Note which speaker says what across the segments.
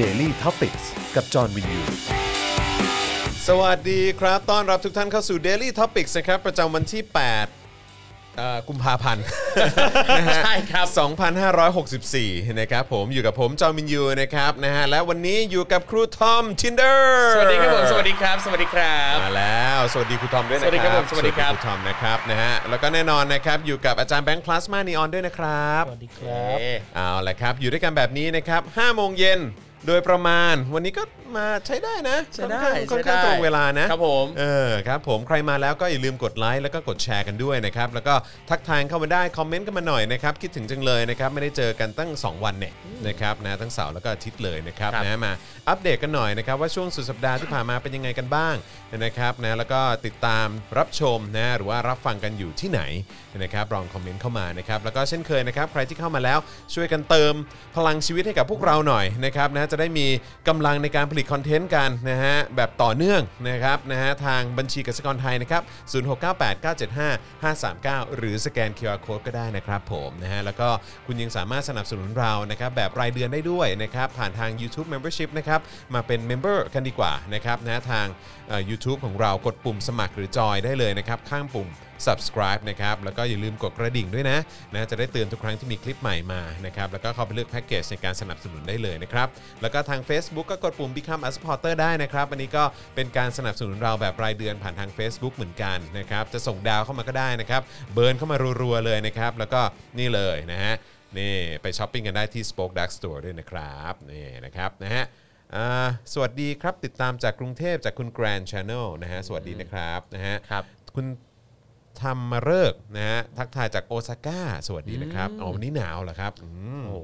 Speaker 1: Daily t o p i c กกับจอห์นวินยู
Speaker 2: สวัสดีครับ ต้อนรับทุกท่านเข้าสู่ Daily Topics นะครับ ประจำวันที่ 8 เอ่อ กุมภาพันธ์ นะฮะ
Speaker 3: ใช่ครับ
Speaker 2: 2,564 นะครับผมอยู่กับผมจอมินยูนะครับนะฮะและวันนี้อยู่กับครูทอมชินเดอร์
Speaker 3: สวัสดีครับผมสวัสดีครับ สวัสดีครับ
Speaker 2: มาแล้วสวัสดีครูทอมด้วยนะ
Speaker 3: สวัสดีครับผมสวัสดีครับ
Speaker 2: ครูทอมนะครับนะฮะแล้วก็แน่นอนนะครับอยู่กับอาจารย์แบงค์พลาสมานีออนด้วยนะครับ
Speaker 3: สวัสดีครับ
Speaker 2: เอ๊ะเอาละครับอยู่ด้วยกันแบบนี้นะครับ5โมงเย็นโดยประมาณ วันนี้ก็มาใช้ได้นะ
Speaker 3: ใช่ได้
Speaker 2: ค่อนข้างค่อนข้าง
Speaker 3: ใช่ได้
Speaker 2: ตรงเวลานะครับ
Speaker 3: ผม
Speaker 2: เออครับผมใครมาแล้วก็อย่าลืมกดไลค์แล้วก็กดแชร์กันด้วยนะครับแล้วก็ทักทายเข้ามาได้คอมเมนต์กันมาหน่อยนะครับคิดถึงจังเลยนะครับไม่ได้เจอกันตั้ง 2 วันเนี่ยนะครับนะทั้งเสาร์แล้วก็อาทิตย์เลยนะครับ
Speaker 3: ครับ
Speaker 2: นะ นะมาอัปเดตกันหน่อยนะครับว่าช่วงสุดสัปดาห์ที่ผ่านมาเป็นยังไงกันบ้างนะครับนะแล้วก็ติดตามรับชมนะหรือว่ารับฟังกันอยู่ที่ไหนนะครับลองคอมเมนต์เข้ามานะครับแล้วก็เช่นเคยนะครับใครที่เข้ามาแล้วช่วยกันเติมพลังชีวิตให้กับพวกเราหน่อยนะครับนะจะได้มีกำลังในการผลิตคอนเทนต์กันนะฮะแบบต่อเนื่องนะครับนะฮะทางบัญชีกสิกรไทยนะครับ0698975539 หรือสแกน QR Code ก็ได้นะครับผมนะฮะแล้วก็คุณยังสามารถสนับสนุนเรานะครับแบบรายเดือนได้ด้วยนะครับ ผ่านทาง YouTube Membership นะครับมาเป็น Member กันดีกว่านะครับนะทางเอ่อ YouTube ของเรากดปุ่มสมัครหรือจอยได้เลยนะครับ ข้างปุ่ม subscribe นะครับแล้วก็อย่าลืมกดกระดิ่งด้วยนะนะจะได้เตือนทุกครั้งที่มีคลิปใหม่มานะครับแล้วก็เข้าไปเลือกแพ็กเกจในการสนับสนุนได้เลยนะครับแล้วก็ทาง Facebook ก็กดปุ่ม Become a supporter ได้นะครับอันนี้ก็เป็นการสนับสนุนเราแบบรายเดือนผ่านทาง Facebook เหมือนกันนะครับจะส่งดาวเข้ามาก็ได้นะครับเบิร์นเข้ามารัวๆเลยนะครับแล้วก็นี่เลยนะฮะนี่ไปช้อปปิ้งกันได้ที่ Spoke Dark Store ด้วยนะครับนี่นะครับนะฮะอ่าสวัสดีครับติดตามจากกรุงเทพจากคุณ Grand Channel นะฮะสวัสดีนะครับนะฮะ
Speaker 3: ครับ
Speaker 2: คุณ ธรรมฤกษ์นะฮะทักทายจากโอซาก้า สวัสดีนะครับอ๋อวันนี้หนาวเหรอครับอืม
Speaker 3: โอ้โห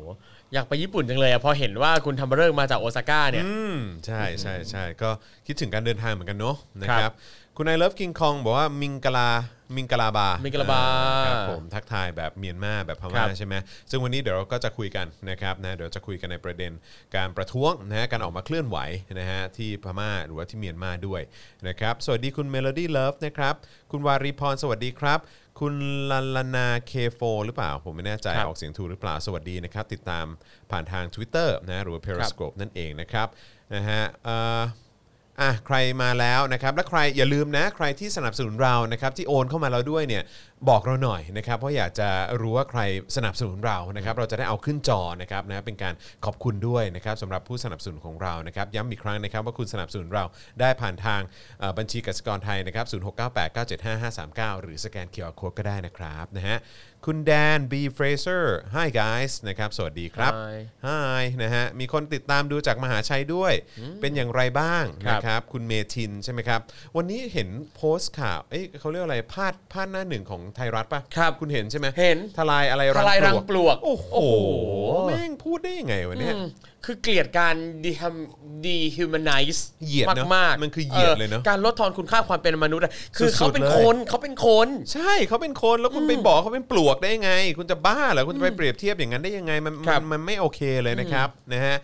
Speaker 3: อยากไปญี่ปุ่นจังเลยอะพอเห็นว่าคุณทำเรื่องมาจากโอซาก้าเนี่ย
Speaker 2: อืมใช่ใช่ใช่ก็คิดถึงการเดินทางเหมือนกันเนาะนะค
Speaker 3: ครั
Speaker 2: รับบ คุณนายเลิฟกิงคองบอกว่ามิงกลามิงกลาบา มิ
Speaker 3: งกลาบา
Speaker 2: ครับผมทักทายแบบเมียนมาแบบพ
Speaker 3: ครั
Speaker 2: ม่า
Speaker 3: บ
Speaker 2: ใช่ไหมซึ่งวันนี้เดี๋ยวเราก็จะคุยกันนะครับนะเดี๋ยวจะคุยกันในประเด็นการประท้วงนะฮะการออกมาเคลื่อนไหวนะฮะที่พม่าหรือว่าที่เมียนมาด้วยนะครับสวัสดีคุณเมโลดี้เลิฟนะครับคุณวารีพรสวัสดีครับ คุณลันลนาเคโฟหรือเปล่า ผมไม่แน่ใจ
Speaker 3: ครับ
Speaker 2: ออกเสียงถูกหรือเปล่า สวัสดีนะครับ ติดตามผ่านทาง Twitter นะหรือว่า Periscope นั่นเองนะครับนะฮะเอ่ออ่ะใครมาแล้วนะครับ และใครอย่าลืมนะ ใครที่สนับสนุนเรานะครับ ที่โอนเข้ามาแล้วด้วยเนี่ยบอกเราหน่อยนะครับ เพราะอยากจะรู้ว่าใครสนับสนุนเรานะครับ เราจะได้เอาขึ้นจอนะครับนะเป็นการขอบคุณด้วยนะครับสำหรับผู้สนับสนุนของเรานะครับ ย้ำอีกครั้งนะครับว่าคุณสนับสนุนเราได้ผ่านทางเอ่อบัญชีกสิกรไทยนะครับ0698975539 หรือสแกน QR Code ก็ได้นะครับนะฮะคุณแดน B Fraser Hi guys นะครับสวัสดีครับ
Speaker 3: Hi
Speaker 2: Hi นะฮะมีคนติดตามดูจากมหาชัยด้วย เป็นอย่างไรบ้าง
Speaker 3: ครับ
Speaker 2: นะครับ คุณเมทินใช่ไหมครับ วันนี้เห็นโพสต์ข่าวเอ้ยเขาเรียกอะไรพาดพาดหน้าหนึ่งของไทยรัฐปะ
Speaker 3: ครับ
Speaker 2: คุณเห็นใช่ไหม
Speaker 3: เห็น
Speaker 2: ทลายอะไร
Speaker 3: ทลายรังปลวก
Speaker 2: โอ้โหแม่งพูดได้ยังไงวะเนี่ย
Speaker 3: อืมคือเกลียดการดีทำดีฮิวแมนไนซ์
Speaker 2: เหยียดเนอะ
Speaker 3: มากๆ
Speaker 2: มันคือเหยียดเลยเนอะ
Speaker 3: การลดทอนคุณค่าความเป็นมนุษย์อะคือเขาเป็น
Speaker 2: สุดๆเลย
Speaker 3: คนเขาเป็นคน
Speaker 2: ใช่เขาเป็นคนแล้วคุณไปบอกเขาเป็นปลวกได้ยังไง คุณจะบ้าเหรอคุณจะไปเปรียบเทียบอย่างนั้นได้ยังไงมันมันมันไม่โอเคเลยนะครับนะฮะ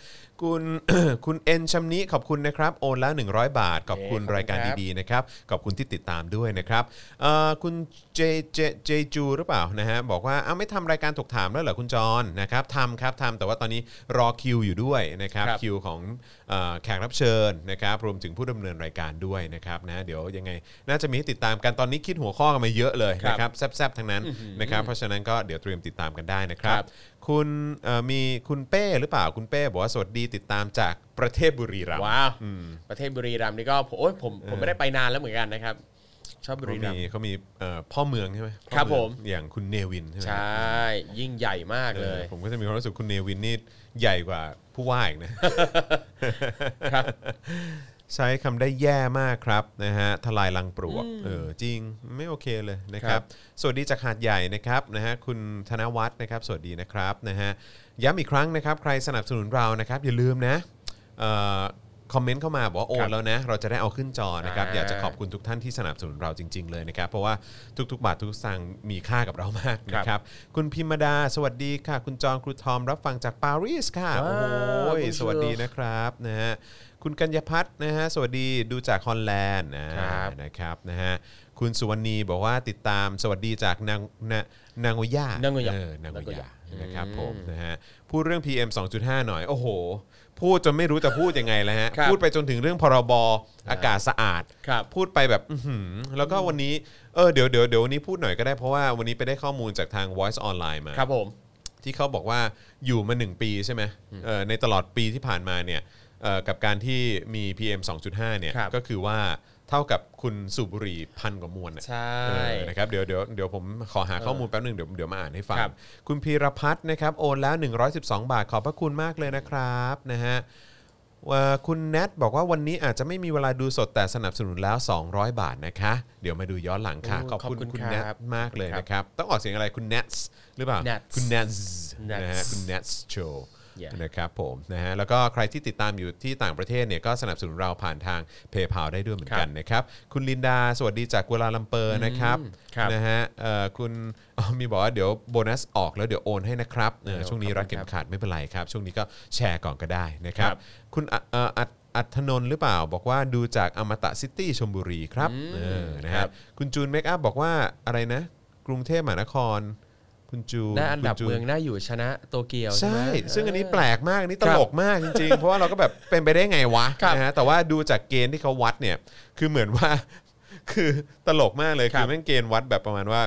Speaker 2: คุณ คุณเอ็นชำนิขอบคุณนะครับโอนแล้ว 100 บาท ขอบคุณรายการดีๆนะครับขอบคุณที่ติดตามด้วยนะครับเอ่อคุณเจเจเจจูหรือเปล่านะฮะบอกว่าอ้าวไม่ทำรายการถกถามแล้วเหรอคุณจรนะครับทำครับทำแต่ว่าตอนนี้รอคิวอยู่ด้วยนะครับ คิวของเอ่อแขกรับเชิญนะครับรวมถึงผู้ดำเนินรายการด้วยนะครับนะเดี๋ยวยังไงน่าจะมีให้ติดตามกันตอนนี้คิดหัวข้อกันมาเยอะเลยนะครับแซบๆทั้งนั้นนะครับเพราะฉะนั้นก็เดี๋ยวเตรียมติดตามกันได้นะครับ คุณเอ่อมีคุณเป้หรือเปล่าคุณเป้บอกว่าสวัสดีติดตามจากประเทศบุรีรัมย์
Speaker 3: ว้าวประเทศบุรีรัมย์นี่ก็ผมโอ้ยผมผมไม่ได้ไปนานแล้วเหมือนกันนะครับ ชอบบุ
Speaker 2: เขา
Speaker 3: รีรัม
Speaker 2: มี
Speaker 3: ย์
Speaker 2: เขามีเอ่อพ่อเมืองใช่ไหม
Speaker 3: ครับ
Speaker 2: พ่อเอง
Speaker 3: ผม
Speaker 2: อย่างคุณเนวินใช่ไหม
Speaker 3: ใช่ยิ่งใหญ่มาก
Speaker 2: เอ
Speaker 3: เล
Speaker 2: อย ผมก็จะมีความรู้สึกคุณเนวินนี่ใหญ่กว่าผู้ว่าอีกนะ
Speaker 3: ครับ
Speaker 2: ใช้คำได้แย่มากครับนะฮะทลายลังปลวกเออจริงไม่โอเคเลยนะครับสวัสดีจากหาดใหญ่นะครับนะฮะคุณธนวัฒน์นะครับสวัสดีนะครับนะฮะย้ำอีกครั้งนะครับ ใครสนับสนุนเรานะครับอย่าลืมนะเอ่อคอมเมนต์เข้ามาบอกว่าโอ
Speaker 3: ครั
Speaker 2: น
Speaker 3: บ
Speaker 2: แล้วนะเราจะได้เอาขึ้นจอนะครับ
Speaker 3: อ่า
Speaker 2: อยากจะขอบคุณทุกท่านที่สนับสนุนเราจริง ๆเลยนะครับ เพราะว่าทุกๆ บาททุกสตางค์มีค่ากับเรามากนะครับคุณพิมดาสวัสดีค่ะ คุณจองครูทอมรับฟังจากปารีสค่ะโอ้โหสวัสดีนะ นะครับนะฮะคุณกัญญพัฒน์นะฮะสวัสดีดูจากฮอลแลนด์นะครับ นะครับนะฮะคุณสุวรรณีบอกว่าติดตามสวัสดีจากนางนะนางโอยาน
Speaker 3: างโงยะ
Speaker 2: เออนางโอยา นะครับผมนะฮะพูดเรื่อง PM 2.5 หน่อย โอ้โห พูดจนไม่รู้จะพูดยังไงแล้วฮะ
Speaker 3: ครับ
Speaker 2: พูดไปจนถึงเรื่องพรบอากาศสะอาด
Speaker 3: ครับ
Speaker 2: พูดไปแบบอื้อหือแล้วก็วันนี้เออเดี๋ยวเดี๋ยวเดี๋ยววันนี้พูดหน่อยก็ได้เพราะว่าวันนี้ไปได้ข้อมูลจากทาง Voice Online มา
Speaker 3: ครับผม
Speaker 2: ที่เขาบอกว่าอยู่มา 1 ปีใช่ไหมเอ่อในตลอดปีที่ผ่านมาเนี่ยเอ่อกับการที่มี PM 2.5 เนี่ย
Speaker 3: ครับ
Speaker 2: ก็คือว่าเท่ากับคุณสูบบุหรี่พันกว่ามวลน่ะ
Speaker 3: ใช่
Speaker 2: เออนะครับเดี๋ยวเดี๋ยวเดี๋ยวผมขอหาข้อมูลแป๊บหนึ่งเดี๋ยวเดี๋ยวมาอ่านให้ฟัง
Speaker 3: ครับ
Speaker 2: คุณพีรพัฒน์นะครับโอนแล้ว 112 บาทขอบพระคุณมากเลยนะครับนะฮะว่าคุณแนทบอกว่าวันนี้อาจจะไม่มีเวลาดูสดแต่สนับสนุนแล้ว 200 บาทนะคะ เดี๋ยวมาดูย้อนหลังค่ะ
Speaker 3: โอ้
Speaker 2: ขอบคุณ
Speaker 3: ขอบคุณ
Speaker 2: คุณ
Speaker 3: ครับ
Speaker 2: แนทมากเลยนะครับ ต้องออกเสียงอะไรคุณแนทหรือเปล่า
Speaker 3: Nats
Speaker 2: คุณแนท
Speaker 3: Nats
Speaker 2: นะฮะคุณแนทโชว์
Speaker 3: Yeah
Speaker 2: นะครับผมนะฮะแล้วก็ใครที่ติดตามอยู่ที่ต่างประเทศเนี่ยก็สนับสนุนเราผ่านทางเพย์พาได้ด้วยเหมือนกันนะครับคุณลินดาสวัสดีจากกัวลาลัมเปอร์นะครับ
Speaker 3: ครับ
Speaker 2: นะฮะเอ่อคุณ อ๋อมีบอกว่าเดี๋ยวโบนัสออกแล้วเดี๋ยวโอนให้นะครับเออ
Speaker 3: เออ
Speaker 2: ช่วงนี้
Speaker 3: ขอบคุณ
Speaker 2: รักเข็มขาดไม่เป็นไรครับ ช่วงนี้ก็แชร์ก่อนก็ได้นะครับ
Speaker 3: ครับ
Speaker 2: คุณอ่ะเอ่ออัดอัธนนท์หรือเปล่า บอกว่าดูจากอมตะซิตี้ชลบุรีครับเออนะค
Speaker 3: ค
Speaker 2: รั
Speaker 3: รั
Speaker 2: บบ คุณจูนเมคอัพบอกว่าอะไรนะ กรุงเทพมหานคร คุณจู
Speaker 3: าอันดับ
Speaker 2: คุณจู
Speaker 3: เมืองน่าอยู่ชนะโตเกียว
Speaker 2: ใช่
Speaker 3: ไหม
Speaker 2: ซึ่งอันนี้แปลกมากอันนี่ต
Speaker 3: ครับ
Speaker 2: ลกมากจริงๆ เพราะว่าเราก็แบบ เป็นไปได้ไงวะ
Speaker 3: ครับ
Speaker 2: นะฮะ แต่ว่าดูจากเกณฑ์ที่เขาวัดเนี่ย คือเหมือนว่า คือตลกมากเลย
Speaker 3: ครับ
Speaker 2: คือแม่งเกณฑ์วัดแบบประมาณว่า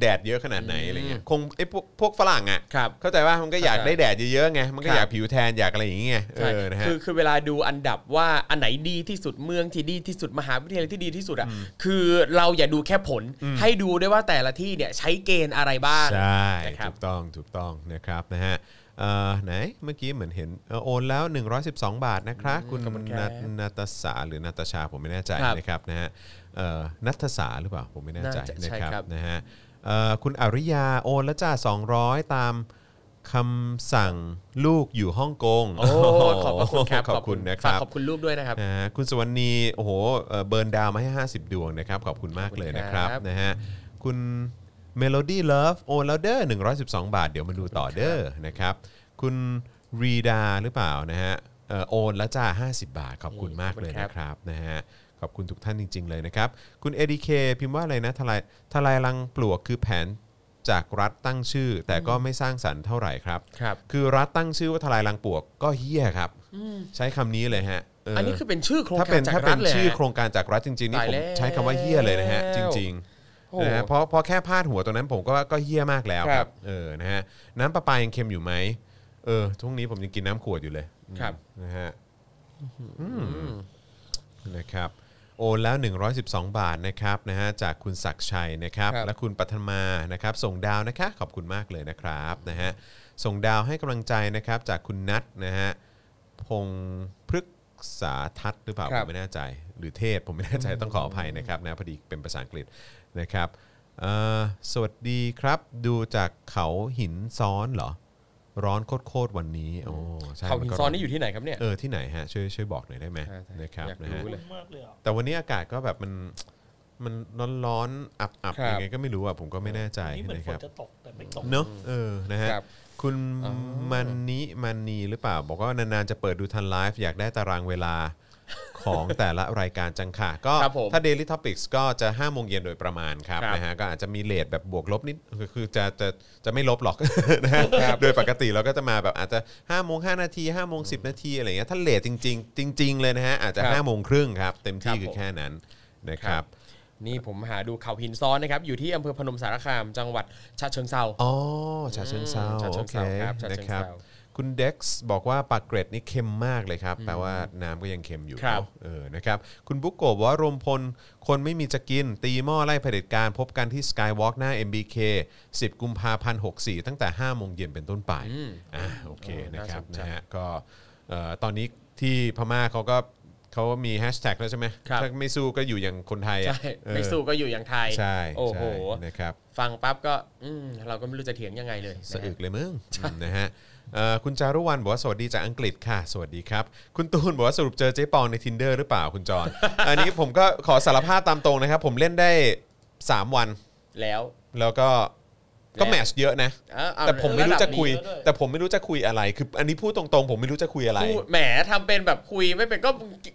Speaker 2: แดดเยอะขนาดไหนอะไรเงี้ย คงไอ้พวกพวกฝรั่งอ่ะ
Speaker 3: ครับ
Speaker 2: เข้าใจว่ามันก็อยาก
Speaker 3: เข้าใจ
Speaker 2: ได้แดดเยอะๆไง มันก็
Speaker 3: ครับ
Speaker 2: อยากผิวแทนอยากอะไรอย่างเงี้ย เอ
Speaker 3: ใช่
Speaker 2: อ นะฮะ
Speaker 3: คือคือเวลาดูอันดับว่าอันไหนดีที่สุดเมืองที่ดีที่สุดมหาวิทยาลัยที่ดีที่สุดอ่ะคือเราอย่าดูแค่ผล ให้ดูด้วยว่าแต่ละที่เนี่ยใช้เกณฑ์อะไรบ้าง
Speaker 2: ใช่
Speaker 3: นะครับ
Speaker 2: ถูกต้องถูกต้องนะครับนะฮะเอ่อไหนเมื่อกี้เหมือนเห็นเอ่อโอนแล้ว 112 บาทนะครับคุณนัทนัตสาหรือนัตชาผมไม่แน่ใจ
Speaker 3: ครับ
Speaker 2: นะครับนะฮะเอ่อนัทสาหรือเปล่าผมไม่แน่ใจ
Speaker 3: น่าจะใช่
Speaker 2: นะครับ
Speaker 3: ครับ
Speaker 2: นะฮะเอ่อคุณอริยาโอนแล้วจ้า 200 ตามคำสั่งลูกอยู่ฮ่องกง
Speaker 3: โอ้ขอบพระคุณครับ
Speaker 2: ขอบคุณนะค
Speaker 3: ฝาก
Speaker 2: รับ
Speaker 3: ขอบคุณรูปด้วยนะครับ
Speaker 2: นะฮะคุณสวรรณีโอ้โหเอ่อเบิร์นดาวมาให้ 50 ดวงนะครับ ขอบคุณมากเลยนะครับ
Speaker 3: ขอบคุณครับ
Speaker 2: นะฮะคุณเมโลดี้เลิฟโอนแล้วเด้อ112 บาท เดี๋ยวมาดูต่อเด้อนะครับ คุณรีดาหรือเปล่านะฮะเอ่อโอนแล้วจ้า 50 บาท ขอบคุณมากเลย
Speaker 3: ขอบคุณ
Speaker 2: นะ
Speaker 3: ครับ
Speaker 2: ครับนะฮะขอบคุณทุกท่านจริง ๆ เลยนะครับ คุณเอดีเคพิมพ์ว่าอะไรนะทลายทลายรังปลวกคือแผนจากรัฐตั้งชื่อ แต่ก็ไม่สร้างสรรค์เท่าไหร่ครับ
Speaker 3: ครับ
Speaker 2: คือรัฐตั้งชื่อว่าทลายรังปลวกก็เฮี้ยครับใช้คำนี้เลยฮะเ
Speaker 3: อันนี้คือเป็นชื่อโครง
Speaker 2: ถ้า
Speaker 3: การ
Speaker 2: เป็น
Speaker 3: จาก
Speaker 2: ถ้าเป็
Speaker 3: รั
Speaker 2: น
Speaker 3: ฐเลย
Speaker 2: ชื่อ
Speaker 3: ฮะ
Speaker 2: โครงการจากรัฐจริงๆนี่
Speaker 3: ตาย
Speaker 2: ผม
Speaker 3: แล้ว
Speaker 2: ใช้คำว่าเฮี้ยเลยนะฮะจริง
Speaker 3: โอ้
Speaker 2: ๆนะฮะเพราะเพราะแค่พาดหัวตรงนั้นผมก็ก็เฮี้ยมากแล้วค
Speaker 3: ครั
Speaker 2: รับบ เออนะฮะน้ำประปายังเค็มอยู่ไหมเออทุกนี้ผมยังกินน้ำขวดอยู่เลย
Speaker 3: ครับ
Speaker 2: นะฮะอืมนะครับโอนแล้ว 112 บาทนะครับนะฮะจากคุณศักดิ์ชัยนะครับ
Speaker 3: ครับ
Speaker 2: และคุณปัทมานะครับ ส่งดาวนะคะ ขอบคุณมากเลยนะครับนะฮะส่งดาวให้กำลังใจนะครับ จากคุณนัทนะฮะ พงศ์พฤกษาทัศน์หรือเปล่า
Speaker 3: ค
Speaker 2: ผ
Speaker 3: รับ
Speaker 2: มไม่แน่ใจ หรือเทพผมไม่แน่ใจต้องขออภัยนะครับนะพอดีเป็นภาษาอังกฤษนะครับเอ่อสวัสดีครับ ดูจากเขาหินซ้อนเหรอ ร้อนโคตรๆวันนี้โอ้ใช่
Speaker 3: เขาหิน
Speaker 2: มัก็
Speaker 3: ซ้อนนี่อยู่ที่ไหนครับเนี่ย
Speaker 2: เออที่ไหนฮะช่วยช่วยบอกหน่อยได้ไหม
Speaker 3: ใช่ใช่
Speaker 2: นะครับ
Speaker 3: อยากรู้
Speaker 2: นะฮะ
Speaker 3: เลย
Speaker 4: มากเลยเหรอ
Speaker 2: แต่วันนี้อากาศก็แบบมันมันร้อนๆอับ
Speaker 3: ค
Speaker 2: ๆ
Speaker 3: รับ
Speaker 2: ยังไงก็ไม่รู้อ่ะผมก็ไม่แน่ใจ
Speaker 4: นี่เหมือน
Speaker 2: นะ
Speaker 4: ฝ
Speaker 2: คน รับ
Speaker 4: จะตกแต่ไม่ตก
Speaker 2: เนอะเออนะฮะ
Speaker 3: ครับ
Speaker 2: คุณ
Speaker 3: อ๋อ
Speaker 2: มันนิมันนีหรือเปล่า บอกว่านานๆจะเปิดดูทันไลฟ์อยากได้ตารางเวลาของ แต่ละรายการจังค่ะ ก็
Speaker 3: ครับผม
Speaker 2: ถ้า Daily Topics ก็จะ5โมงเย็นโดยประมาณครับ
Speaker 3: ครับ
Speaker 2: นะฮะก็อาจจะมีเลทแบบบวกลบนิดคือคือจะจะจะไม่ลบหรอก นะฮะโดยปกติเราก็จะมาแบบอาจจะ5โมง5นาที5โมง10 นาทีอะไรเงี้ยถ้าเลทจริง ๆ จริง ๆ เลยนะฮะอาจจะ
Speaker 3: ครับ
Speaker 2: 5โมงครึ่งครับ เต็มที่
Speaker 3: ครับ
Speaker 2: คือ
Speaker 3: ผม
Speaker 2: แค่นั้นนะครับ
Speaker 3: นี่ผมหาดูเขาหินซ้อนนะครับ อยู่ที่อำเภอพนมสารคามจังหวัดฉะเชิงเซา
Speaker 2: อ๋อฉะเชิงเซา
Speaker 3: อืมฉะเชิ
Speaker 2: โอง เค
Speaker 3: เทราครับฉะเชิ
Speaker 2: นะ
Speaker 3: ง
Speaker 2: ค
Speaker 3: เท
Speaker 2: รั
Speaker 3: รา
Speaker 2: บ คุณเด็กซ์บอกว่าปากเกร็ดนี่เค็มมากเลยครับ แปลว่าน้ำก็ยังเค็มอยู่
Speaker 3: ครับ
Speaker 2: เนอะเออนะครับคุณบุ๊กโกะบอกว่ารวมพล คนไม่มีจะกิน ตีหม้อไล่เผด็จการพบกันที่ Skywalk หน้า MBK 10 กุมภาพันธ์64 ตั้งแต่ 5 โมงเย็นเป็นต้นไปอ่าโอเคนะครับนะฮะก็เอ่อตอนนี้ที่พม่าเขาก็เขามีแฮชแท็กแล้วใช่ไหม
Speaker 3: ครับ
Speaker 2: ถ้าไม่สู้ก็อยู่อย่างคนไทยอะ
Speaker 3: ใช่ ไม่
Speaker 2: เออ
Speaker 3: สู้ก็อยู่อย่างไทย
Speaker 2: ใช่
Speaker 3: โอ้โห
Speaker 2: ใช่นะครับ
Speaker 3: ฟังปั๊บก็อืมเราก็ไม่รู้จะเถียงยังไงเลยนฮ
Speaker 2: สะอึกเลยมึงนะฮะเอ่อคุณจารุวรรณบอกว่าสวัสดีจากอังกฤษค่ะ สวัสดีครับ คุณตูนบอกว่าสรุปเจอเจ๊ปองใน tinder หรือเปล่าคุณจอน อันนี้ผมก็ขอสารภาพตามตรงนะครับ ผมเล่นได้ 3 วัน
Speaker 3: แล้ว
Speaker 2: แล้วก็ ก็แมทชเยอะนะ
Speaker 3: อ่ะเอา
Speaker 2: แต่ผมไม่รู้จะคุย
Speaker 3: รดับนี้แล้วด้วย
Speaker 2: แต่ผมไม่รู้จะคุยอะไร คือ อันนี้พูดตรงๆ ผมไม่รู้จะคุยอะไร
Speaker 3: พูดแหมทำเป็นแบบคุยไม่เป็นก็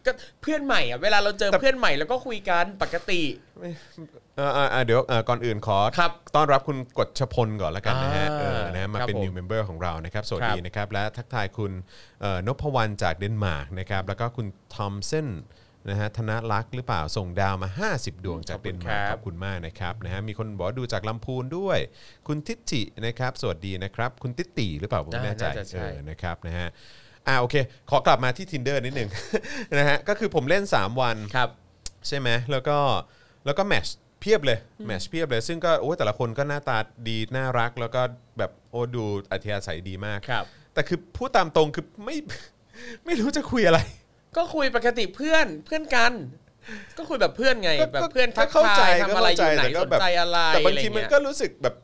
Speaker 3: ก็เพื่อนใหม่อ่ะเวลาเราเจอ
Speaker 2: แต่
Speaker 3: เพื่อนใหม่แล้วก็คุยกันปกติ
Speaker 2: เอ่อเอ่อเอ่อเดี๋ยวเอ่อก่อนอื่นขอ
Speaker 3: ครับ
Speaker 2: ต้อนรับคุณกฎชพลก่อนละกันนะฮะ
Speaker 3: อ่า
Speaker 2: เออนะฮะมาเป็น
Speaker 3: ครับผม
Speaker 2: new member ของเรานะครับ สวัสดี
Speaker 3: ครับ
Speaker 2: นะครับ และทักทายคุณเอ่อนพวรรณจากเดนมาร์กนะครับ แล้วก็คุณทอมเซนนะฮะธนลักษณ์หรือเปล่าส่งดาวมา 50 ดวงจากเดนมาร์ก
Speaker 3: ค
Speaker 2: ข
Speaker 3: รับ
Speaker 2: อบคุณมากนะครับนะฮะมีคนบอกว่าดูจากลำพูนด้วย คุณทิตินะครับ สวัสดีนะครับ คุณติติหรือเปล่าผมไม่แน่ใจ
Speaker 3: น่าจะใช่
Speaker 2: เออ นะครับนะฮะอ่าโอเค ขอกลับมาที่ Tinder นิดหนึ่ง นะฮะก็คือผมเล่น 3 วัน
Speaker 3: ครับ
Speaker 2: ใช่ไหมแล้วก็แล้วก็แมทชเพียบเลยแมทชเพียบเลย ซึ่งก็โอ้ยแต่ละคนก็หน้าตาดีน่ารัก แล้วก็แบบโอ้ดูอัธยาศัยดีมาก
Speaker 3: ครับ
Speaker 2: แต่คือพูดตามตรงคือไม่ ไม่รู้จะคุยอะไร
Speaker 3: ก็คุยปกติเพื่อนเพื่อนกัน ก็คุยแบบเพื่อนไง แบบเพื่อนทัก
Speaker 2: เข้า
Speaker 3: ทา
Speaker 2: ใจ
Speaker 3: ยทำอะไร
Speaker 2: ก็เข้า
Speaker 3: อยู่ไหน
Speaker 2: แต่ก็
Speaker 3: สน
Speaker 2: แบบ
Speaker 3: ใจอะไร
Speaker 2: แต่บาง
Speaker 3: อะไร
Speaker 2: ทีมัน
Speaker 3: เงี้ย
Speaker 2: ก็รู้สึกแบบ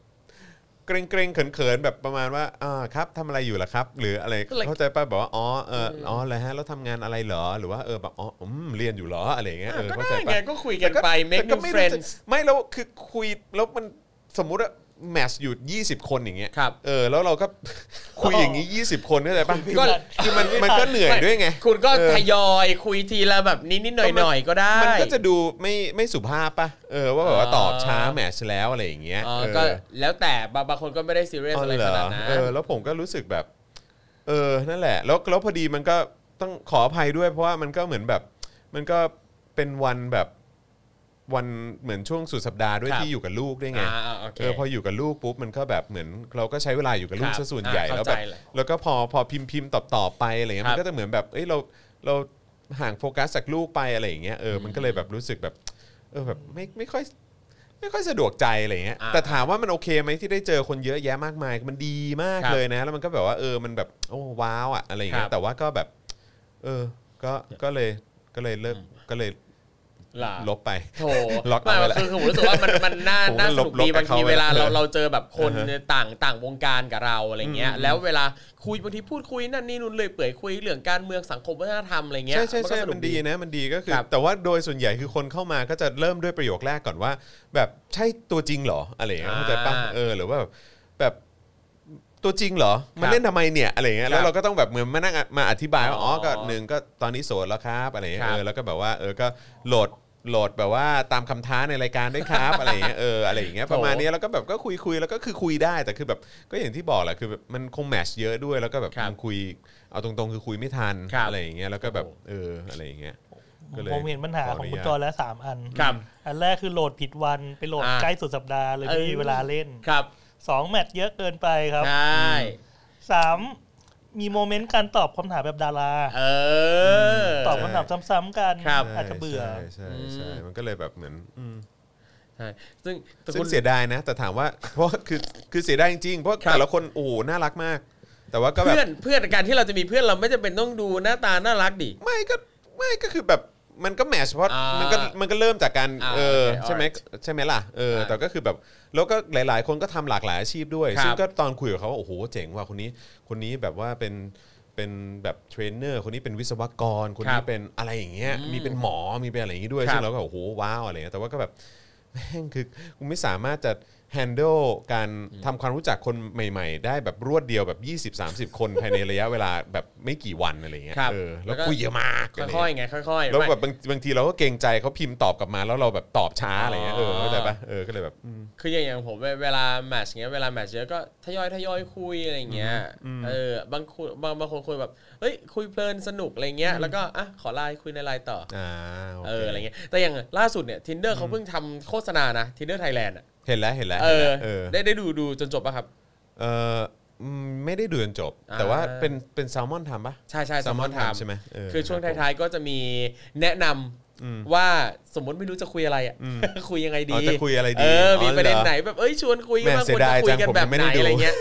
Speaker 2: เกรงเกรงๆเขินเขินๆแบบประมาณว่าอ่าครับทำอะไรอยู่ล่ะครับ หรืออะไรเข้าใจป่ะบอกว่าอ๋อเอออ๋อแล้วฮะแล้วทำงานอะไรเหรอหรือว่าเออแบบอ๋ออืมเรียนอยู่เหรออะไรอย่างเงี้ยเอ
Speaker 3: อ่ะ
Speaker 2: อ
Speaker 3: ก็
Speaker 2: เข้าใจป่ะ
Speaker 3: ได้ไงก็คุยกันไป make
Speaker 2: แต่ก็
Speaker 3: new
Speaker 2: ไม่รู้จะ
Speaker 3: friends
Speaker 2: ไม่แล้วคือคุยแล้วมันสมมุติว่าแมทช์อยู่ 20 คนอย่างเงี้ย
Speaker 3: ครับ
Speaker 2: เออแล้วเราก็ คุยอย่างงี้ 20 คนเข้าใจป่ะ
Speaker 3: ก็
Speaker 2: คือมันมันก็เหนื่อยด้วยไง
Speaker 3: คุณก็
Speaker 2: เออ
Speaker 3: ทยอยคุยทีละแบบนิดนิดหน่อยหน่อยๆก็ได้
Speaker 2: มันก็จะดูไม่ไม่สุภาพป่ะเออว่าแบบว่า
Speaker 3: อ๋อ
Speaker 2: ตอบช้าแมทช์แล้วอะไรอย่างเงี้ย
Speaker 3: อ๋อ
Speaker 2: เออ
Speaker 3: ก็แล้วแต่บางบางคนก็ไม่ได้ซีเรียส
Speaker 2: อ๋อ
Speaker 3: อะไร
Speaker 2: เหร
Speaker 3: ข
Speaker 2: อ
Speaker 3: นาดนั้น
Speaker 2: เออแล้วผมก็รู้สึกแบบ เออนั่นแหละ แล้วแล้วพอดีมันก็ต้องขออภัยด้วย เพราะว่ามันก็เหมือนแบบ มันก็เป็นวันแบบวันเหมือนช่วงสุดสัปดาห์ด้วย
Speaker 3: ครับ
Speaker 2: ที่อยู่กับลูกด้วยไง
Speaker 3: อ่าโอเค
Speaker 2: เออพออยู่กับลูกปุ๊บมันก็แบบเหมือนเราก็ใช้เวลาอยู่กับลูก
Speaker 3: ครับ
Speaker 2: ซะส่วนใหญ่
Speaker 3: อ่า
Speaker 2: แล้ว
Speaker 3: เข้า
Speaker 2: แบบ
Speaker 3: ใจเลย
Speaker 2: แล้วก็พอพอพิมพ์พิมพ์ตอบตอบไปอะไรเงี้ย
Speaker 3: ครั
Speaker 2: มัน
Speaker 3: บ
Speaker 2: ก็จะเหมือนแบบเอ้ยเราเราห่างโฟกัสจากลูกไปอะไรอย่างเงี้ยเออมันก็เลยแบบรู้สึกแบบเออแบบไม่ไม่ค่อยไม่ค่อยสะดวกใจอะไรเงี้ย
Speaker 3: อ่า
Speaker 2: แต่ถามว่ามันโอเคไหมที่ได้เจอคนเยอะแยะมากมายมันดีมาก
Speaker 3: ครับ
Speaker 2: เลยนะ แล้วมันก็แบบว่าเออมันแบบโอ้ว้าวอะอะไรเงี้
Speaker 3: ค
Speaker 2: ย
Speaker 3: รับ
Speaker 2: แต่ว่าก็แบบ เออก็ก็เลยก็เลยเลิกก็เลย
Speaker 3: หา
Speaker 2: ลบไป
Speaker 3: โถ
Speaker 2: ล็อกเอา
Speaker 3: ไม่
Speaker 2: ไว้แล้ว
Speaker 3: คือคือผมรู้สึกว่ามันมันน่า
Speaker 2: ผมก็
Speaker 3: น่าสนุกดี
Speaker 2: ลบๆ
Speaker 3: บางที
Speaker 2: เอาไว้
Speaker 3: เวลาเรา
Speaker 2: เออ
Speaker 3: เราเจอแบบคน
Speaker 2: อ่าฮะ
Speaker 3: ต่างต่างวงการกับเราอะไรเงี้ย
Speaker 2: อืม
Speaker 3: แล้วเวลาคุยบางทีพูดคุยนั่นนี่นู่นเลยเปื่อยคุยเรื่องการเมืองสังคมวัฒนธรรมอะไรเงี้ย
Speaker 2: ใช่ใช่
Speaker 3: ก็
Speaker 2: ใช่
Speaker 3: สนุ
Speaker 2: มัน
Speaker 3: ก
Speaker 2: ดีนะมันดีก็คือ
Speaker 3: ครับ
Speaker 2: แต่ว่าโดยส่วนใหญ่คือคนเข้ามาก็จะเริ่มด้วยประโยคแรกก่อนว่า แบบใช่ตัวจริงเหรออะไรอย่างเงี้ย
Speaker 3: อ่า
Speaker 2: เข้าใจปะเออหรือว่าแบบแบบตัวจริงเหรอมาเล่นทำไมเนี่ยอะไรอย่างเงี้ย
Speaker 3: ครับ
Speaker 2: แล้วเราก็ต้องแบบเหมือนมานั่งอ่ะมาอธิบายว่า
Speaker 3: อ๋
Speaker 2: อ๋อ
Speaker 3: อ
Speaker 2: ก็หนึ่งก็ตอนนี้โสดแล้วครับอะไรอย่างเงี้ย
Speaker 3: ครับ
Speaker 2: เออแล้วก็แบบว่าเออก็โหลดโหลดแบบว่าตามคำท้าในรายการด้วยครับ อะไรอย่างเงี้ยเอออะไรอย่างเงี้ย
Speaker 3: โถ
Speaker 2: ประมาณเนี้ยแล้วก็แบบก็คุยคุยแล้วก็คือคุยได้แต่คือแบบก็อย่างที่บอกแหละคือแบบมันคงแมชเยอะด้วยแล้วก็แบบ
Speaker 3: ครับ
Speaker 2: มันคุยเอาตรงๆ คือคุยไม่ทัน
Speaker 3: ครับ
Speaker 2: อะไรอย่างเงี้ยแล้วก็แบบ เอออะไรอย่างเงี้ย ก็เลย
Speaker 4: ผมเห็นปัญหาของคุ
Speaker 2: ขออ
Speaker 4: ณ
Speaker 2: นุญาต
Speaker 4: จอแล้วสามอัน
Speaker 3: ครับ
Speaker 4: อันแรกคือโหลดผิดวันไปโหลด
Speaker 3: อ่า
Speaker 4: ใกล้สุดสัปดาห์เลย
Speaker 3: เออ
Speaker 4: ไม่มีเวลาเล่น
Speaker 3: ครับ
Speaker 4: สองแมตช์เยอะเกินไปครับ
Speaker 3: ใช่
Speaker 4: สามมีโมเมนต์การตอบคำถามแบบดารา
Speaker 3: เออ
Speaker 4: ตอบคำถามซ้ำๆกัน
Speaker 3: ครับ
Speaker 4: อาจจะเบื่อ
Speaker 2: ใช่ใช่ใช่มันก็เลยแบบเหมือนอืม
Speaker 3: ใช่ซึ่งแต่
Speaker 2: ซึ่
Speaker 3: คุ
Speaker 2: ง
Speaker 3: ณ
Speaker 2: เสียดายนะ แต่ถามว่า เพราะคือคือเสียดายจริงๆเพราะ
Speaker 3: ครับ
Speaker 2: แต่ละคนโอ้โหน่ารักมาก แต่ว่าก็แบบ
Speaker 3: เพื่อนเพื่อนการที่เราจะมีเพื่อนเราไม่จำเป็นต้องดูหน้าตาน่ารักดิ
Speaker 2: ไม่ก็ไม่ก็คือแบบมันก็แมชเพราะ
Speaker 3: อ่ามั
Speaker 2: มันก็มันก็เริ่มจากการ
Speaker 3: อ่า
Speaker 2: เออ
Speaker 3: โอเค
Speaker 2: ใช่ไหม
Speaker 3: alright
Speaker 2: ใช่ไหมล่ะเออ
Speaker 3: ใช่
Speaker 2: แต่ก็คือแบบแล้วก็หลาย ๆ คนก็ทำหลากหลายอาชีพด้วย
Speaker 3: ครับ
Speaker 2: ซึ่งก็ตอนคุยกับเขาว่าโอ้โหเจ๋งว่ะคนนี้คนนี้แบบว่าเป็นเป็นแบบเทรนเนอร์คนนี้เป็นวิศวกร คน
Speaker 3: ค
Speaker 2: นี้
Speaker 3: รับ
Speaker 2: เป็นอะไรอย่างเงี้ย
Speaker 3: อืม
Speaker 2: มีเป็นหมอมีเป็นอะไรอย่างงี้ด้วย
Speaker 3: ครับ
Speaker 2: ซึ่งเราก็โอ้โหว้าวอะไรเงี้ยแต่ว่าก็แบบ แม่งคือกูไม่สามารถจะ handle การทำความรู้จักคนใหม่ๆ ได้แบบรวดเดียวแบบ 20 30 คน ภายในระยะเวลาแบบไม่กี่วันอะไรเงี้ย
Speaker 3: ครับ
Speaker 2: เออแล้ว
Speaker 3: แล้วก็
Speaker 2: คุยเยอะมากะไร
Speaker 3: ค่อย
Speaker 2: เงี้ย
Speaker 3: ๆไงค่อยๆ
Speaker 2: แล้ว
Speaker 3: ไม่
Speaker 2: แบบบางบางทีเราก็เกรงใจเขาพิมพ์ตอบกลับมาแล้วเราแบบตอบช้าอะไรเงี้ยเออเข้าใจปะเออก็เลยแบบอืม
Speaker 3: คืออย่างอย่างผมเวเวลาแมทช์เงี้ยเวลาแมทช์เยอะก็ทยอยทยอยคุยอะไรอย่างเงี้ยเออบางคุบางบางคนคุยแบบเอ้ยคุยเพลินสนุกอะไรเงี้ยแล้วก็อ่ะขอไลน์คุยในไลน์ต่อ
Speaker 2: อ่าโ
Speaker 3: เอออะไรเงี้ยแต่อย่างล่าสุดเนี่ย tinder เขาเพิ่งทำโฆษณานะ tinder Thailand อ่ะ
Speaker 2: เห็นแล้วเห็นแล้ว
Speaker 3: เอ
Speaker 2: เห็นแล้
Speaker 3: อ
Speaker 2: วเออ
Speaker 3: ได้ได้ดูดูจนจบป่ะครับ
Speaker 2: เอออืมไม่ได้ดูจนจบ
Speaker 3: อ่า
Speaker 2: แต่ว่าเป็นเป็นแซลมอนทำปะ
Speaker 3: ใช่ใช่
Speaker 2: Salmon
Speaker 3: Salmon
Speaker 2: Time
Speaker 3: Time
Speaker 2: ใช่ไหมเออ
Speaker 3: คือช่วง
Speaker 2: ครับผม
Speaker 3: ท้ายๆก็จะมีแนะนำว่าสมมติไม่รู้จะคุยอะไรอ่ะ คุยยังไงดี
Speaker 2: อ๋อจะคุยอะไรดี
Speaker 3: เออมี
Speaker 2: อ๋อ
Speaker 3: ประเด็น
Speaker 2: เหรอ
Speaker 3: ไหนแบบเอ้ยชวนคุยกัน
Speaker 2: แหม่
Speaker 3: บ้าง
Speaker 2: เสี
Speaker 3: ค
Speaker 2: ยว
Speaker 3: รจะ
Speaker 2: ดาย
Speaker 3: คุ
Speaker 2: จั
Speaker 3: ย
Speaker 2: ง
Speaker 3: กัน
Speaker 2: ผม
Speaker 3: แบ
Speaker 2: ยั
Speaker 3: บ
Speaker 2: งไม่
Speaker 3: ไห
Speaker 2: ได้
Speaker 3: น
Speaker 2: ดู
Speaker 3: อะไรเงี้ย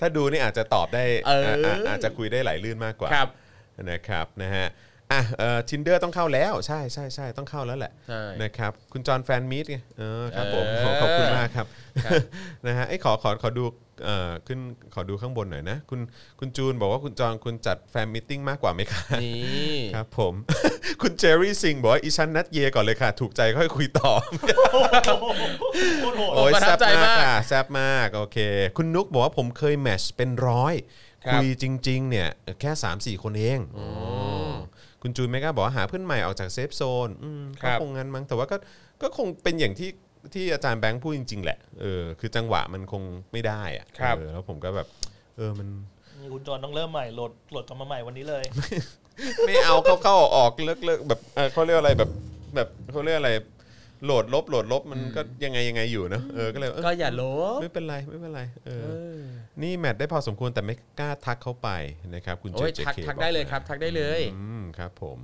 Speaker 2: ถ้าดูนี่อาจจะตอบได้
Speaker 3: เอออ่
Speaker 2: าอาจจะคุยได้หลายลื่นมากกว่า
Speaker 3: ครับ
Speaker 2: นะครับนะฮะอ่ะเอ่อทินเดอร์ต้องเข้าแล้วใช่ใช่ใช่ต้องเข้าแล้วแหละ
Speaker 3: ใช่
Speaker 2: นะครับคุณจอห์นแฟนมีดไงเออครับผม
Speaker 3: เออ
Speaker 2: ขอขอบคุณมากครับ
Speaker 3: ครับ
Speaker 2: นะฮะไอ้ยขอขอขอดู เอ่อขึ้นขอดูข้างบนหน่อยนะ คุณคุณจูนบอกว่าคุณจองคุณจัดแฟนมิทติ้งมากกว่าไหมคะ
Speaker 3: นี่
Speaker 2: ครับผม คุณเจอรี่ซิงห์บอกว่าอีชันนัดเยก่อนเลยค่ะ ถูกใจค่อยคุยต่อ
Speaker 4: โอ้โหโคตรโหด
Speaker 2: โอ้ย
Speaker 3: ประทั
Speaker 2: แซ่
Speaker 3: บบ ใจ
Speaker 2: มาก
Speaker 3: มาก
Speaker 2: ค่ะแซ่บมาก โอเค คุณนุกบอกว่าผมเคยแมชเป็นร้อย
Speaker 3: ครับ
Speaker 2: คุยจริง ๆ เนี่ย แค่ 3 4 คนเองคุณจูนเมกาบอกว่าหาเพื่อนใหม่ออกจากเซฟโซนอืมก็คงงั้นมั้งแต่ว่าก็ก็คงเป็นอย่างที่ที่อาจารย์แบงค์พูดจริง ๆ แหละเออคือจังหวะมันคงไม่ได้อะ
Speaker 3: ครับ
Speaker 2: เออแล้วผมก็แบบ เออมัน
Speaker 4: นี่คุณจอนต้องเริ่มใหม่โหลดโหลดกลับมาใหม่วันนี้เลย
Speaker 2: ไม่เอาเข้าเข้าออกเลิกเลิกแบบเอ่อเขาเรียกอะไรแบบแบบเขาเรียกอะไร โหลดลบโหลดลบมันก็ยังไงยังไงอยู่เนอะเออก็เลยเออ
Speaker 3: ก็อย่าลบ
Speaker 2: ไม่เป็นไรไม่เป็นไรเออ
Speaker 3: เออ
Speaker 2: นี่แมทได้พอสมควรแต่ไม่กล้าทักเข้าไปนะครับ คุณเจ
Speaker 3: โอ้ย
Speaker 2: เจ
Speaker 3: ทัก
Speaker 2: เค
Speaker 3: ทักได้เลยครับ ทักได้เลย
Speaker 2: อืมครับผม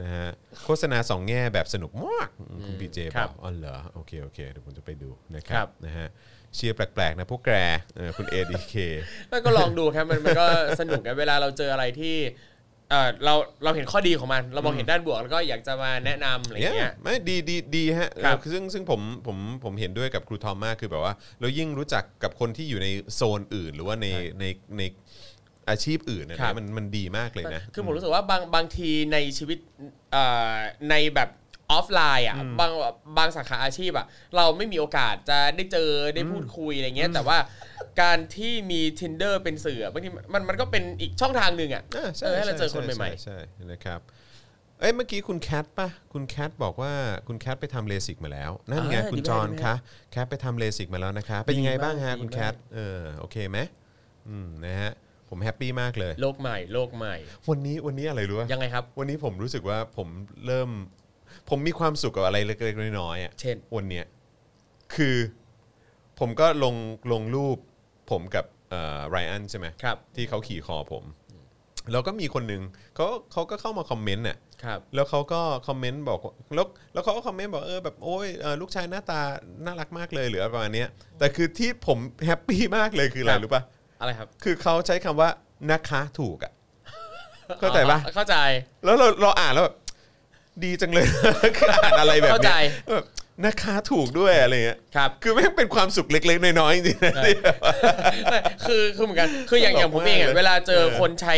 Speaker 2: นะฮะโฆษณาสองแง่แบบสนุกมากอืมคุณพีเจ
Speaker 3: ครับ
Speaker 2: อกอ๋อเหรอโอเคโอเคเดี๋ยวผมจะไปดูนะค
Speaker 3: ครั
Speaker 2: รับบ นะฮะเชียร์แปลกๆนะพวกแกเออคุณเอดีเค
Speaker 3: แล้วก็ลองดูครับมันมันก็สนุกกันเวลาเราเจออะไรที่เออเราเราเห็นข้อดีของมัน เรามองเห็นด้านบวกแล้วก็อยากจะมาแนะนำอะไรอย่างเงี้ย
Speaker 2: ไม่ดีดีดีฮะ
Speaker 3: ครับ
Speaker 2: เออซึ่งซึ่งผมผมผมเห็นด้วยกับครูทอมมากคือแบบว่าเรายิ่งรู้จักกับคนที่อยู่ในโซนอื่น หรือว่าในในในอาชีพอื่นเนย
Speaker 3: ครับ
Speaker 2: นะมันมันดีมากเลยนะ
Speaker 3: คือผมรู้สึกว่าบางบางทีในชีวิตเอ่อในแบบออฟไลน์อ่ะบางบางสาขาอาชีพอ่ะเราไม่มีโอกาสจะได้เจอได้พูดคุยอะไรเงี้ยแต่ว่าการที่มี tinder เป็นสื่อบางทีมันมันก็เป็นอีกช่องทางหนึ่งอ่ะ
Speaker 2: อ่าใช่
Speaker 3: เออให้เราเจอ
Speaker 2: ช่
Speaker 3: คนใหม่
Speaker 2: ช่ใช่นะครับเอ้ยเมื่อกี้คุณแคทป่ะ คุณแคทบอกว่าคุณแคทไปทำเลสิกมาแล้ว นั่นไง
Speaker 3: อ่า
Speaker 2: คุณ
Speaker 3: ดีมาก
Speaker 2: จอน
Speaker 3: ดีมาก
Speaker 2: คะแคทไปทำเลสิกมาแล้วนะคะเป็นยังไง
Speaker 3: ดีมาก
Speaker 2: บ้างฮะ
Speaker 3: ดี
Speaker 2: คุณแคท
Speaker 3: มาก
Speaker 2: เออโอเคไหมอืมนะฮะผมแฮปปี้มากเลย
Speaker 3: ๆ โลกใหม่โลกใหม่
Speaker 2: วันนี้วันนี้อะไรรู้ป่ะ
Speaker 3: ยังไงครับ
Speaker 2: วันนี้ผมรู้สึกว่าผมเริ่ม ผมมีความสุขกับอะไรเล็กๆน้อยๆอ่ะ
Speaker 3: เช่น
Speaker 2: วันเนี้ยคือผมก็ลงลงรูปผมกับไรอันใช่ไหม
Speaker 3: ครับ
Speaker 2: ที่เขาขี่คอผม แล้วก็มีคนหนึ่งเขาเขาก็เข้ามาคอมเมนต์น่ะ
Speaker 3: ครับ
Speaker 2: แล้วเขาก็คอมเมนต์บอกว่าแล้วแล้วเขาก็คอมเมนต์บอกเออแบบโอ้ยเอ่อลูกชายหน้าตาน่ารักมากเลยหรืออะไรประมาณเนี้ยแต่คือที่ผมแฮปปี้มากเลยคืออะไร
Speaker 3: ครับ
Speaker 2: รู้ป่ะ
Speaker 3: อะไรครับ
Speaker 2: คือเขาใช้คำว่านะคะถูกอ่ะเข้าใจป่ะ
Speaker 3: อ๋อเข้าใจ
Speaker 2: แล้วเราเราอ่านแล้วแบบดีจังเลย คืออ่านอะไรแบบ
Speaker 3: เข้า
Speaker 2: เนี้
Speaker 3: ใจ
Speaker 2: ยแบบนะคะถูกด้วยอะไรเงี้ย
Speaker 3: ครับ
Speaker 2: คือแม่งเป็นความสุขเล็ก ๆ น้อยๆจริงๆนะ
Speaker 3: ไม่คือคือเหมือนกันคืออย่าง
Speaker 2: ตลก
Speaker 3: อย่างผมเอง
Speaker 2: มาก
Speaker 3: อะ
Speaker 2: เลย
Speaker 3: เวลาเจอ
Speaker 2: เออ
Speaker 3: คนใช้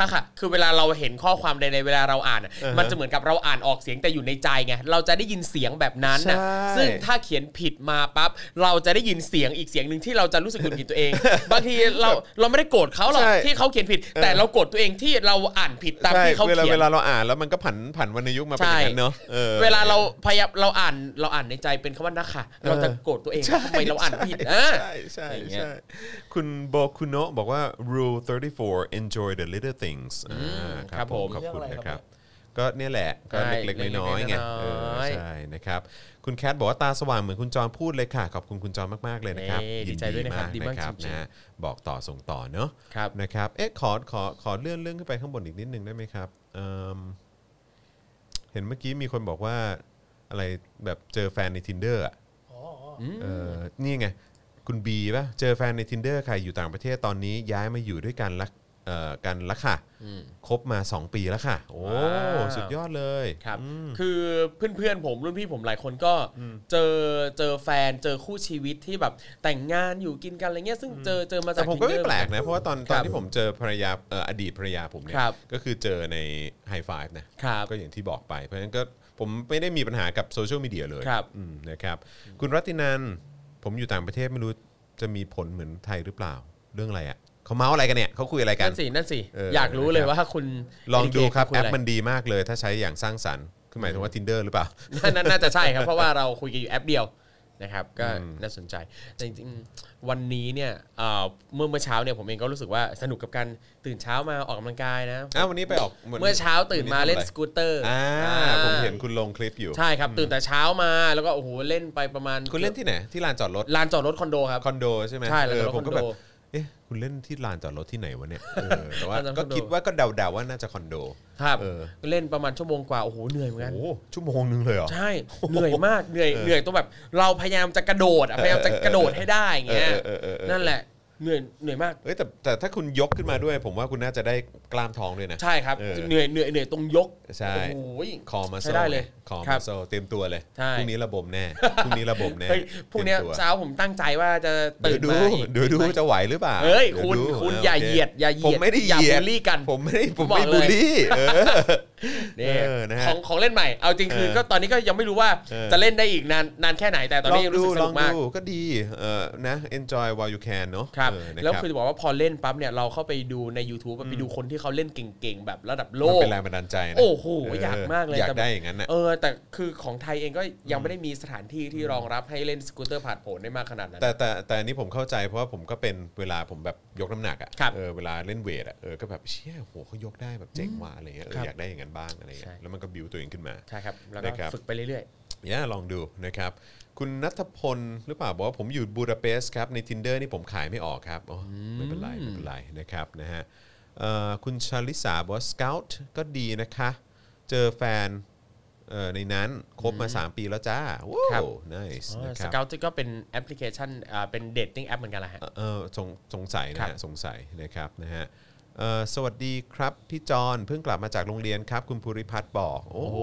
Speaker 3: ค่ะค่ะคือเวลาเราเห็นข้อความใดๆเวลาเราอ่านอะ
Speaker 2: อ่าฮะ
Speaker 3: มันจะเหมือนกับเราอ่านออกเสียงแต่อยู่ในใจไงเราจะได้ยินเสียงแบบนั้นน่ะ
Speaker 2: ใช่
Speaker 3: ซึ่งถ้าเขียนผิดมาปั๊บเราจะได้ยินเสียงอีกเสียงหนึ่งที่เราจะรู้สึกหงุดหงิด ตัวเอง บางทีเราเราไม่ได้โกรธเขาหรอก
Speaker 2: ใช่
Speaker 3: ที่เขาเขียนผิด แต่เราโกรธตัวเองที่เราอ่านผิดตาม
Speaker 2: ใช่
Speaker 3: ที่เขา
Speaker 2: เวลา
Speaker 3: เขีย
Speaker 2: เวน ลาเราอ่านแล้วมันก็ผันผันวรรณยุกต์มาเป็นอย่างนั้นเนาะออ
Speaker 3: เวลาเราพยายามเราอ่านเราอ่านในใจเป็นคำว่านะค่ะ เราจะโกรธตัวเอง
Speaker 2: ใช่
Speaker 3: ทำไมเราอ่านผิด
Speaker 2: ใช่
Speaker 3: อ่ะ
Speaker 2: ใช่ใช่
Speaker 3: อย่างเงี้ย
Speaker 2: ใช่คุณโบคุโนะบอกว่า rule 34 enjoy the little things อ่า
Speaker 3: ครับผม
Speaker 2: ขอบคุณ
Speaker 4: เรื่อ
Speaker 2: นะ
Speaker 4: งอะ
Speaker 2: ค
Speaker 4: ไรครั
Speaker 2: รับ
Speaker 4: บ
Speaker 2: ก็เนี่ยแหละ ก็
Speaker 3: ใช่
Speaker 2: เล็กๆ น้อยๆไงเออ
Speaker 3: เล็กๆน้อยๆ
Speaker 2: ใช่นะครับ คุณแคทบอกว่าตาสว่างเหมือนคุณจอนพูดเลยค่ะ ขอบคุณคุณจอนมากๆเลยนะครับ
Speaker 3: เอ้ยดีใจด้วยนะครับดีมาก
Speaker 2: นะ
Speaker 3: จริงๆ
Speaker 2: นะฮะบอกต่อส่งต่อเนอะ
Speaker 3: ครับ
Speaker 2: นะครับเอ๊ะขอขอขอเลื่อนเรื่องขึ้นไปข้างบนอีกนิดนึงได้ไหมครับเอิ่มเห็นเมื่อกี้มีคนบอกว่าอะไรแบบเจอแฟนใน tinder อะ
Speaker 4: อ๋อ
Speaker 2: เออนี่ไง คุณบีป่ะ เจอแฟนใน tinder ค่ะ อยู่ต่างประเทศตอนนี้ย้ายมาอยู่ด้วยกันละเอ่อกันละค่ะ คบมา 2 ปีแล้วค่ะ โอ้
Speaker 3: ว้าว
Speaker 2: สุดยอดเลย
Speaker 3: ครับคือเพื่อนๆผมรุ่นพี่ผมหลายคนก็เจอเจอแฟนเจอคู่ชีวิตที่แบบแต่งงานอยู่กินกันอะไรเงี้ยซึ่งเจอเจอมาจา
Speaker 2: แต่
Speaker 3: ก
Speaker 2: ผมก็ไม่
Speaker 3: Tinder
Speaker 2: แปลกนะ เพราะว่าตอน
Speaker 3: ค
Speaker 2: ต
Speaker 3: รับ
Speaker 2: อนที่ผมเจอภรรยาเอ่ออดีตภรรยาผมเนี่ย
Speaker 3: ครับ
Speaker 2: ก็คือเจอในไฮไฟฟ์นะ
Speaker 3: ครับ
Speaker 2: ก็อย่างที่บอกไป เพราะฉะนั้นก็ผมไม่ได้มีปัญหากับโซเชียลมีเดียเลย
Speaker 3: ครับ
Speaker 2: อืมนะครับคุณรัตินันผมอยู่ต่างประเทศไม่รู้จะมีผลเหมือนไทยหรือเปล่าเรื่องอะไรอ่ะเขาเมาส์อะไรกันเนี่ยเขาคุยอะไรกัน
Speaker 3: นั่นสินั่นสิ
Speaker 2: เอออ
Speaker 3: อยากรู้เลยว่าคุณ
Speaker 2: ลองดูครับ
Speaker 3: LDK
Speaker 2: แอป
Speaker 3: ยะไร
Speaker 2: มันดีมากเลยถ้าใช้อย่างสร้างสรรค์คือหมายถึงว่า tinder หรือเปล่า
Speaker 3: นั่นนั่นน่าจะใช่ครับ เพราะว่าเราคุยกันอยู่แอปเดียวนะครับ ก็น่าสนใจแต่จริงๆวันนี้เนี่ยเอ่อเมื่อเมื่อเช้าเนี่ยผมเองก็รู้สึกว่าสนุกกับการตื่นเช้ามาออกกำลังกายนะ
Speaker 2: อ้าววันนี้ไปออกหน
Speaker 3: เมื่อเช้าตื่นมาเล่นสกูตเตอร์
Speaker 2: อ่า
Speaker 3: อ่า
Speaker 2: ผมเห็นคุณลงคลิปอยู่
Speaker 3: ใช่ครับตื่นแต่เช้ามาแล้วก็โอ้โหเล่นไปประมาณ
Speaker 2: คุณเล่นที่ไหน ที่ลานจอดรถ
Speaker 3: ลานจอดรถคอนโดครับ
Speaker 2: คอนโดใช่ไหม
Speaker 3: ใช่ลานจอดรถ
Speaker 2: เผมก็
Speaker 3: คอนโด
Speaker 2: แบบเอ๊ะคุณเล่นที่ลานจอดรถที่ไหนวะเนี่ยเออแต่ว่า
Speaker 3: ลานจอดรถค
Speaker 2: ก็
Speaker 3: อนโด
Speaker 2: คิดว่าก็เดาๆว่าน่าจะคอนโด
Speaker 3: ครับ
Speaker 2: เออ
Speaker 3: เล่นประมาณชั่วโมงกว่า โอ้โหเหนื่อยเหมือนกัน
Speaker 2: โอ้ชั่วโมงนึงเลยเหรอ
Speaker 3: ใช่เหนื่อยมากเหนื่อยเหนื่อยตัวแบบ เราพยายามจะกระโดดอะพยายามจะกระโดดให้ได้อย่างเงี้ย
Speaker 2: เออเออเออเออ
Speaker 3: นั่นแหละ เหนื่อยเหนื่อยมาก
Speaker 2: เอ้ยแต่แต่ถ้าคุณยกขึ้นมาด้วย ผมว่าคุณน่าจะได้กล้ามท้องด้วยนะ
Speaker 3: ใช่ครับ
Speaker 2: เออ
Speaker 3: เหนื่อยเหนื่อยเหนื่อยตรงยก
Speaker 2: ใช่
Speaker 3: โอ้โห
Speaker 2: คอมาโซ
Speaker 3: ใช้ได้เลย
Speaker 2: คอ
Speaker 3: ครั
Speaker 2: มา
Speaker 3: บ
Speaker 2: โซเตรียมตัวเลย
Speaker 3: ใช่
Speaker 2: พรุ่งนี้ระบบแน่พรุ่งนี้ระบบแน่
Speaker 3: เฮ้ยพรุ่งเนี้ย
Speaker 2: ตรียมตัว
Speaker 3: เช้าผมตั้งใจว่าจะตื่น
Speaker 2: เดี๋ยวดู
Speaker 3: มาอีก
Speaker 2: เดี๋ยวดูจะไหวหรือเปล่า
Speaker 3: เฮ้ย
Speaker 2: ดี๋ว
Speaker 3: คุณ
Speaker 2: ดู
Speaker 3: คุณ
Speaker 2: ะ
Speaker 3: อย่า
Speaker 2: โค
Speaker 3: เหยียดอย่าเหยียด
Speaker 2: ผมไม่ได้
Speaker 3: อย่า
Speaker 2: เหยีย
Speaker 3: บู
Speaker 2: ด
Speaker 3: ลลี่กัน
Speaker 2: ผมไม่ได้ผม
Speaker 3: ผม
Speaker 2: ไม่
Speaker 3: บอก
Speaker 2: บูล
Speaker 3: เลย
Speaker 2: ลี่เออ
Speaker 3: เนี่ย
Speaker 2: เออนะฮะ
Speaker 3: ของของเล่นใหม่ เอาจริงคือ
Speaker 2: เออ
Speaker 3: ก็ตอนนี้ก็ยังไม่รู้ว่า
Speaker 2: เออ
Speaker 3: จะเล่นได้อีกนานนานแค่ไหนแต่ตอนนี้
Speaker 2: ลง
Speaker 3: รู้สึกส
Speaker 2: ล
Speaker 3: นุ
Speaker 2: อง
Speaker 3: กมาก
Speaker 2: ดูก็ดีเออนะ enjoy while you can เนอะ
Speaker 3: ครับ
Speaker 2: เออนะ
Speaker 3: แล้ว
Speaker 2: รับ
Speaker 3: คือจะบอกว่าพอเล่นปั๊บเนี่ยเราเข้าไปดูใน YouTube อะไปดูคนที่เขาเล่นเก่งๆ แบบระดับโล
Speaker 2: มัน
Speaker 3: ก
Speaker 2: เป็นแรงบันดาลใจนะ
Speaker 3: โอ้โหอยากมากเลย
Speaker 2: อยาก
Speaker 3: แต่
Speaker 2: ได้อย่างนั้นนะ
Speaker 3: เออ แต่คือของไทยเองก็ยังไม่ได้มีสถานที่ที่รองรับให้เล่นสกูตเตอร์ผ่านผลได้มากขนาดนั้น
Speaker 2: แต่แต่แต่อันนี้ผมเข้าใจเพราะว่าผมก็เป็นเวลาผมแบบยกน้ำหนัก
Speaker 3: ครั
Speaker 2: อะ่ะ
Speaker 3: บ
Speaker 2: เออเวลาเล่นเวทอะ่ะเออก็แบบเชี่ยโหเขายกได้แบบเจ๋งว่ะอะไรเงี้ยเออ
Speaker 3: ครับ
Speaker 2: อยากได้อย่างนั้นบ้างอะไรเงี้
Speaker 3: ใช่
Speaker 2: ยแล้วมันก็บิวตัวเองขึ้นมา
Speaker 3: ใช่ครับ แล้ว
Speaker 2: นะครั
Speaker 3: ก็
Speaker 2: บ
Speaker 3: ฝึกไปเรื่อย
Speaker 2: ย่าลองดูนะครับ คุณนัทพลหรือเปล่าบอกว่าผมอยู่บูดาเปสต์ครับ ใน Tinder นี่ผมขายไม่ออกครับอ๋ออไม่เป็นไรไม่เป็นไรนะครับนะฮะเอ่อคุณชาลิสาบอกว่าสเกลก็ดีนะคะ เจอแฟนเอ่อในนั้นคบมา 3 ปีแล้วจ้า
Speaker 3: ครั
Speaker 2: ว้า
Speaker 3: บ
Speaker 2: วน่าสนะ
Speaker 3: ๆ
Speaker 2: ค
Speaker 3: ส
Speaker 2: รับ
Speaker 3: เกลก็เป็นแอปพลิเคชันอ่าเป็นเดทติ้งแอปเหมือนกันแหละฮะ
Speaker 2: เอ่อเออสงสงสัยนะ
Speaker 3: ครั
Speaker 2: ฮะ
Speaker 3: บ
Speaker 2: สงสัยนะครับนะฮะเอ่อสวัสดีครับ พี่จอนเพิ่งกลับมาจากโรงเรียนครับ คุณภูริพัฒน์บอก โอ้โห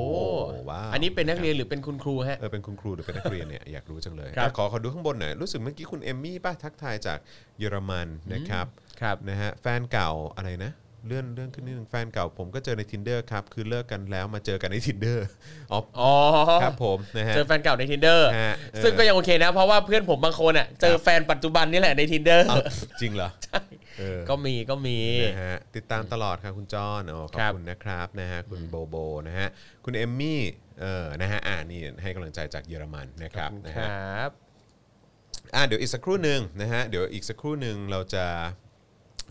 Speaker 2: ว้าว
Speaker 3: อันนี้เป็นนักเรียนหรือเป็นคุณครูฮะ
Speaker 2: เออเป็นคุณครูหรือเป็นนักเรียนเนี่ย อยากรู้จังเลย
Speaker 3: ครับ
Speaker 2: อ่ะขอขอดูข้างบนหน่อย รู้สึกเมื่อกี้คุณเอมมี่ป้าทักทายจากเยอรมันนะครับ
Speaker 3: ครับ
Speaker 2: นะฮะแฟนเก่าอะไรนะ เลื่อนเลื่อนขึ้นนิดนึงแฟนเก่าผมก็เจอใน tinder ครับคือเลิกกันแล้วมาเจอกันใน tinder อ๋อ
Speaker 3: อ๋อ
Speaker 2: ครับผมนะฮะ
Speaker 3: เจอแฟนเก่าใน tinder
Speaker 2: ฮะเออ
Speaker 3: ซึ่งก็ยังโอเคนะ เพราะว่าเพื่อนผมบางคนอ่ะ เจอแฟนปัจจุบันนี่แหละใน tinder
Speaker 2: เอ้าจริงเหรอเออ
Speaker 3: ก็มีก็มี
Speaker 2: นะฮะติดตามตลอดค่ะคุณจอนอ๋อขอ
Speaker 3: ครับ บ
Speaker 2: คุณนะครับนะฮะคุณโบโบนะฮะคุณเอมมี่เออนะฮะอ่านี่ให้กำลังใจจากเยอรมันนะครับนะ
Speaker 3: คร
Speaker 2: ฮะ
Speaker 3: ับ
Speaker 2: อ่าเดี๋ยวอีกสักครู่หนึ่งนะฮะเดี๋ยวอีกสักครู่หนึ่งเราจะ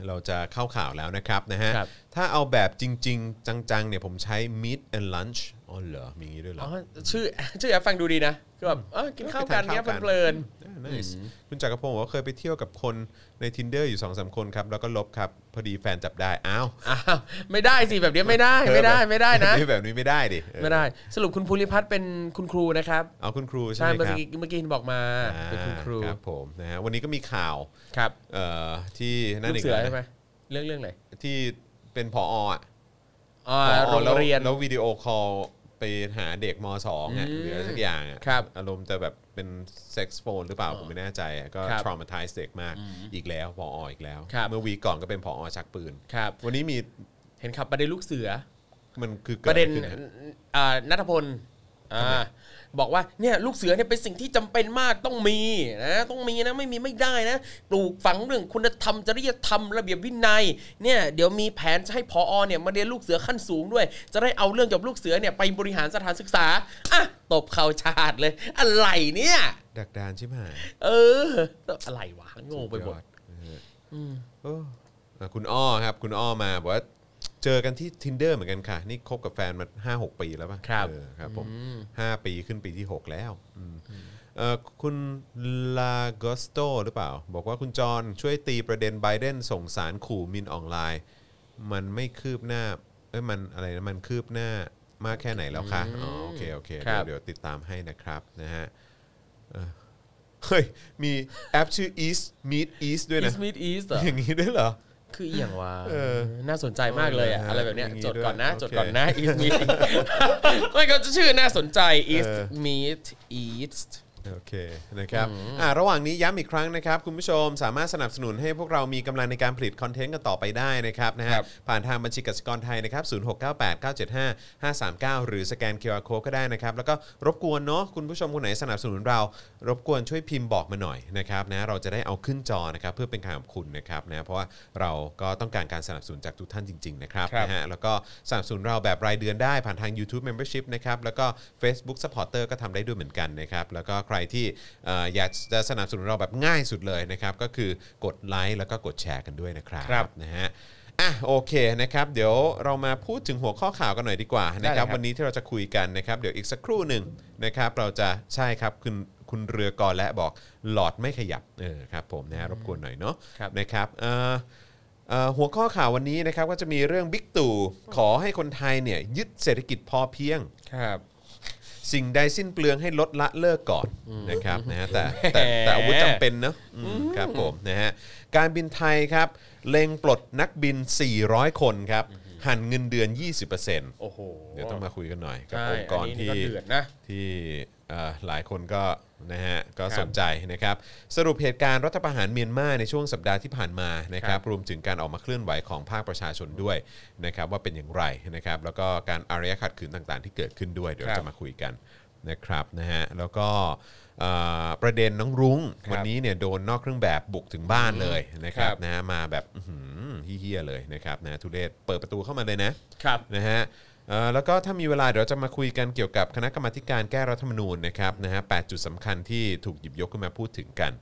Speaker 2: เราจะเข้าข่าวแล้วนะครับนะฮะ
Speaker 3: ครับ
Speaker 2: ถ้าเอาแบบจริง ๆ จังๆเนี่ยผมใช้ meet and lunch อ๋อเหรอมีอย่างนี้ด้วยเหร
Speaker 3: อ๋
Speaker 2: อ
Speaker 3: อชื่อชื่อแอปฟังดูดีนะคือแบบเออกินข้าวกันเนี้ย
Speaker 2: ไปทานข้าวกัน
Speaker 3: เพลิน
Speaker 2: อ่า nice คุณจักรพงศ์บอกว่าเคยไปเที่ยวกับคนใน tinder อยู่2อสคนครับแล้วก็ลบครับพอดีแฟนจับได้อ้าว
Speaker 3: อ้าวไม่ได้สิแบบเนี้ยไม่ได้ไม่ได้ไม่ได้นะ
Speaker 2: แบบนี้ไม่ได้ดิเออ
Speaker 3: ไม่ได้ สรุปคุณภูริพัฒน์เป็นคุณครูนะครับ
Speaker 2: เอาคุณครูใช่
Speaker 3: ใช่
Speaker 2: ไหม
Speaker 3: เมื่อ
Speaker 2: ครับ
Speaker 3: กี้เมื่อกี้บอกมาเป็นคุณครู
Speaker 2: อ่าครับผมนะฮะวันนี้ก็มีข่าว
Speaker 3: ครับ
Speaker 2: เอ่อที่นั่น
Speaker 3: ลู
Speaker 2: อีก
Speaker 3: กเสือ
Speaker 2: แล้ว
Speaker 3: ใช่ไหม
Speaker 2: นะ
Speaker 3: เรื่องเรื่องอะไร
Speaker 2: ที่เป็นพออ่ะ
Speaker 3: อ๋อ
Speaker 2: ผอ
Speaker 3: โรง
Speaker 2: แล้ว
Speaker 3: เรียน
Speaker 2: แล้ววิดีโอคอลไปหาเด็กมสองอ่ะหรืออะไรสักอย่างอ่ะ
Speaker 3: ครับ
Speaker 2: อารมณ์จะแบบเป็นเซ็กซ์โฟนหรือเปล่าผมไม่แน่ใจอ่ะก็
Speaker 3: ครับ
Speaker 2: traumatize เด็กมากอีกแล้วพออีกแล้ว
Speaker 3: ครับ
Speaker 2: เมื่อวีคก่อนก็เป็นพอชักปืน
Speaker 3: ครับ
Speaker 2: วันนี้มี
Speaker 3: เห็นขับประเด็นลูกเสือ
Speaker 2: มันคือ
Speaker 3: ป
Speaker 2: กิ
Speaker 3: ระเด็น
Speaker 2: อไขึ้ฮ
Speaker 3: อ่านัทพลอ่าบอกว่าเนี่ยลูกเสือเนี่ยเป็นสิ่งที่จำเป็นมากต้องมีนะต้องมีนะไม่มีไม่ได้นะปลูกฝังเรื่องคุณธรรมจริยธรรมระเบียบวินัยเนี่ยเดี๋ยวมีแผนจะให้พออเนี่ยมาเรียนลูกเสือขั้นสูงด้วย จะได้เอาเรื่องเกยวกับลูกเสือเนี่ยไปบริหารสถานศึกษาอ่ะตบเข่าชาติเลย อะไรเนี่ย
Speaker 2: ดักดานชิบหาย
Speaker 3: เออ อะไรวะงงไปหมด
Speaker 2: สุยอนะฮะโอ้อ่ะคุณอ้อครับ คุณอ้อมาบอกว่าเจอกันที่ tinder เหมือนกันค่ะ นี่คบกับแฟนมา 5 6 ปีแล้วป่ะ
Speaker 3: ครับ
Speaker 2: เออครับผม 5 ปีขึ้นปีที่ 6 แล้วอืมเอ่อคุณลากอสโตหรือเปล่า บอกว่าคุณจรช่วยตีประเด็นไบเดนส่งสารขู่มินออนไลน์ มันไม่คืบหน้าเอ้ยมันอะไรนะมันคืบหน้ามากแค่ไหนแล้วคะอ๋อโอเคโอเค
Speaker 3: ครั
Speaker 2: เดี๋ยว
Speaker 3: บ
Speaker 2: เดี๋ยวติดตามให้นะครับนะฮะ เฮ้ย มีแอปชื่อ East Meet East ด้วยนะ
Speaker 3: East Meet East เหรอ
Speaker 2: อย่างนี้ด้วยเหรอ
Speaker 3: คืออหย่างว่า
Speaker 2: เออ
Speaker 3: น่าสนใจมากเลยอะ
Speaker 2: เออ
Speaker 3: อะไรแบบเนี้ย
Speaker 2: อย่างงี้
Speaker 3: จดก่อนนะ
Speaker 2: ด้วย
Speaker 3: จดก่อนนะ
Speaker 2: โอเค
Speaker 3: East Meet ไม่ก็ชื่อน่าสนใจ East
Speaker 2: เออ
Speaker 3: Meet East
Speaker 2: โอเคนะครับอ่าระหว่างนี้ย้ำอีกครั้งนะครับ คุณผู้ชมสามารถสนับสนุนให้พวกเรามีกำลังในการผลิตคอนเทนต์กันต่อไปได้นะครับนะฮะ
Speaker 3: ครับ
Speaker 2: ผ่านทางบัญชีกสิกรไทยนะครับ0698 975 539 หรือสแกน QR Code ก็ได้นะครับ แล้วก็รบกวนเนาะคุณผู้ชมคนไหนสนับสนุนเรา รบกวนช่วยพิมพ์บอกมาหน่อยนะครับนะเราจะได้เอาขึ้นจอนะครับเพื่อเป็นการขอบคุณนะครับนะเพราะว่าเราก็ต้องการการสนับสนุนจากทุกท่านจริง ๆ นะครับ
Speaker 3: ครับ
Speaker 2: นะฮะ นะฮะแล้วก็สนับสนุนเราแบบรายเดือนได้ผ่านทาง YouTube Membership นะครับ แล้วก็ Facebook Supporter ก็ทำได้ด้วยเหมือนกันนะครับ แล้วก็ใครที่เอ่ออยากจะสนับสนุนเราแบบง่ายสุดเลยนะครับ ก็คือกดไลค์แล้วก็กดแชร์กันด้วยนะครับ
Speaker 3: ครับ
Speaker 2: นะฮะอ่ะโอเคนะครับ เดี๋ยวเรามาพูดถึงหัวข้อข่าวกันหน่อยดีกว่า
Speaker 3: ได้
Speaker 2: นะค
Speaker 3: เลยครั
Speaker 2: รับ
Speaker 3: บ
Speaker 2: วันนี้ที่เราจะคุยกันนะครับ เดี๋ยวอีกสักครู่หนึ่งนะครับ เราจะใช่ครับคุณคุณเรือกอและบอกหลอดไม่ขยับเออครับผมนะฮะรบกวนหน่อยเนาะ
Speaker 3: ครับ
Speaker 2: นะครับเอ่อเอ่อหัวข้อข่าววันนี้นะครับก็จะมีเรื่องบิ๊กตู่ขอให้คนไทยเนี่ยยึดเศรษฐกิจพอเพียง
Speaker 3: ครับ
Speaker 2: สิ่งใดสิ้นเปลืองให้ลดละเลิกก่อนนะครับนะฮะแต่แต่แต่อาวุธจำเป็นเนอะอืมครับผมนะฮะการบินไทยครับเล็งปลดนักบิน 400 คนครับหั่นเงินเดือน 20%เ
Speaker 3: โอ้โห
Speaker 2: ดี๋ยวต้องมาคุยกันหน่อยกับ
Speaker 3: ใช่
Speaker 2: องค์กร
Speaker 3: อันนี้
Speaker 2: ที่
Speaker 3: ก็เดือดนะ
Speaker 2: ที่เอ่อหลายคนก็นะฮะก็
Speaker 3: ครับ
Speaker 2: สนใจนะครับ สรุปเหตุการณ์รัฐประหารเมียนมาในช่วงสัปดาห์ที่ผ่านมานะครับรวมถึงการออกมาเคลื่อนไหวของภาคประชาชนด้วยนะครับว่าเป็นอย่างไรนะครับ แล้วก็การอารยะขัดขืนต่างๆ ที่เกิดขึ้นด้วย เดี๋ยว
Speaker 3: ครับ
Speaker 2: จะมาคุยกันนะครับนะฮะแล้วก็เอ่อประเด็นน้องรุง้ง
Speaker 3: ครับ
Speaker 2: วันนี้เนี่ยโดนนอกเครื่องแบบบุกถึงบ้านเลยนะครั
Speaker 3: ครับ บ
Speaker 2: นะฮะมาแบบอื้อหือเฮี้ยๆเลยนะครับนะทุเรศเปิดประตูเข้ามาเลยนะ
Speaker 3: ครับ
Speaker 2: นะฮะเอ่อแล้วก็ถ้ามีเวลาเดี๋ยวจะมาคุยกันเกี่ยวกับคณะกรรมาธิการแก้รัฐธรรมนูญนะครับนะฮะแปดจุดสำคัญที่ถูกหยิบยกขึ้นมาพูดถึงกัน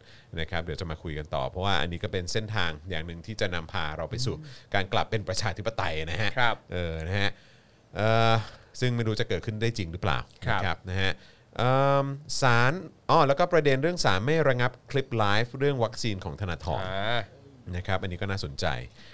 Speaker 2: นะครับเดี๋ยวจะมาคุยกันต่อ เพราะว่าอันนี้ก็เป็นเส้นทางอย่างหนึ่งที่จะนำพาเราไปสู่การกลับเป็นประชาธิปไตยนะฮะ
Speaker 3: ครับ
Speaker 2: เออนะฮะเอ่อซึ่งไม่รู้จะเกิดขึ้นได้จริงหรือเปล่า
Speaker 3: ครับ
Speaker 2: นะนะฮะเอิ่มสารอ๋อแล้วก็ประเด็นเรื่องสารไม่ระงับคลิปไลฟ์เรื่องวัคซีนของธนาธร
Speaker 3: อ่า
Speaker 2: นะครับอันนี้ก็น่าสนใจ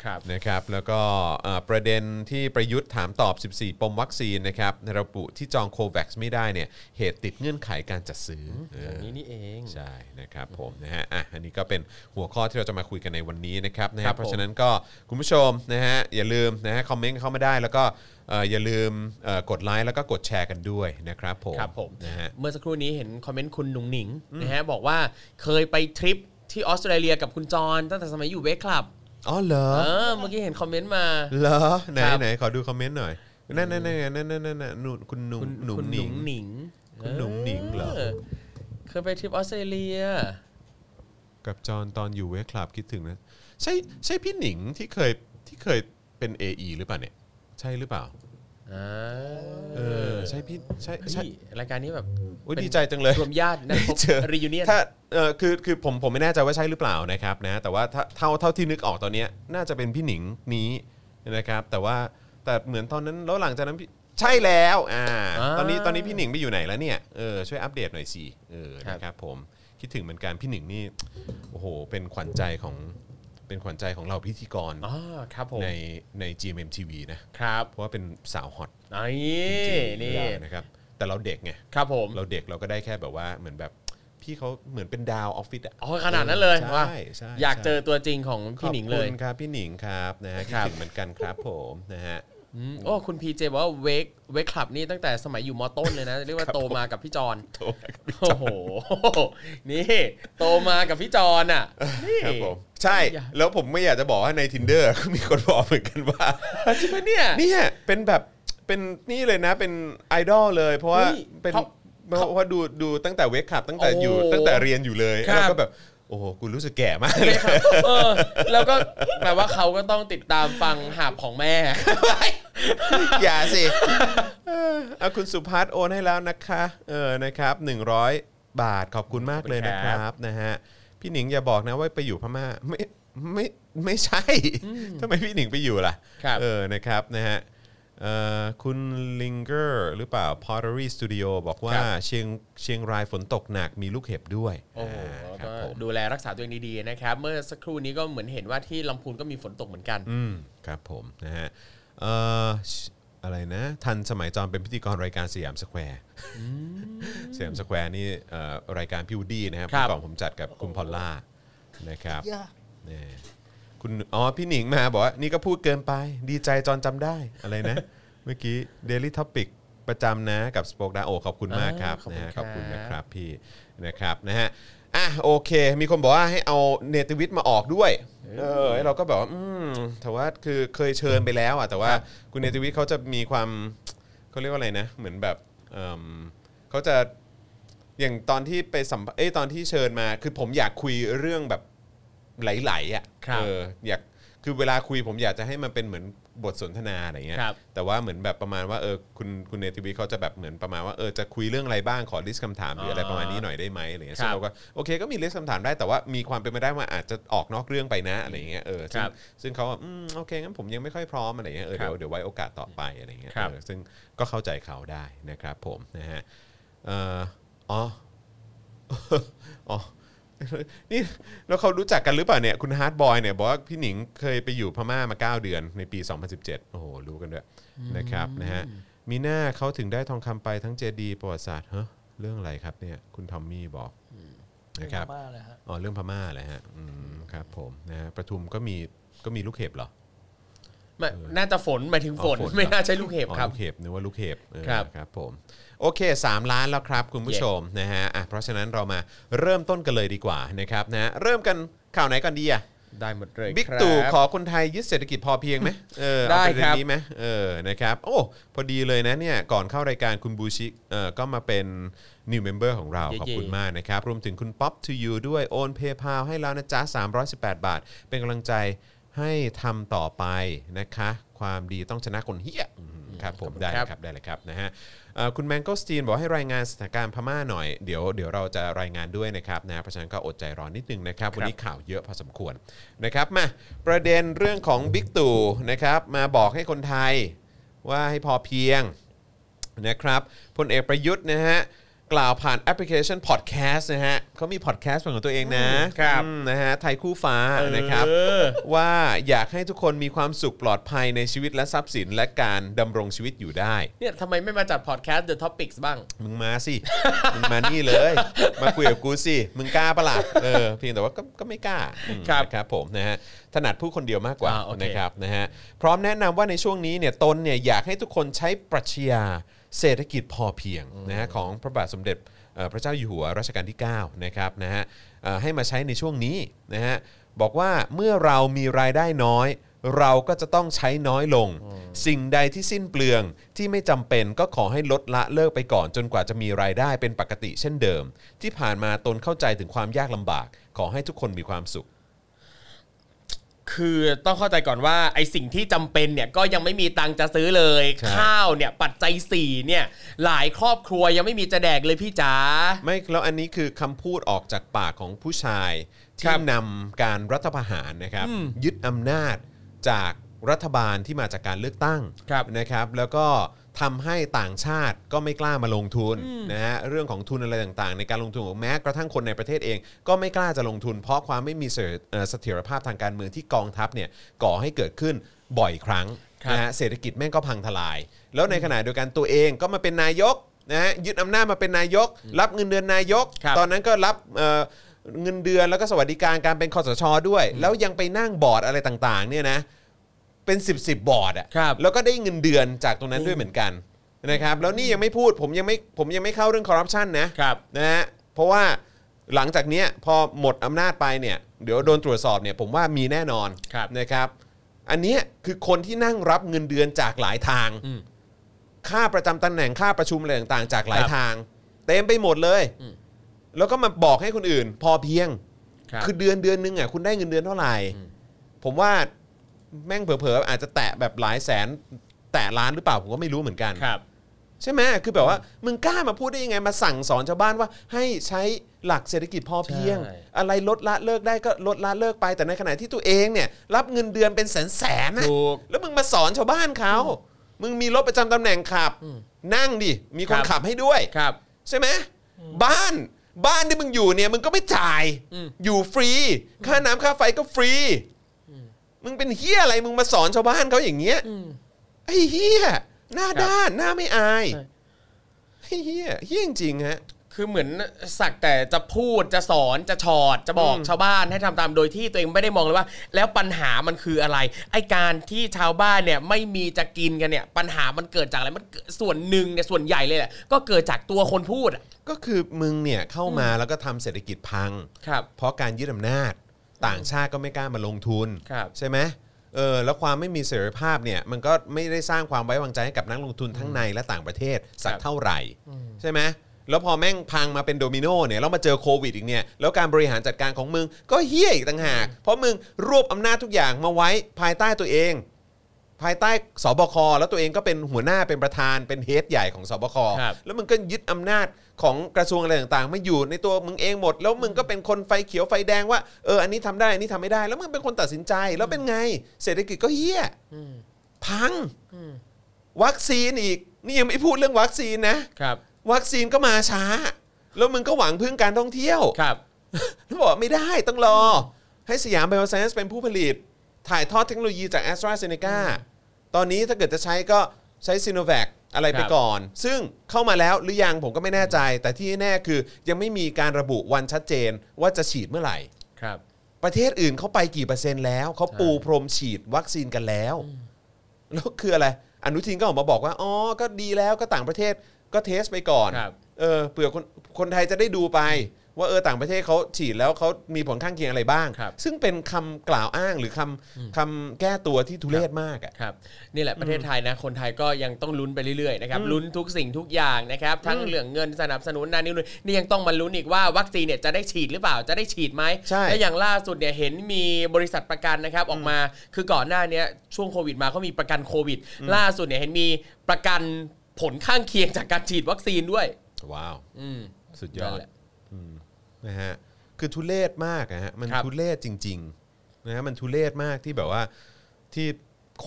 Speaker 3: ครับ
Speaker 2: นะครับแล้วก็เอ่อประเด็นที่ประยุทธ์ถามตอบ 14 ปมวัคซีนนะครับระบุที่จองโควัคไม่ได้เนี่ยเหตุติดเงื่อนไขการจัดซื้อเออ
Speaker 3: างนี้นี่เอง
Speaker 2: ใช่นะครับผมนะฮะอ่ะอันนี้ก็เป็นหัวข้อที่เราจะมาคุยกันในวันนี้นะครับนะ
Speaker 3: ครั
Speaker 2: ฮะ
Speaker 3: บผม
Speaker 2: เพราะฉะนั้นก็คุณผู้ชมนะฮะอย่าลืมนะฮะคอมเมนต์เข้ามาได้ แล้วก็เอ่ออย่าลืมเอ่อกดไลค์แล้วก็กดแชร์กันด้วยนะครับผม
Speaker 3: ครับผม
Speaker 2: นะฮะ
Speaker 3: เมื่อสักครู่นี้เห็นคอมเมนต์คุณหนุ่งหนิงนะฮะบอกว่าเคยไปทริปที่ออสเตรเลียกับคุณจอนตั้งแต่สมัยอยู่เวคคลับ
Speaker 2: อ๋อเหรอ
Speaker 3: เออ เมื่อกี้เห็นคอมเมนต์มา
Speaker 2: เหรอไหน
Speaker 3: ครับ
Speaker 2: ไหนขอดูคอมเมนต์หน่อยนั่นนั่นนั่นนั่นนั่นนั่นนั่นนู่นคุณหนุ่ม
Speaker 3: คุณ
Speaker 2: หนุ่ม
Speaker 3: คุณ
Speaker 2: ห
Speaker 3: ห
Speaker 2: นิ
Speaker 3: นุ่
Speaker 2: ง
Speaker 3: งหนิง
Speaker 2: คุณหนุ่งหนิงเหรอ
Speaker 3: อเคยไปทริปออสเตรเลีย
Speaker 2: กับจอห์นตอนอยู่เวคคลับคิดถึงนะ ใช่ใช่พี่หนิงที่เคยที่เคยเป็น AE หรือเปล่าเนี่ย ใช่หรือเปล่า
Speaker 3: อ่า
Speaker 2: เออ ใช่พี่ใช่ใช่
Speaker 3: เฮ้ยรายการนี้แบบ
Speaker 2: อุ้ย
Speaker 3: เป็น
Speaker 2: ดีใจจังเลย
Speaker 3: รวมญาตินะพบ
Speaker 2: เจอ
Speaker 3: รียูเนียน
Speaker 2: ถ้าเออคือคือผมผมไม่แน่ใจว่าใช่หรือเปล่านะครับนะ แต่ว่าถ้าเท่าเท่าที่นึกออกตอนเนี้ยน่าจะเป็นพี่หนิงนี้นะครับ แต่ว่าแต่เหมือนตอนนั้นแล้วหลังจากนั้นพี่ใช่แล้วอ่า
Speaker 3: อ่า
Speaker 2: ตอนนี้ตอนนี้พี่หนิงไปอยู่ไหนแล้วเนี่ยเออช่วยอัปเดตหน่อยสิเออนะครับผมคิดถึงเหมือนกันพี่หนิงนี่โอ้โหเป็นขวัญใจของเป็นขวัญใจของเราพิธีกร
Speaker 3: อ๋อครับผม
Speaker 2: ในใน GMMTV นะ
Speaker 3: ครับ
Speaker 2: เพราะว่าเป็นสาวฮอต
Speaker 3: ไอ้นี่นี่
Speaker 2: นะครับ แต่เราเด็กไง
Speaker 3: ครับผม
Speaker 2: เราเด็กเราก็ได้แค่แบบว่าเหมือนแบบพี่เขาเหมือนเป็นดาวออฟฟิศอะ
Speaker 3: อ๋อขนาดนั้นเลย
Speaker 2: ใช่
Speaker 3: ว่า
Speaker 2: ใช่ใช่
Speaker 3: อยากเจอตัวจริงของพี่หนิงเล
Speaker 2: ข
Speaker 3: ย
Speaker 2: อบคุณครับพี่หนิงครับนะฮะคิด
Speaker 3: ครับ
Speaker 2: ถึงเหมือนกันครับผมนะฮะ
Speaker 3: อืมโอ้คุณพีเจบอกว่าเวกเวกคลับนี่ตั้งแต่สมัยอยู่มอต้นเลยนะ เรียกว่าโตมากับพี่จอน
Speaker 2: โตมากับพี่จอน
Speaker 3: โอ้โห นี่โตมากับพี่จอนอ่ะนี่
Speaker 2: ครับผมใช่
Speaker 3: อย่า
Speaker 2: แล้วผมไม่อยากจะบอกว่าใน tinder ก็มีคนบอกเหมือนกันว่า
Speaker 3: จริงปะเนี่ย
Speaker 2: เนี่ยเป็นแบบเป็นนี่เลยนะเป็นไอดอลเลย เพราะว่า
Speaker 3: เฮ้ย
Speaker 2: เป็น
Speaker 3: เขา
Speaker 2: เพราะว่าดูดูตั้งแต่เวคขับตั้งแต่อยู่
Speaker 3: โอ้
Speaker 2: ตั้งแต่เรียนอยู่เลย
Speaker 3: ครับ
Speaker 2: แล้วก็แบบโอ้โหกูรู้สึกแก่มากเล
Speaker 3: เลย ยครับเออแล้วก็แปลว่าเขาก็ต้องติดตามฟังหาบของแม่
Speaker 2: อย่าสิเออเอาคุณสุพัฒน์โอนให้แล้วนะคะเออนะครับ 100 บาทขอบคุณมากเลยนะค
Speaker 3: ครั
Speaker 2: รับบ นะฮะพี่หนิงอย่าบอกนะว่าไปอยู่พม่าไม่ไม่ไม่ใช่ทำไมพี่หนิงไปอยู่ล่ะ
Speaker 3: ครับ
Speaker 2: เออ นะครับ นะฮะเอ่อคุณลิงเกอร์หรือเปล่า Pottery Studio บอกว่า
Speaker 3: ครับ
Speaker 2: เชียงเชียงรายฝนตกหนักมีลูกเห็บด้วย
Speaker 3: โอ้โห
Speaker 2: อ่าครั
Speaker 3: ก็
Speaker 2: บผม
Speaker 3: ดูแลรักษาตัวเองดีๆนะครับ เมื่อสักครู่นี้ก็เหมือนเห็นว่าที่ลำพูนก็มีฝนตกเหมือนกัน
Speaker 2: อืมครับผม นะฮะเอ่อชอะไรนะ ทันสมัยจอนเป็นพิธีกรรายการสยามสแควร์สยามสแควร์นี่เอ่อรายการพี่วูดดี้นะครับ
Speaker 3: ครับ
Speaker 2: เมื่อก่อนผมจัดกับคุณพอลล่า นะครับ
Speaker 4: ยาก
Speaker 2: นี่คุณ อ๋อ พี่หนิงมาบอกว่า นี่ก็พูดเกินไป ดีใจจอนจำได้ อะไรนะ เมื่อกี้ Daily Topic ประจำนะกับสปอคดาโอขอบคุณมากครับ
Speaker 3: อ่าขอบคุณ
Speaker 2: นะฮะ
Speaker 3: ค
Speaker 2: ขอบคุณนะค
Speaker 3: รับ
Speaker 2: รับพี่นะครับนะฮะอ่ะโอเค มีคนบอกว่าให้เอาเนติวิทย์มาออกด้วยเออเราก็แบบว่าอืมแต่ว่าคือเคยเชิญไปแล้วอ่ะแต่ว่าคุณเนติวิทย์เขาจะมีความเขาเรียกว่าอะไรนะ เหมือนแบบเอิ่มเขาจะอย่างตอนที่ไปสัมภเอ้ยตอนที่เชิญมา คือผมอยากคุยเรื่องแบบไหลๆอ่ะ
Speaker 3: ครับ
Speaker 2: เอออยากคือเวลาคุยผมอยากจะให้มันเป็นเหมือนบทสนทนาอะไรเงี้ย
Speaker 3: ครับ
Speaker 2: แต่ว่าเหมือนแบบประมาณว่าเออคุณคุณเนติวิทย์เขาจะแบบเหมือนประมาณว่าเออจะคุยเรื่องอะไรบ้างขอลิสต์คำถามหรืออะไรประมาณนี้หน่อยได้ไหมอะไรเงี้ย
Speaker 3: ครับ
Speaker 2: ซึ่งเราก็โอเคก็มีลิสต์คำถามได้แต่ว่ามีความเป็นไปได้ว่าอาจจะออกนอกเรื่องไปนะอะไรเงี้ยเออซึ่ง
Speaker 3: ครับ
Speaker 2: ซึ่งเขาว่าอืมโอเคงั้นผมยังไม่ค่อยพร้อมอะไรเงี้ยเออเดี๋ยวเดี๋ยวไว้โอกาสต่อไปอะไรเงี้ย
Speaker 3: ครับ
Speaker 2: เออซึ่งก็เข้าใจเขาได้นะครับผมนะฮะเอ่ออ๋อ อ๋อ นี่แล้วเขารู้จักกันหรือเปล่าเนี่ยคุณฮาร์ดบอยเนี่ยบอกว่าพี่หนิงเคยไปอยู่พม่ามา 9 เดือนในปี 2017 โอ้โห รู้กันด้วยนะครับนะฮะ มีหน้าเขาถึงได้ทองคำไปทั้งเจดีย์ประวัติศาสตร์ฮะเรื่องอะไรครับเนี่ยคุณทอมมี่บอกนะครับ
Speaker 4: บ้าเลยฮะ
Speaker 2: อ๋อเรื่องพม่าแหละฮะอืมครับผมนะฮะประทุมก็มีก็มีลูกเห็บเหรอ
Speaker 3: ไม่น่าจะฝนหมายถึงฝน
Speaker 2: อ๋อฝน
Speaker 3: ไม่น่าใช่ลูกเห็บ
Speaker 2: อ๋อ
Speaker 3: ครับ
Speaker 2: ลูกเห็บนึกว่าลูกเห็บเออ
Speaker 3: ครับ
Speaker 2: ครับผมโอเค 3 ล้านแล้วครับคุณผู้ชมนะฮะอ่ะเพราะฉะนั้นเรามาเริ่มต้นกันเลยดีกว่านะครับนะเริ่มกันข่าวไหนก่อนดีอ่ะ
Speaker 3: ได้หมดเลย
Speaker 2: บิ๊ก
Speaker 3: ครับ
Speaker 2: ตู่ขอคนไทยยึดเศรษฐกิจพอเพียงไหมเออเอา
Speaker 3: ได้
Speaker 2: ประเด็
Speaker 3: คนรับ
Speaker 2: นี้ไหมเออนะครับโอ้พอดีเลยนะเนี่ยก่อนเข้ารายการคุณบูชิเออก็มาเป็น new member ของเรา
Speaker 3: เย้ๆ
Speaker 2: ขอบคุณมากนะครับ รวมถึงคุณป๊อปทูยูด้วยโอนเพย์พาให้แล้วนะจ๊ะ 318 บาท เป็นกำลังใจให้ทำต่อไปนะคะ ความดีต้องชนะคนเฮี้ยอืมครับผมได้เลยครับได้เลยครับนะฮะเอ่อคุณแมงโกสตีนบอกให้รายงานสถานการณ์พม่าหน่อยเดี๋ยวเดี๋ยวเราจะรายงานด้วยนะครับนะเพราะฉะนั้นก็อดใจรอนิดนึงนะครับ วันนี้ข่าวเยอะพอสมควรนะครับมาประเด็นเรื่องของบิ๊กตู่นะครับมาบอกให้คนไทยว่าให้พอเพียง นะครับพลเอกประยุทธ์นะฮะกล่าวผ่านแอปพลิเคชันพอดแคสต์นะฮะเขามีพอดแคสต์เป็นของตัวเองนะครับ อืมนะฮะไทยคู่ฟ้านะครับ
Speaker 3: เออ
Speaker 2: ว่าอยากให้ทุกคนมีความสุขปลอดภัยในชีวิตและทรัพย์สิน และการดำรงชีวิตอยู่ได้
Speaker 3: เนี่ยทำไมไม่มาจัดพอดแคสต์ The Topics บ้าง
Speaker 2: มึงมาสิ มึงมานี่เลย มาคุยกับกูสิ มึงกล้าปะล่ะเออเพียงแต่ว่าก็ก็ไม่กล้าอืม
Speaker 3: ครับ
Speaker 2: นะครับผมนะฮะถนัดผู้คนเดียวมากกว่า
Speaker 3: อ่าโอเค
Speaker 2: นะครับนะฮะพร้อมแนะนำว่าในช่วงนี้เนี่ยตนเนี่ยอยากให้ทุกคนใช้ปรัชญาเศรษฐกิจพอเพียงนะฮะของพระบาทสมเด็จเอ่อพระเจ้าอยู่หัวรัชกาลที่ 9 นะครับนะฮะเอ่อให้มาใช้ในช่วงนี้นะฮะบอกว่าเมื่อเรามีรายได้น้อย เราก็จะต้องใช้น้อยลง สิ่งใดที่สิ้นเปลืองที่ไม่จำเป็นก็ขอให้ลดละเลิกไปก่อน จนกว่าจะมีรายได้เป็นปกติเช่นเดิม ที่ผ่านมาตนเข้าใจถึงความยากลำบาก ขอให้ทุกคนมีความสุข
Speaker 3: คือต้องเข้าใจก่อนว่าไอสิ่งที่จำเป็นเนี่ยก็ยังไม่มีตังค์จะซื้อเลย
Speaker 2: ใช่
Speaker 3: ข้าวเนี่ยปัจจัยสี่เนี่ยหลายครอบครัวยังไม่มีจะแดกเลยพี่จ๋า
Speaker 2: ไม่แล้วอันนี้คือคำพูดออกจากปากของผู้ชาย
Speaker 3: ครั
Speaker 2: ที่
Speaker 3: บ
Speaker 2: นำการรัฐประหารนะครับ ยึดอำนาจจากรัฐบาลที่มาจากการเลือกตั้ง
Speaker 3: ครับ
Speaker 2: นะครับ แล้วก็ทำให้ต่างชาติก็ไม่กล้ามาลงทุนนะฮะเรื่องของทุนอะไรต่างๆ ในการลงทุนของแม้กระทั่งคนในประเทศเอง ก็ไม่กล้าจะลงทุน เพราะความไม่มีเสถียรเอ่อเสถียรภาพทางการเมืองที่กองทัพเนี่ยก่อให้เกิดขึ้นบ่อยครั้ง
Speaker 3: ครับ
Speaker 2: นะฮะ เศรษฐกิจแม่งก็พังทลาย แล้วในขณะเดียวกันตัวเองก็มาเป็นนายกนะฮะยึดอำนาจมาเป็นนายก รับเงินเดือนนายก
Speaker 3: ครับ
Speaker 2: ตอนนั้นก็รับเอ่อเงินเดือนแล้วก็สวัสดิการการเป็นคอสชอด้วย แล้วยังไปนั่งบอร์ดอะไรต่างๆเนี่ยนะเป็น10บสบอร์ดอะ
Speaker 3: ครับ
Speaker 2: แล้วก็ได้เงินเดือนจากตรงนั้นด้วยเหมือนกันนะครับแล้วนี่ยังไม่พูดผมยังไม่ผมยังไม่เข้าเรื่องคอร์รัปชันนะครับ นะฮะเพราะว่าหลังจากเนี้ยพอหมดอำนาจไปเนี่ยเดี๋ยวโดนตรวจสอบเนี่ยผมว่ามีแน่นอน
Speaker 3: ครับ
Speaker 2: นะครับอันเนี้ยคือคนที่นั่งรับเงินเดือนจากหลายทาง
Speaker 3: อืม
Speaker 2: ค่าประจำตำแหน่งค่าประชุมอะไรต่างๆ จากหลาย
Speaker 3: ครับ
Speaker 2: ทาง เต็มไปหมดเลย
Speaker 3: อืม
Speaker 2: แล้วก็มาบอกให้คนอื่น พอเพียง
Speaker 3: ครับ
Speaker 2: อเดือนเดือนนึงอ่ะคุณได้เงินเดือนเท่าไหร่
Speaker 3: อืม
Speaker 2: ผมว่าแม่งเผลอๆ อาจจะแตะแบบหลายแสน แตะล้านหรือเปล่าผมก็ไม่รู้เหมือนกัน
Speaker 3: ครับ
Speaker 2: ใช่ไหมคือแบบว่ามึงกล้ามาพูดได้ยังไงมาสั่งสอนชาวบ้านว่า ให้ใช้หลักเศรษฐกิจพอเพียง
Speaker 3: ใช่
Speaker 2: อะไรลดละเลิกได้ก็ลดละเลิกไปแต่ในขณะที่ตัวเองเนี่ย รับเงินเดือนเป็นแสนแสนๆนะ
Speaker 3: ถูก
Speaker 2: แล้วมึงมาสอนชาวบ้านเขามึงมีรถประจำตำแหน่งขับ นั่งดิ มีคน
Speaker 3: ครับ
Speaker 2: ขับให้ด้วย
Speaker 3: ครับ
Speaker 2: ใช่ไหมบ้านบ้านที่มึงอยู่เนี่ยมึงก็ไม่จ่าย
Speaker 3: อืม
Speaker 2: อยู่ฟรี ค่าน้ำค่าไฟก็ฟรี มึงเป็นเฮียอะไรมึงมาสอนชาวบ้านเขาอย่างเงี้ย
Speaker 3: อืม
Speaker 2: ไอ้เฮียหน้าด้านหน้าไม่อาย
Speaker 3: ใช่
Speaker 2: ไอ้เฮียเฮียจริงๆฮะ
Speaker 3: คือเหมือนสักแต่จะพูดจะสอนจะชอดจะบอกชาวบ้านให้ทำตามโดยที่ตัวเองไม่ได้มองเลยว่า แล้วปัญหามันคืออะไร ไอการที่ชาวบ้านเนี่ยไม่มีจะกินกันเนี่ย ปัญหามันเกิดจากอะไรมันเกิดส่วนหนึ่งเนี่ยส่วนใหญ่เลยแหละก็เกิดจากตัวคนพูดอะ
Speaker 2: ก็คือมึงเนี่ยเข้ามาแล้วก็ทำเศรษฐกิจพัง
Speaker 3: ครับ
Speaker 2: เพราะการยึดอำนาจต่างชาติก็ไม่กล้ามาลงทุน
Speaker 3: ครับ
Speaker 2: ใช่ไหมเออแล้วความไม่มีเสรีภาพเนี่ยมันก็ไม่ได้สร้างความไว้วางใจให้กับนักลงทุนทั้งในและต่างประเทศสัก
Speaker 3: ครับ
Speaker 2: เท่าไหร่ ใช่ไหมแล้วพอแม่งพังมาเป็นโดมิโนเนี่ยแล้วมาเจอโควิดอีกเนี่ยแล้วการบริหารจัดการของมึงก็เฮี้ยอีกต่างหาก เพราะมึงรวบอำนาจทุกอย่างมาไว้ภายใต้ตัวเอง ภายใต้สบคแล้วตัวเองก็เป็นหัวหน้าเป็นประธานเป็นเฮดใหญ่ของสบค
Speaker 3: ครับ
Speaker 2: แล้วมึงก็ยึดอำนาจของกระทรวงอะไรต่างๆมาอยู่ในตัวมึงเองหมด แล้วมึงก็เป็นคนไฟเขียวไฟแดงว่าเอออันนี้ทำได้อันนี้ทำไม่ได้ แล้วมึงเป็นคนตัดสินใจแล้วเป็นไง เศรษฐกิจก็เฮี้ยพังวัคซีนอีก นี่ยังไม่พูดเรื่องวัคซีนนะ
Speaker 3: ครับ
Speaker 2: วัคซีนก็มาช้า แล้วมึงก็หวังพึ่งการท่องเที่ยว
Speaker 3: ครับ
Speaker 2: แล้วบอกว่าไม่ได้ต้องรอ ให้สยามไบโอไซเอนซ์เป็นผู้ผลิต ถ่ายทอดเทคโนโลยีจาก a s t r a z e ซ e c a ตอนนี้ถ้าเกิดจะใช้ก็ใช้ซีโนแวค อะไรไป
Speaker 3: ครับ
Speaker 2: ก่อน ซึ่งเข้ามาแล้วหรือยังผมก็ไม่แน่ใจ แต่ที่แน่ๆคือยังไม่มีการระบุวันชัดเจนว่าจะฉีดเมื่อไหร่
Speaker 3: ครับ
Speaker 2: ประเทศอื่นเขาไปกี่เปอร์เซ็นต์แล้ว เขาปูพรมฉีดวัคซีนกันแล้ว แล้วคืออะไร อนุทินก็ออกมาบอกว่า อ๋อ ก็ดีแล้วก็ต่างประเทศก็เทสไปก่อน
Speaker 3: ครับ
Speaker 2: เออเผื่อคนคนไทยจะได้ดูไป ว่าเออต่างประเทศเขาฉีดแล้วเขามีผลข้างเคียงอะไรบ้าง
Speaker 3: ครับ
Speaker 2: ซึ่งเป็นคำกล่าวอ้างหรือคำคำแก้ตัวที่ทุเรศมากอะ
Speaker 3: ครับนี่แหละประเทศไทยนะคนไทยก็ยังต้องลุ้นไปเรื่อยๆนะครับลุ้นทุกสิ่งทุกอย่างนะครับทั้งเรื่องเงินสนับสนุนนานิวเลยนี่ยังต้องมาลุ้นอีกว่าวัคซีนเนี่ยจะได้ฉีดหรือเปล่าจะได้ฉีดไหม
Speaker 2: ใช่
Speaker 3: และอย่างล่าสุดเนี่ยเห็นมีบริษัทประกันนะครับออกมาคือก่อนหน้าเนี้ยช่วงโควิดมาเขามีประกันโควิด ล่าสุดเนี่ยเห็นมีประกันผลข้างเคียงจากการฉีดวัคซีนด้วย
Speaker 2: ว้าว
Speaker 3: อืม
Speaker 2: สุดยอ
Speaker 3: นั่
Speaker 2: ด
Speaker 3: นแหละ
Speaker 2: อืมนะฮะคือทุเลศมากนะฮะมัน
Speaker 3: ครับ
Speaker 2: ทุเลศจริงๆนะฮะมันทุเลศมากที่แบบว่าที่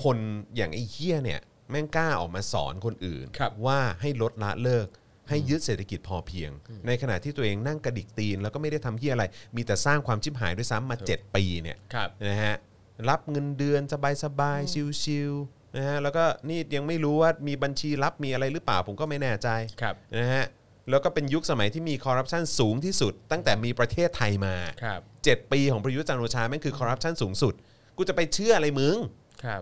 Speaker 2: คนอย่างไอ้เฮี้ยเนี่ยแม่งกล้าออกมาสอนคนอื่น
Speaker 3: ครับ
Speaker 2: ว่าให้ลดละเลิก ให้ยึดเศรษฐกิจพอเพียง ในขณะที่ตัวเองนั่งกระดิกตีน แล้วก็ไม่ได้ทำเฮี้ยอะไร มีแต่สร้างความชิบหายด้วยซ้ำมา
Speaker 3: ถูก
Speaker 2: 7 ปีเนี่ย
Speaker 3: ครับ
Speaker 2: นะฮะรับเงินเดือนสบายๆชิวๆนะฮะแล้วก็นี่ยังไม่รู้ว่ามีบัญชีรับมีอะไรหรือเปล่าผมก็ไม่แน่ใจ
Speaker 3: ครับ
Speaker 2: นะฮะแล้วก็เป็นยุคสมัยที่มีคอร์รัปชันสูงที่สุด ตั้งแต่มีประเทศไทยมา
Speaker 3: ครับ
Speaker 2: 7 ปีของประยุทธ์จันทร์โอชาแม่งคือคอร์รัปชันสูงสุด กูจะไปเชื่ออะไรมึง
Speaker 3: ครับ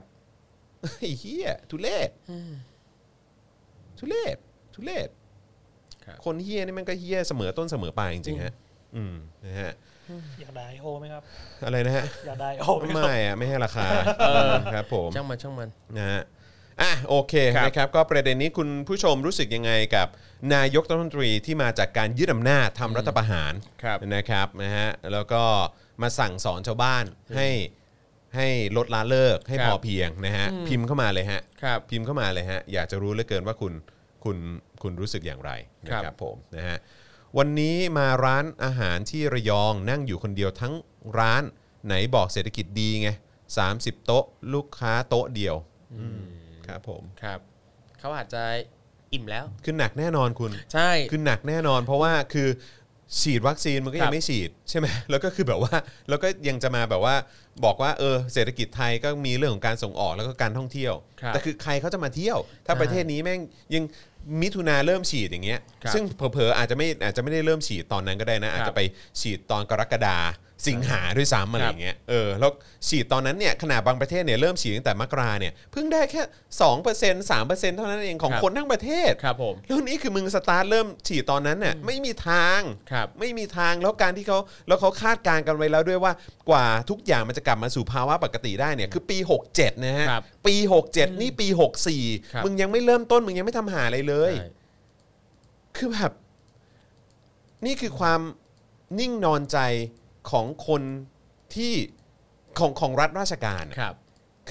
Speaker 2: ไอ้เหี้ยทุเลศทุเลศทุเลศ
Speaker 3: ครับ
Speaker 2: คนเฮี้ยนี่แมันก็เฮี้ยเสมอต้นเสมอปลายจริงๆฮะอืมนะฮะ
Speaker 4: อยากได้โอไหมครับ
Speaker 2: อะไรนะฮะ
Speaker 4: อยากได้โอไหมครับ
Speaker 2: ไม่อะไม่ให้ราคาครับผม
Speaker 3: ช่างมันช่างมัน
Speaker 2: นะฮะอ่ะโอเค
Speaker 3: ครับ
Speaker 2: นะครับก็ประเด็นนี้คุณผู้ชมรู้สึกยังไงกับนายกรัฐมนตรีที่มาจากการยึดอำนาจทำรัฐประหาร
Speaker 3: ครับ
Speaker 2: นะครับนะฮะแล้วก็มาสั่งสอนชาวบ้านให้ให้ลดละเลิกให้
Speaker 3: ครั
Speaker 2: พ
Speaker 3: บ
Speaker 2: อเพียงนะฮะ
Speaker 3: อืม
Speaker 2: พิมพ์เข้ามาเลยฮะ
Speaker 3: ครับ
Speaker 2: พิมพ์เข้ามาเลยฮะอยากจะรู้เหลือเกินว่าคุณคุณคุณรู้สึกอย่างไรนะครับ ครับผมนะฮะวันนี้มาร้านอาหารที่ระยองนั่งอยู่คนเดียวทั้งร้านไหนบอกเศรษฐกิจดีไง30 โต๊ะ ลูกค้าโต๊ะเดียว ครับผม
Speaker 3: ครับเขาอาจจะอิ่มแล้ว
Speaker 2: คือหนักแน่นอนคุณ
Speaker 3: ใช่
Speaker 2: คือหนักแน่นอน เพราะว่าคือฉีดวัคซีนมันก็
Speaker 3: ค
Speaker 2: ยั
Speaker 3: รั
Speaker 2: ง
Speaker 3: บ
Speaker 2: ไม่ฉีดใช่ไหม แล้วก็คือแบบว่าแล้วก็ยังจะมาแบบว่าบอกว่าเออเศรษฐกิจไทยก็มีเรื่องของการส่งออกแล้วก็การท่องเที่ยว
Speaker 3: ครับ
Speaker 2: แต่คือใครเขาจะมาเที่ยว ถ้า
Speaker 3: ใช่
Speaker 2: ประเทศนี้แม่งยังมิถุนาเริ่มฉีดอย่างเงี้ย
Speaker 3: ครับ
Speaker 2: ซึ่งเผลอๆอาจจะไม่อาจจะไม่ได้เริ่มฉีดตอนนั้นก็ได้นะอาจ
Speaker 3: ครั
Speaker 2: จะ
Speaker 3: บ
Speaker 2: ไปฉีดตอนกรกฎาสิงหาด้วยซ้ำอะไร
Speaker 3: ค
Speaker 2: อบ
Speaker 3: รั
Speaker 2: ย่างเงี้ยเออแล้วฉีดตอนนั้นเนี่ยขนาดบางประเทศเนี่ยเริ่มฉีดตั้งแต่มกราเนี่ยเพิ่งได้แค่2% 3%เท่านั้นเองของคนทั้งประเทศ
Speaker 3: ครับผม
Speaker 2: แล้วนี่คือมึงสตาร์ทเริ่มฉีดตอนนั้นเนี่ยไม่มีทาง
Speaker 3: ครับ
Speaker 2: ไม่มีทางแล้วการที่เขาแล้วเขาคาดการณ์กันไว้แล้วด้วยว่ากว่าทุกอย่างมันจะกลับมาสู่ภาวะปกติได้เนี่ยคือปี 67 นะฮะ
Speaker 3: ครับ
Speaker 2: ปี 67 นี่ปี
Speaker 3: ครับ
Speaker 2: 64 มึงยังไม่เริ่มต้น มึงยังไม่ทำหาอะไรเลย
Speaker 3: ใช่
Speaker 2: คือแบบ นี่คือความนิ่งนอนใจของคนที่ของของรัฐราชการอะ
Speaker 3: ครับ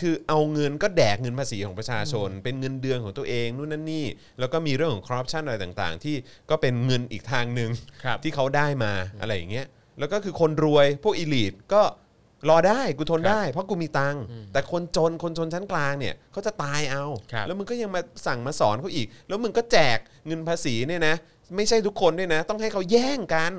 Speaker 2: คือเอาเงินก็แดกเงินภาษีของประชาชน เป็นเงินเดือนของตัวเองนู่นนั่นนี่ แล้วก็มีเรื่องของคอร์รัปชันอะไรต่างๆ ที่ก็เป็นเงินอีกทางหนึ่ง
Speaker 3: ครับ
Speaker 2: ที่เขาได้มาอะไรอย่างเงี้ยแล้วก็คือคนรวยพวกอีลีทก็รอได้กูทนได้เพราะกูมีตังค์แต่คนจนคนจนชั้นกลางเนี่ยเขาจะตายเอา
Speaker 3: ครับ
Speaker 2: แล้วมึงก็ยังมาสั่งมาสอนเขาอีก แล้วมึงก็แจกเงินภาษีเนี่ยนะ ไม่ใช่ทุกคนด้วยนะ ต้องให้เขาแย่งกัน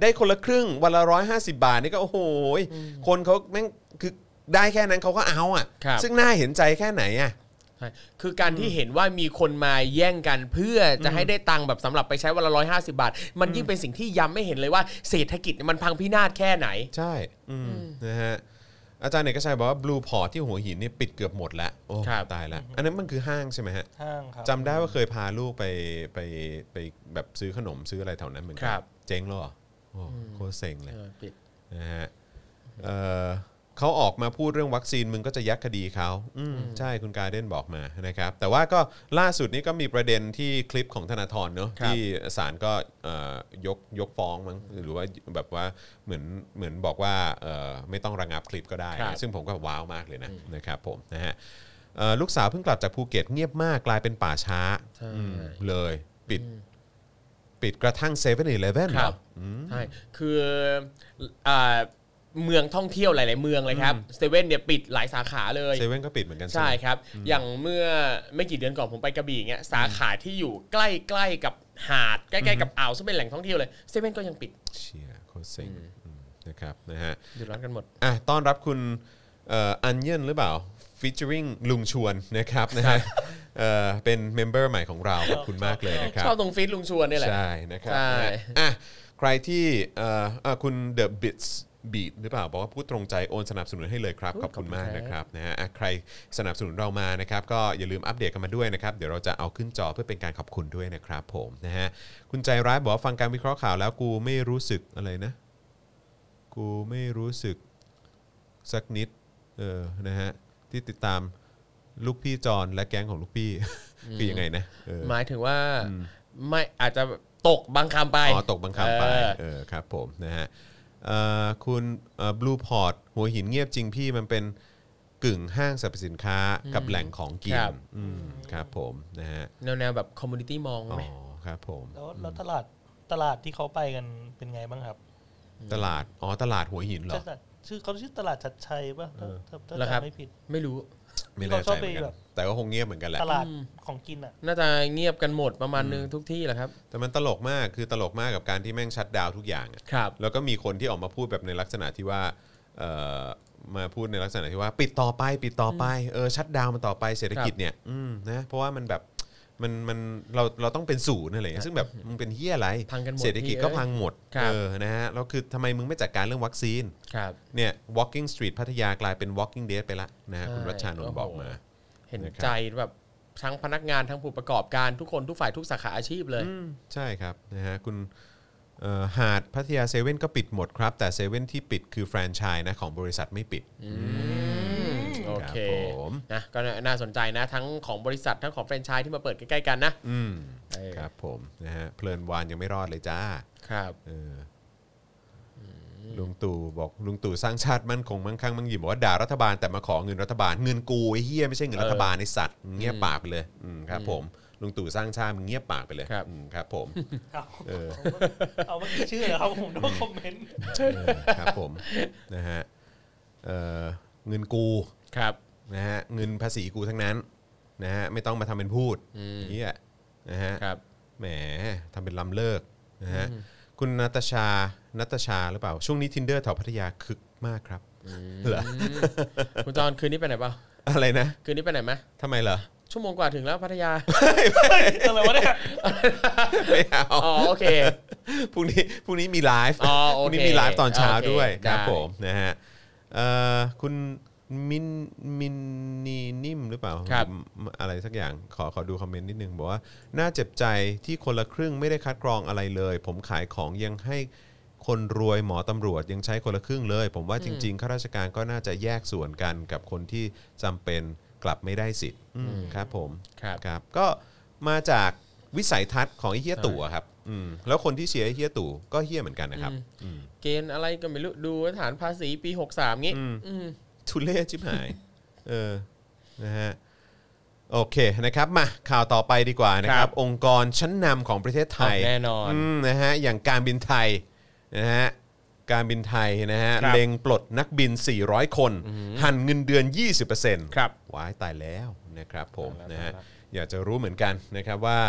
Speaker 2: ได้คนละครึ่งวันละร้อยห้าสิบาทนี่ก็โอ้โหยคนเขาแม่งคือได้แค่นั้นเขาก็เอาอ่ะ
Speaker 3: ครับ
Speaker 2: ซึ่งน่าเห็นใจแค่ไหนอ่ะ
Speaker 3: ใช่คือการที่เห็นว่ามีคนมาแย่งกันเพื่อจะให้ได้ตังค์แบบสำหรับไปใช้วันละร้อยห้าสิบาท มันยิ่งเป็นสิ่งที่ย้ำไม่เห็นเลยว่าเศรษฐกิจเนี่ยมันพังพินาศแค่ไหน
Speaker 2: ใช่อืมนะฮะอาจารย์เอกชัยบอกว่าบลูพอร์ตที่หัวหินเนี่ยปิดเกือบหมดแล้วโอ้
Speaker 3: ครับ
Speaker 2: ตายแล้ว อันนั้นมันคือห้างใช่ไหมฮะ
Speaker 4: ห้างครับ
Speaker 2: จำได้ว่าเคยพาลูกไปไปไปแบบซื้อขนมซื้ออะไรแถวนั้นเหมือนกั
Speaker 3: ครับ
Speaker 2: เจ๊งแล้วเหรอโอ้โคตรเซ็งเลย
Speaker 3: เออปิด
Speaker 2: นะฮะเอ่อเขาออกมาพูดเรื่องวัคซีนมึงก็จะยักคดีเขาอืมใช่คุณการเดนบอกมานะครับ แต่ว่าก็ล่าสุดนี้ก็มีประเด็นที่คลิปของธนาธรเนอะ
Speaker 3: ครับ
Speaker 2: ที่ศาลก็เอ่อยกยกฟ้องมั้งหรือว่าแบบว่าเหมือนเหมือนบอกว่าเอ่อไม่ต้องระงับคลิปก็ได้
Speaker 3: ครับ
Speaker 2: ซึ่งผมก็ว้าวมากเลยนะนะครับผมนะฮะเอ่อลูกสาวเพิ่งกลับจากภูเก็ตเงียบมากกลายเป็นป่าช้าอืมเลยปิดปิดกระทั่งเซเว่นอีเลฟเว่น
Speaker 3: ค
Speaker 2: เหร
Speaker 3: รับ
Speaker 2: อ
Speaker 3: ใช่คืออ่าเมืองท่องเที่ยวหลาย ๆ เมืองเลยครับเซเว่นเนี่ยปิดหลายสาขาเลย
Speaker 2: เซเว่นก็ปิดเหมือนกันใช่
Speaker 3: ใช่
Speaker 2: ไหม
Speaker 3: ครับ อย่างเมื่อไม่กี่เดือนก่อนผมไปกระบี่เงี้ยสาขาที่อยู่ใกล้ๆกับหาดใกล้ๆกับอ่าวซึ่งเป็นแหล่งท่องเที่ยวเลยเซเว่นก็ยังปิด
Speaker 2: เชียโคตรเซ็งอืมนะครับนะฮะ
Speaker 3: เดือดร้อนกันหมด
Speaker 2: อ่ะต้อนรับคุณเอันเยนหรือเปล่าฟิชเชอริงลุงชวนนะครับนะฮะ เอ่อเป็นเมมเบอร์ใหม่ของเราขอบคุณมากเลยนะครับ
Speaker 3: ชอบตรงฟีดลุงชวนนี่แหละ
Speaker 2: ใช่นะครับ
Speaker 3: ใช่
Speaker 2: นะฮะอ่ะใครที่เอ่อเอ่อคุณ The Bits Beat หรือเปล่า บอกว่าพูดตรงใจโอนสนับสนุนให้เลยครับ ขอบคุณมากนะครับนะฮะอ่ะใครสนับสนุนเรามานะครับ ก็อย่าลืมอัปเดตกันมาด้วยนะครับ เดี๋ยวเราจะเอาขึ้นจอเพื่อเป็นการขอบคุณด้วยนะครับผมนะฮะคุณใจร้ายบอกว่าฟังการวิเคราะห์ข่าวแล้วกูไม่รู้สึกอะไรนะ กูไม่รู้สึกสักนิดเออนะฮะที่ติดตามลูกพี่จอนและแก๊งของลูกพี่ คือยังไงนะเออ
Speaker 3: หมายถึงว่าไม่อาจจะตกบางคำไป
Speaker 2: อ๋อตกบังคับไป
Speaker 3: เออ
Speaker 2: เออครับผมนะฮะเอ่อคุณบลูพอร์ตหัวหินเงียบจริงพี่มันเป็นกึ่งห้างสรรพสินค้ากับแหล่งของกิน
Speaker 3: ครับ
Speaker 2: อืมครับผมนะฮะ
Speaker 3: แนวแนวแบบคอมมูนิตี้มอง
Speaker 2: อ๋อ
Speaker 3: ไหม
Speaker 2: ครับผม
Speaker 4: แล้วแล้วตลาดตลาดที่เขาไปกันเป็นไงบ้างครับ
Speaker 2: ตลาดอ๋อตลาดหัวหินเหรอ
Speaker 4: ตลาดชื่อเขาชื่อตลาดชัดชัยป่ะถ้าถ้าถ้า
Speaker 3: แล้วครับ
Speaker 4: จำไม่ผิด
Speaker 3: ไม่รู้
Speaker 2: ไม่แน่
Speaker 4: เราช
Speaker 2: ใจ
Speaker 4: อบ
Speaker 2: เห
Speaker 4: ไป
Speaker 2: มือนกั
Speaker 4: แบ
Speaker 2: น
Speaker 4: บ
Speaker 2: แต่ก็คงเงียบเหมือนกันแหละ
Speaker 4: ตลาดของกินอ่ะ
Speaker 3: น่าจะเงียบกันหมดประมาณนึงทุกที่แหละครับ
Speaker 2: แต่มันตลกมากคือตลกมากกับการที่แม่งชัดดาวน์ทุกอย่างอะ
Speaker 3: ครับ
Speaker 2: แล้วก็มีคนที่ออกมาพูดแบบในลักษณะที่ว่าเอ่อมาพูดในลักษณะที่ว่า ปิดต่อไปปิดต่อไปเออชัดดาวน์มันต่อไปเศรษฐกิจเนี่ยอืมนะเพราะว่ามันแบบมันมันเราเราต้องเป็นศูนย์อะไรเงี้ยซึ่งแบบมึงเป็นเฮียอะไร
Speaker 3: พังกันหมด
Speaker 2: เศรษฐกิจก็พังหมด
Speaker 3: ครับ
Speaker 2: เออนะฮะแล้วคือทำไมมึงไม่จัดการเรื่องวัคซีน
Speaker 3: ครับ
Speaker 2: เนี่ย walking street พัทยากลายเป็น walking dead ไปละนะฮะคุณ
Speaker 3: ใช่
Speaker 2: รัชชานนท์บอก
Speaker 3: โอ้โห
Speaker 2: มา
Speaker 3: เห็น
Speaker 2: นะครับ
Speaker 3: ใจแบบทั้งพนักงานทั้งผู้ประกอบการทุกคนทุกฝ่ายทุกสาขาอาชีพเลย
Speaker 2: ใช่ครับนะฮะคุณเอ่อหาดพัทยาเซเว่นก็ปิดหมดครับ แต่เซเว่นที่ปิดคือแฟรนไชส์นะของบริษัทไม่ปิด
Speaker 3: โอเค
Speaker 2: ครับผม
Speaker 3: นะก็น่าสนใจนะ ทั้งของบริษัททั้งของแฟรนไชส์ที่มาเปิดใกล้ๆกันนะ
Speaker 2: อืม
Speaker 3: เออ
Speaker 2: ครับผมนะฮะเพลินวานยังไม่รอดเลยจ้า
Speaker 3: ครับ
Speaker 2: เอออลุงตู่บอกลุงตู่สร้างชาติมั่นคงมั่งคั่งมั่งยืนบอกว่าด่ารัฐบาลแต่มาขอเงินรัฐบาลเงินกูไอ้เฮียไม่ใช่เงินรัฐบาลไอ้สัตว์เงียบปากไปเลยอืมครับผมลุงตู่สร้างชาติมึงเงียบปากไปเลยอืมครับผม
Speaker 4: เอา
Speaker 2: เออ
Speaker 4: เอาเมื่อกี้ชื่อเหรอครับผมโดนคอมเมนต์
Speaker 2: เออครับผมนะฮะเอ่อเงินกู
Speaker 3: ครับ
Speaker 2: นะฮะเงินภาษีกูทั้งนั้นนะฮะไม่ต้องมาทำเป็นพูด
Speaker 3: อืม
Speaker 2: นี่แหละนะฮะ
Speaker 3: ครับ
Speaker 2: แหมทำเป็นลำเลิกนะฮะคุณนาตาชานัตชาหรือเปล่า ช่วงนี้ Tinder แถวพัทยาคึกมากครับเหรอ
Speaker 3: คุณจอนคืนนี้ไปไหนเปล่า
Speaker 2: อะไรนะ
Speaker 3: คืนนี้ไปไหนไหม
Speaker 2: ทำไมเหรอ
Speaker 3: ชั่วโมงกว่าถึงแล้วพัทยา
Speaker 4: อะไรวะเนี่ย
Speaker 2: ไม่เอา
Speaker 3: อ๋อโอเค
Speaker 2: พรุ่งนี้พรุ่งนี้มีไลฟ์
Speaker 3: อ๋อ
Speaker 2: พ
Speaker 3: โอเค
Speaker 2: รุ่งนี้มีไลฟ์ตอนเช้า
Speaker 3: โอเค
Speaker 2: ด้วย
Speaker 3: ได้
Speaker 2: ครับผมนะฮะเอ่อคุณมินมินนีนิ่มหรือเปล่า
Speaker 3: ครับ
Speaker 2: ผมอะไรสักอย่างขอขอดูคอมเมนต์นิดนึงบอกว่า น่าเจ็บใจที่คนละครึ่งไม่ได้คัดกรองอะไรเลย ผมขายของยังให้คนรวยหมอตำรวจยังใช้คนละครึ่งเลย ผมว่าจริง ๆ ข้าราชการก็น่าจะแยกส่วนกันกับคนที่จำเป็นกลับไม่ได้สิทธิ์อืมครับผม
Speaker 3: ครับ
Speaker 2: ครับก็มาจากวิสัยทัศน์ของไอ้เฮียตู่อะครับอืมแล้วคนที่เชียร์ไอ้เฮียตู่ก็เฮียเหมือนกันนะครับอืม
Speaker 3: เกณฑ์อะไรก็ไม่รู้ดูฐานภาษีปี 63 งี้ อืม
Speaker 2: ทุเล่ชิบหาย เออนะฮะโอเคนะครับมาข่าวต่อไปดีกว่านะค
Speaker 3: ค
Speaker 2: รั
Speaker 3: รับ บ
Speaker 2: องค์กรชั้นนำของประเทศไทย
Speaker 3: แน่นอน
Speaker 2: อืมนะฮะอย่างการบินไทยนะฮะการบินไทยนะฮะ
Speaker 3: ครับ
Speaker 2: เล็งปลดนักบิน 400 คน หั่นเงินเดือน 20%
Speaker 3: ครับ
Speaker 2: ว้ายตายแล้วนะครับผม
Speaker 3: ตายแล้ว
Speaker 2: นะฮะ
Speaker 3: ตายแล้ว
Speaker 2: อยากจะรู้เหมือนกันนะครับว่า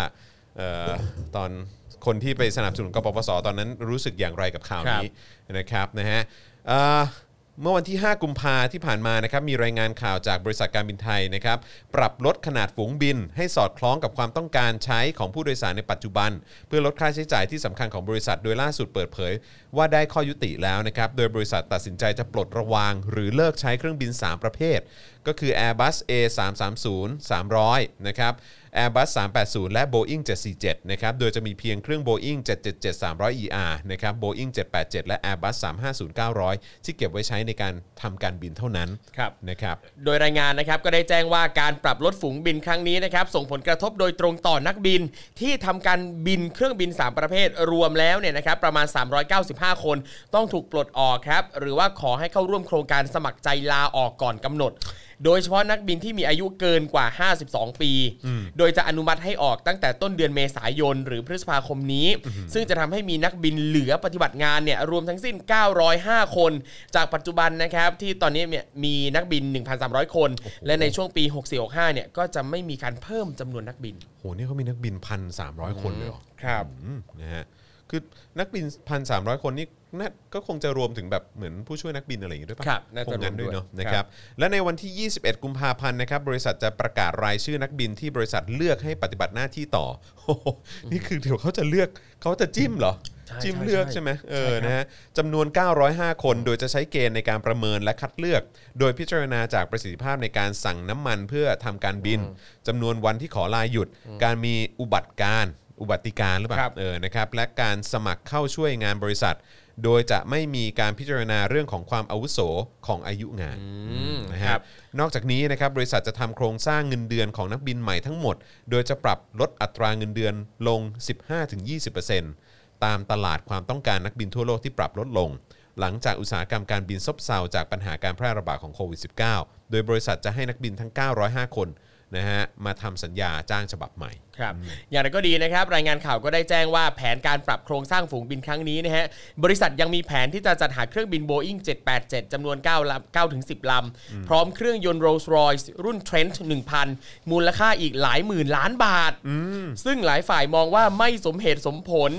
Speaker 2: เอ่อตอนคนที่ไปสนับสนุนกปปสตอนนั้นรู้สึกอย่างไรกับข่าวนี้นะครับนะฮะเอ่อเมื่อวันที่ 5 กุมภาที่ผ่านมานะครับมีรายงานข่าวจากบริษัทการบินไทยนะครับปรับลดขนาดฝูงบิน ให้สอดคล้องกับความต้องการใช้ของผู้โดยสารในปัจจุบัน เพื่อลดค่าใช้จ่ายที่สำคัญของบริษัทโดยล่าสุดเปิดเผย ว่าได้ข้อยุติแล้วนะครับโดยบริษัทตัดสินใจจะปลดระวาง หรือเลิกใช้เครื่องบิน 3 ประเภท ก็คือ Airbus A330 300 นะครับ Airbus 380 และ Boeing 747 นะครับ โดยจะมีเพียงเครื่อง Boeing 777 300 ER นะครับ Boeing 787 และ Airbus 350 900 ที่เก็บไว้ใช้ในการทำการบินเท่านั้น
Speaker 3: ครับ
Speaker 2: นะครับ
Speaker 3: โดยรายงานนะครับก็ได้แจ้งว่าการปรับลดฝูงบินครั้งนี้นะครับส่งผลกระทบโดยตรงต่อนักบิน ที่ทำการบินเครื่องบิน 3 ประเภท รวมแล้วเนี่ยนะครับประมาณ 395 คนต้องถูกปลดออกครับหรือว่าขอให้เข้าร่วมโครงการสมัครใจลาออกก่อนกำหนด โดยเฉพาะนักบินที่มีอายุเกินกว่า 52 ปี โดยจะอนุมัติให้ออกตั้งแต่ต้นเดือนเมษายน หรือพฤษภาคมนี้ ซึ่งจะทำให้มีนักบินเหลือปฏิบัติงานเนี่ยรวมทั้งสิ้น 905 คน จากปัจจุบันนะครับที่ตอนนี้เนี่ยมีนักบิน 1,300 คน และในช่วงปี 6465 เนี่ยก็จะไม่มีการเพิ่มจำนวนนักบิน
Speaker 2: โห นี่เขามีนักบิน 1,300 คนเลยเหรอ
Speaker 3: ครับ
Speaker 2: อืมนะฮะ คือนักบินพันสามร้อยคนนี่น่าก็คงจะรวมถึงแบบเหมือนผู้ช่วยนักบินอะไรอย่างงี้ด้วยป่ะ
Speaker 3: ครับน่า
Speaker 2: ค
Speaker 3: จะ
Speaker 2: งงั้นด้วยเนาะ
Speaker 3: รวมด้วย
Speaker 2: นะครับ และในวันที่ 21 กุมภาพันธ์นะครับ บริษัทจะประกาศรายชื่อนักบินที่บริษัทเลือกให้ปฏิบัติหน้าที่ต่อ โอ้โหนี่คือเดี๋ยวเขาจะเลือกเขาจะจิ้มเหรอ
Speaker 3: ใช่
Speaker 2: จิ้ม
Speaker 3: ใช่
Speaker 2: เลือก
Speaker 3: ใช่
Speaker 2: ใช่ไหมเออ
Speaker 3: ใช่ครับ
Speaker 2: นะฮะจำนวน 905 คนโดยจะใช้เกณฑ์ในการประเมินและคัดเลือก โดยพิจารณาจากประสิทธิภาพในการสั่งน้ำมันเพื่อทำการบินจำนวนวันที่ขอลาหยุด การมีอุบัติการณ์อุบัติการณ์หรือเปล่า
Speaker 3: ครับ
Speaker 2: เออ นะครับ และการสมัครเข้าช่วยงานบริษัท โดยจะไม่มีการพิจารณาเรื่องของความอาวุโสของอายุงาน นะ
Speaker 3: ค
Speaker 2: ฮะ
Speaker 3: รับ
Speaker 2: นอกจากนี้นะครับบริษัทจะทำโครงสร้างเงินเดือนของนักบินใหม่ทั้งหมด โดยจะปรับลดอัตราเงินเดือนลง 15-20%ตามตลาดความต้องการนักบินทั่วโลกที่ปรับลดลง หลังจากอุตสาหกรรมการบินซบเซาจากปัญหาการแพร่ระบาดของโควิด -19 โดยบริษัทจะให้นักบินทั้ง 905 คนนะฮะมาทำสัญญาจ้างฉบับใหม่
Speaker 3: ครับอย่างไรก็ดีนะครับ รายงานข่าวก็ได้แจ้งว่าแผนการปรับโครงสร้างฝูงบินครั้งนี้นะฮะบริษัทยังมีแผนที่จะจัดหาเครื่องบิน Boeing 787 จำนวน9ลำ9ถึง10 ลำ พร้อมเครื่องยนต์ Rolls-Royce รุ่น Trent 1000 มูลค่าอีกหลายหมื่นล้านบาท ซึ่งหลายฝ่ายมองว่าไม่สมเหตุสมผล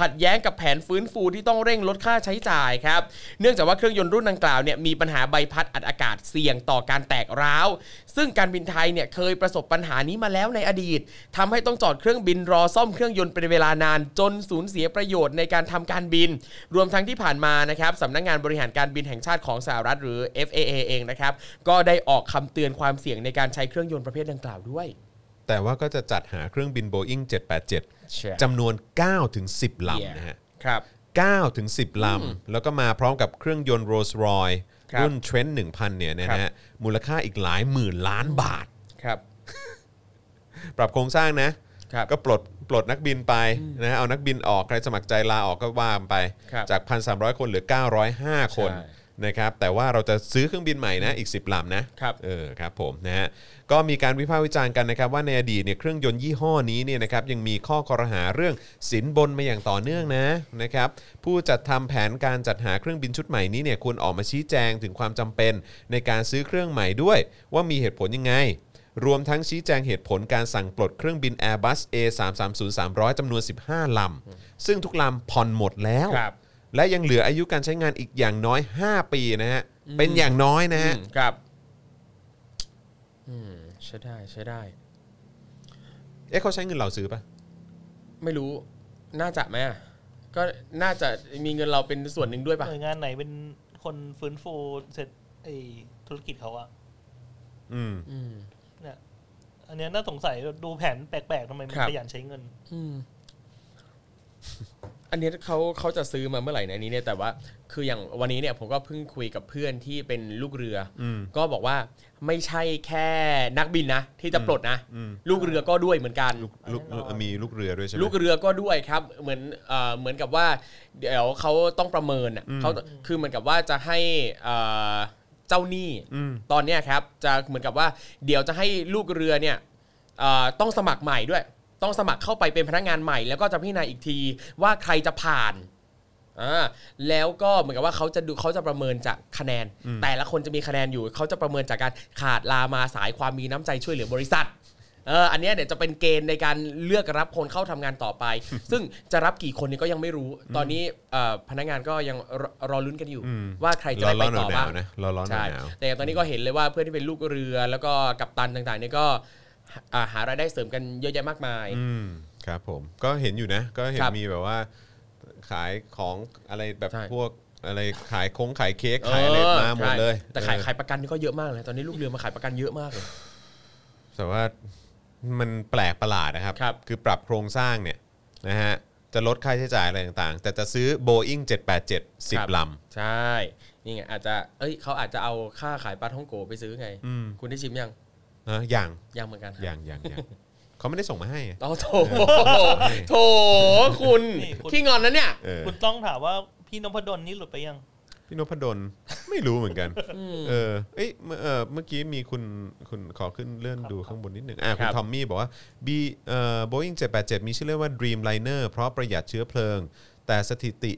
Speaker 3: ขัดแย้งกับแผนฟื้นฟูที่ต้องเร่งลดค่าใช้จ่ายครับ เนื่องจากว่าเครื่องยนต์รุ่นดังกล่าวเนี่ยมีปัญหาใบพัดอัดอากาศเสี่ยงต่อการแตกร้าว ซึ่งการบินไทยเนี่ยเคยประสบปัญหานี้มาแล้วในอดีตทำให้ต้องจอดเครื่องบินรอซ่อมเครื่องยนต์เป็นเวลานาน จนสูญเสียประโยชน์ในการทำการบิน รวมทั้งที่ผ่านมานะครับสำนักงานบริหารการบินแห่งชาติของสหรัฐหรือ FAA เองนะครับก็ได้ออกคำเตือนความเสี่ยงในการใช้เครื่องยนต์ประเภทดังกล่าวด้วย
Speaker 2: แต่ว่าก็จะจัดหาเครื่องบิน Boeing
Speaker 3: ใช่
Speaker 2: 787จำนวน 9-10 ลำนะฮะ
Speaker 3: ครับ
Speaker 2: 9ถึง10 ลำ แล้วก็มาพร้อมกับเครื่องยนต์โรลส์รอย
Speaker 3: ครับ
Speaker 2: รุ่นเทรนด์1,000 เนี่ยนะ
Speaker 3: ครั
Speaker 2: ฮะ
Speaker 3: บ
Speaker 2: มูลค่าอีกหลายหมื่นล้านบาท
Speaker 3: ครับ
Speaker 2: ปรับโครงสร้างนะ
Speaker 3: ครับ
Speaker 2: ก็ปลดปลดนักบินไปนะฮะเอานักบินออก ใครสมัครใจลาออกก็ว่าไป
Speaker 3: ครับ
Speaker 2: จาก 1,300 คนเหลือ 905 คน
Speaker 3: ใช่
Speaker 2: นะครับแต่ว่าเราจะซื้อเครื่องบินใหม่นะอีก 10ลำนะครับเออครับผมนะฮะก็มีการวิพากษ์วิจารณ์กันนะครับว่าในอดีตเนี่ยเครื่องยนต์ยี่ห้อนี้เนี่ยนะครับยังมีข้อคอรหาเรื่องสินบนมาอย่างต่อเนื่องนะนะครับผู้จัดทำแผนการจัดหาเครื่องบินชุดใหม่นี้เนี่ยควรออกมาชี้แจงถึงความจำเป็น ในการซื้อเครื่องใหม่ด้วย ว่ามีเหตุผลยังไง รวมทั้งชี้แจงเหตุผลการสั่งปลดเครื่องบิน Airbus A330-300 จำนวน 15 ลำ ซึ่งทุกลำผ่อนหมดแล้ว
Speaker 3: ครับ
Speaker 2: และยังเหลืออายุการใช้งานอีกอย่างน้อย 5 ปีนะฮะ เป็นอย่างน้อยนะฮะ
Speaker 3: ครับอืมใช่ได้ใช่ได้
Speaker 2: เอ๊ะเขาใช้เงินเราซื้อปะ
Speaker 3: ไม่รู้น่าจะไหมอะก็น่าจะมีเงินเราเป็นส่วนหนึ่งด้วยป่ะ
Speaker 4: หน่วยงานไหนเป็นคนฟื้นฟูเสร็จไอ้ธุรกิจเขาอะ
Speaker 2: อืม
Speaker 3: อืม
Speaker 4: เนี่ยอันเนี้ยน่าสงสัยดูแผนแปลกๆทำไมมัน
Speaker 3: ครับ
Speaker 4: ขยันใช้เงิน
Speaker 3: อืม อันเนี้ยเขาเขาจะซื้อมาเมื่อไหร่ในยอันนี้เนี่ยแต่ว่า คืออย่างวันนี้เนี่ยผมก็เพิ่งคุยกับเพื่อนที่เป็นลูกเรือ
Speaker 2: อืม
Speaker 3: ก็บอกว่าไม่ใช่แค่นักบินนะที่จะปลดนะ
Speaker 2: อืม
Speaker 3: ลูกเรือก็ด้วยเหมือนกัน
Speaker 2: ลูกลูกลูกมีลูกเรือด้วยใช่ไหม
Speaker 3: ลูกเรือก็ด้วยครับ เหมือนเอ่อเหมือนกับว่า เดี๋ยวเขาต้องประเมินอ่ะเขาคือเหมือนกับว่าจะให้เอ่อเจ้าหนี้
Speaker 2: อืม
Speaker 3: ตอนเนี้ยครับจะเหมือนกับว่า เดี๋ยวจะให้ลูกเรือเนี่ยเอ่อต้องสมัครใหม่ด้วย ต้องสมัครเข้าไปเป็นพนักงานใหม่ แล้วก็จะพิจารณาอีกทีว่าใครจะผ่านอ่าแล้วก็เหมือนกับว่าเขาจะดูเขาจะประเมินจากคะแนน แต่ละคนจะมีคะแนนอยู่เขาจะประเมินจากการขาดลามาสายความมีน้ำใจช่วยเหลือบริษัท เอออันเนี้ยเดี๋ยวจะเป็นเกณฑ์ในการเลือกรับคนเข้าทำงานต่อ ไป ซึ่งจะรับกี่คนเนี่ยก็ยังไม่รู้ ตอนนี้เอ่อพนักงานก็ยังรอรอลุ้นกันอยู่
Speaker 2: อืม
Speaker 3: ว่าใครจะ
Speaker 2: ร้อ
Speaker 3: ได้
Speaker 2: น
Speaker 3: ไป
Speaker 2: ร้อนหนาว
Speaker 3: ต่อบ้า
Speaker 2: หาง
Speaker 3: น
Speaker 2: วนะร้อนร้อนห
Speaker 3: ใช่
Speaker 2: นาวหนาว
Speaker 3: แต่อย่างตอนนี้ก็เห็นเลยว่าเพื่อนที่เป็นลูกเรือแล้วก็กัปตันต่างๆเนี่ยก็หาอ่าหารายได้เสริมกันเยอะแยะมากมาย
Speaker 2: อืมครับผม ก็เห็นอยู่นะ ก็เห็น
Speaker 3: ครับ
Speaker 2: มีแบบว่า ขายของอะไรแบบ
Speaker 3: ใช่
Speaker 2: พวกอะไรขายคงขายเค้กขายอะไรมาหมดเลย
Speaker 3: ใช่แต่ขาย
Speaker 2: เออ
Speaker 3: ขายประกันนี่ก็เยอะมากเลย ตอนนี้ลูกเรือมาขายประกันเยอะมากเลย
Speaker 2: แต่ว่ามันแปลกประหลาดนะครับ
Speaker 3: ครับ
Speaker 2: อปรับโครงสร้างเนี่ยนะฮะจะลดค่าใช้จ่ายอะไรต่างๆ แต่จะซื้อ Boeing 787
Speaker 3: ครับ
Speaker 2: 10 ล
Speaker 3: ใช่นี่ไงอาจจะเอ้ยเขาอาจจะเอาค่าขายปลาท่องโกไปซื้อไง
Speaker 2: ำอืม
Speaker 3: คุณได้ชิมยัง
Speaker 2: นะอย่าง
Speaker 3: ยังเหมือนกัน
Speaker 2: อย่างอย่างอย่าง เขาไม่ได้ส่งมาให้อะ
Speaker 3: อ๋อโถ โถคุณ
Speaker 4: นี่คุณ
Speaker 3: ขี้งอนนะเนี่ย
Speaker 2: เออ
Speaker 4: คุณต้องถามว่าพี่นพดลนี่หลุดไปยัง
Speaker 2: พี่นพดล ไม่รู้เหมือนกัน เออเอ้ยเมื่อเอ่อเมื่อกี้มีคุณคุณขอขึ้นเลื่อนดูข้างบนนิดหนึ่งอ่ะคุณ
Speaker 3: ครับ
Speaker 2: ทอมมี่บอกว่า B เอ่อ Boeing 787 มีชื่อเรียกว่า Dreamliner เพราะประหยัดเชื้อเพลิง แต่สถิติ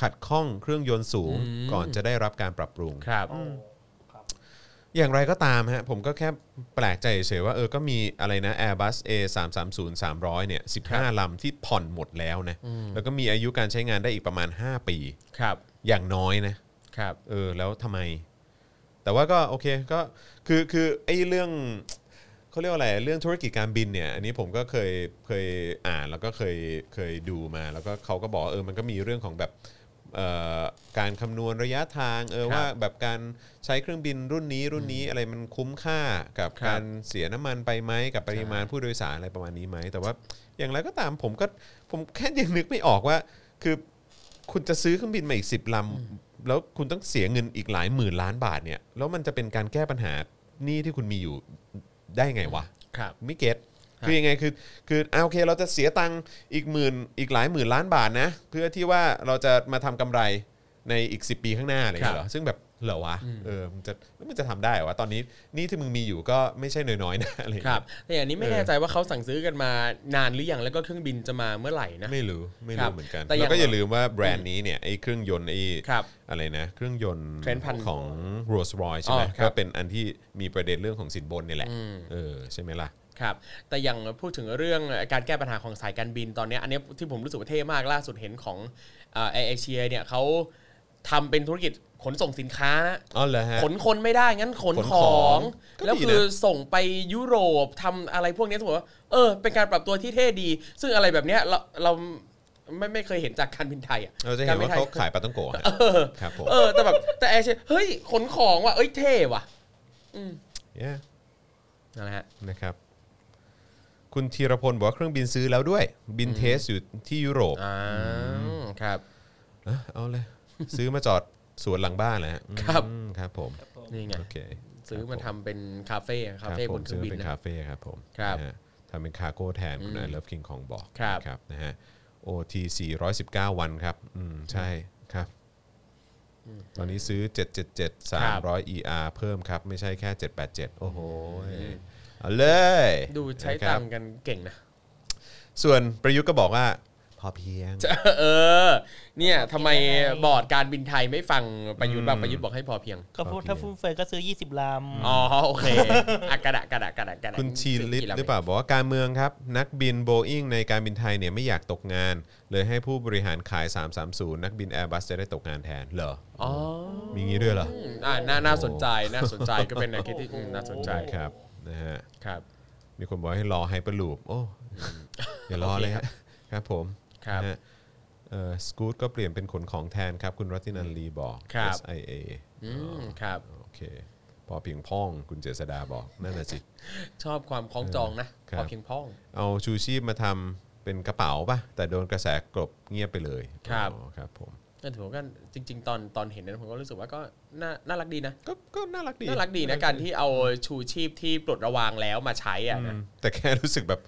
Speaker 2: ขัดข้องเครื่องยนต์สูง
Speaker 3: อืม
Speaker 2: ก่อนจะได้รับการปรับปรุง
Speaker 3: ครับ
Speaker 4: โอ้ครับ
Speaker 2: อย่างไรก็ตามฮะผมก็แค่แปลกใจเฉยๆว่าเออก็มีอะไรนะ Airbus A 3 3 0 300เนี่ย15ลำที่ผ่อนหมดแล้วนะแล้วก็มีอายุการใช้งานได้อีกประมาณ 5 ปี
Speaker 3: ครับ
Speaker 2: อย่างน้อยนะ
Speaker 3: ครับ
Speaker 2: เออแล้วทำไม แต่ว่าก็โอเคก็คือคือไอ้เรื่องเขาเรียกว่าอะไรเรื่องธุรกิจการบินเนี่ย อันนี้ผมก็เคยเคยอ่านแล้วก็เคยเคยดูมา แล้วก็เขาก็บอกว่าเออมันก็มีเรื่องของแบบเอ่อการคำนวณระยะทางเออ
Speaker 3: ครับ
Speaker 2: ว่าแบบการใช้เครื่องบินรุ่นนี้รุ่นนี้อะไรมันคุ้มค่ากับ
Speaker 3: ครับ
Speaker 2: การเสียน้ำมันไปไหมกับปริมาณผู้โดยสารอะไรประมาณนี้ไหมแต่ว่าอย่างไรก็ตามผมก็ผมแค่ยังนึกไม่ออกว่าคือ คุณจะซื้อเครื่องบินมาอีกสิบลำ แล้วคุณต้องเสียเงินอีกหลายหมื่นล้านบาทเนี่ย แล้วมันจะเป็นการแก้ปัญหาหนี้ที่คุณมีอยู่ได้ไงวะ
Speaker 3: ครับ
Speaker 2: ไม่เก็ต
Speaker 3: ครับ
Speaker 2: คือยังไงคือคืออ่าโอเคเราจะเสียตังค์อีกหมื่นอีกหลายหมื่นล้านบาทนะ เพื่อที่ว่าเราจะมาทำกำไรในอีก 10 ปีข้างหน้าอะไรอย่างเงี้ยเหรอซึ่งแบบเหรอวะเออมึงจะแล้วมันจะทำได้เหรอวะตอนนี้หนี่ที่มึงมีอยู่ก็ไม่ใช่น้อยๆนะอะไรอย่าง
Speaker 3: ค
Speaker 2: เงี้ย
Speaker 3: รับแต่อย่างนี้ไม่
Speaker 2: เออ
Speaker 3: แน่ใจว่าเขาสั่งซื้อกันมานานหรือยังแล้วก็เครื่องบินจะมาเมื่อไหร่นะ
Speaker 2: ไม่รู้ไม่
Speaker 3: ครั
Speaker 2: รู้
Speaker 3: บ
Speaker 2: เหมือนกัน
Speaker 3: แต่อ
Speaker 2: แล้ว
Speaker 3: ย่าง
Speaker 2: ก็อย่าลืมว่าแบรนด์นี้เนี่ยไอ้เครื่องยนต์ไอ้
Speaker 3: ครับ
Speaker 2: อะไรนะเครื่องยนต์
Speaker 3: Trent 1000
Speaker 2: ของ Rolls Royce ใช่ไหม
Speaker 3: อ๋อครับ
Speaker 2: ก็เป็นอันที่มีประเด็นเรื่องของสินบนเนี่ยแหละเออใช่ไหมล่ะ
Speaker 3: ครับแต่อย่างพูดถึงเรื่องการแก้ปัญหาของสายการบินตอนเนี้ยอันเนี้ยที่ผมรู้สึกว่าเท่มากล่าสุดเห็นของเอเอเชียเนี่ยเขาทำเป็นธุรกิจขนส่งสินค้านะ
Speaker 2: อ๋อเหรอฮะ
Speaker 3: ขนคนไม่ได้งั้นขน
Speaker 2: ขน
Speaker 3: ข
Speaker 2: ขอ
Speaker 3: อง ง
Speaker 2: ก็
Speaker 3: แล้ว
Speaker 2: ดีนะ
Speaker 3: คือส่งไปยุโรปทำอะไรพวกเนี้ยสมมติว่าเออเป็นการปรับตัวที่เท่ดี ซึ่งอะไรแบบเนี้ยเราเราไม่ไม่เคยเห็นจากการบินไทยอ่ะ
Speaker 2: เราจะเห็น
Speaker 3: กรบิ
Speaker 2: ว่า
Speaker 3: ไทย
Speaker 2: เขาขายปลาต้องโกะฮะครับผม
Speaker 3: เออแต่แบบแต่เอเชียเฮ้ยขนของว่ะเอ้ยเท่ว่ะ
Speaker 2: เย้
Speaker 3: นั่นแหละฮะ
Speaker 2: นะครับ คุณธีรพลบอกว่าเครื่องบินซื้อแล้วด้วย บินเทสอยู่ที่ยุโรป
Speaker 3: อ่าครับ
Speaker 2: อ่ะเอาเลย ซื้อมาจอดสวนหลังบ้านแหละฮะ
Speaker 3: ครับ
Speaker 2: อืมครับผม
Speaker 3: นี่ไง
Speaker 2: โอเค
Speaker 3: ซื้อ
Speaker 2: ครับ
Speaker 3: มา
Speaker 2: ผ
Speaker 3: ทำเป็นคาเฟ่คาเฟ่บนเครื่องบิน
Speaker 2: ผมซื้อมาเป็
Speaker 3: นะ
Speaker 2: คาเฟ่ครับผม
Speaker 3: ครับ
Speaker 2: นะฮะทำเป็นคาร์โก้แทนคุณไอเลิฟคิงของบอก
Speaker 3: ครับ
Speaker 2: นะครับนะฮะ OT 419 วันครับ อืม ใช่ครับ ตอนนี้ซื้อ 777 300 ER เพิ่มครับ ไม่ใช่แค่ 787 โอ้โหเอาเลย
Speaker 3: ดูใช้
Speaker 2: นะครับ
Speaker 3: ตังค์กันเก่งนะ
Speaker 2: ส่วนประยุทธ์ก็บอกว่า พอเพียง
Speaker 3: เออ เนี่ยทำไมบอร์ดการบินไทยไม่ฟังประยุทธ์บ้างประยุทธ์บอกให้พอเพียง
Speaker 4: ก็พูด
Speaker 2: โอเค
Speaker 4: ถ้าฟุ่มเฟือยก็ซื้อ 20ลำ
Speaker 3: อ๋อ โอเคอะกระดะกระดะกระดะกระดะ
Speaker 2: คุณชีลิต
Speaker 3: กี่ำ
Speaker 2: หรือเปล่าบอกว่าการเมืองครับ นักบินโบอิงในการบินไทยเนี่ยไม่อยากตกงาน เลยให้ผู้บริหารขาย 330 นักบิน Airbus จะได้ตกงานแทนเหรอ
Speaker 3: อ๋อ
Speaker 2: มีงี้ด้วยเหรอ
Speaker 3: อืมอ่าน่าน่าสนใจน่าสนใจก็เป็นแนวคิดที่อืมน่าสนใจ
Speaker 2: ใช่
Speaker 3: ค
Speaker 2: ครับ รับนะฮะ
Speaker 3: ครับ
Speaker 2: มีคนบอกให้รอไฮเปอร์ลูปโอ้อย่ารอเลยฮะครับผม
Speaker 3: ครับ
Speaker 2: นะฮะเอ่อสกูตก็เปลี่ยนเป็นขนของแทนครับ คุณรัตินันลีบอก
Speaker 3: ครับ
Speaker 2: SIA
Speaker 3: อืมครับ
Speaker 2: โอเค พอเพียงพ้องคุณเจษดาบอกนั่นน่ะสิ
Speaker 3: ชอบความคล้องจองนะ
Speaker 2: ครั
Speaker 3: พ
Speaker 2: บ
Speaker 3: อเพียงพ้อง
Speaker 2: เอาชูชีพมาทำเป็นกระเป๋าป่ะ แต่โดนกระแสกลบเงียบไปเลย
Speaker 3: ครับ
Speaker 2: อ๋อครับผม
Speaker 3: แต่ถือว่าก็จริง ๆ ตอนตอนเห็นนั้นผมก็รู้สึกว่าก็น่าน่ารักดีนะ
Speaker 2: ก็ก็น่ารักดี
Speaker 3: น่ารักดีนะการที่เอาชูชีพที่ปลดระวางแล้วมาใช้อ่ะ
Speaker 2: อื
Speaker 3: นะ
Speaker 2: มแต่แค่รู้สึกแบบ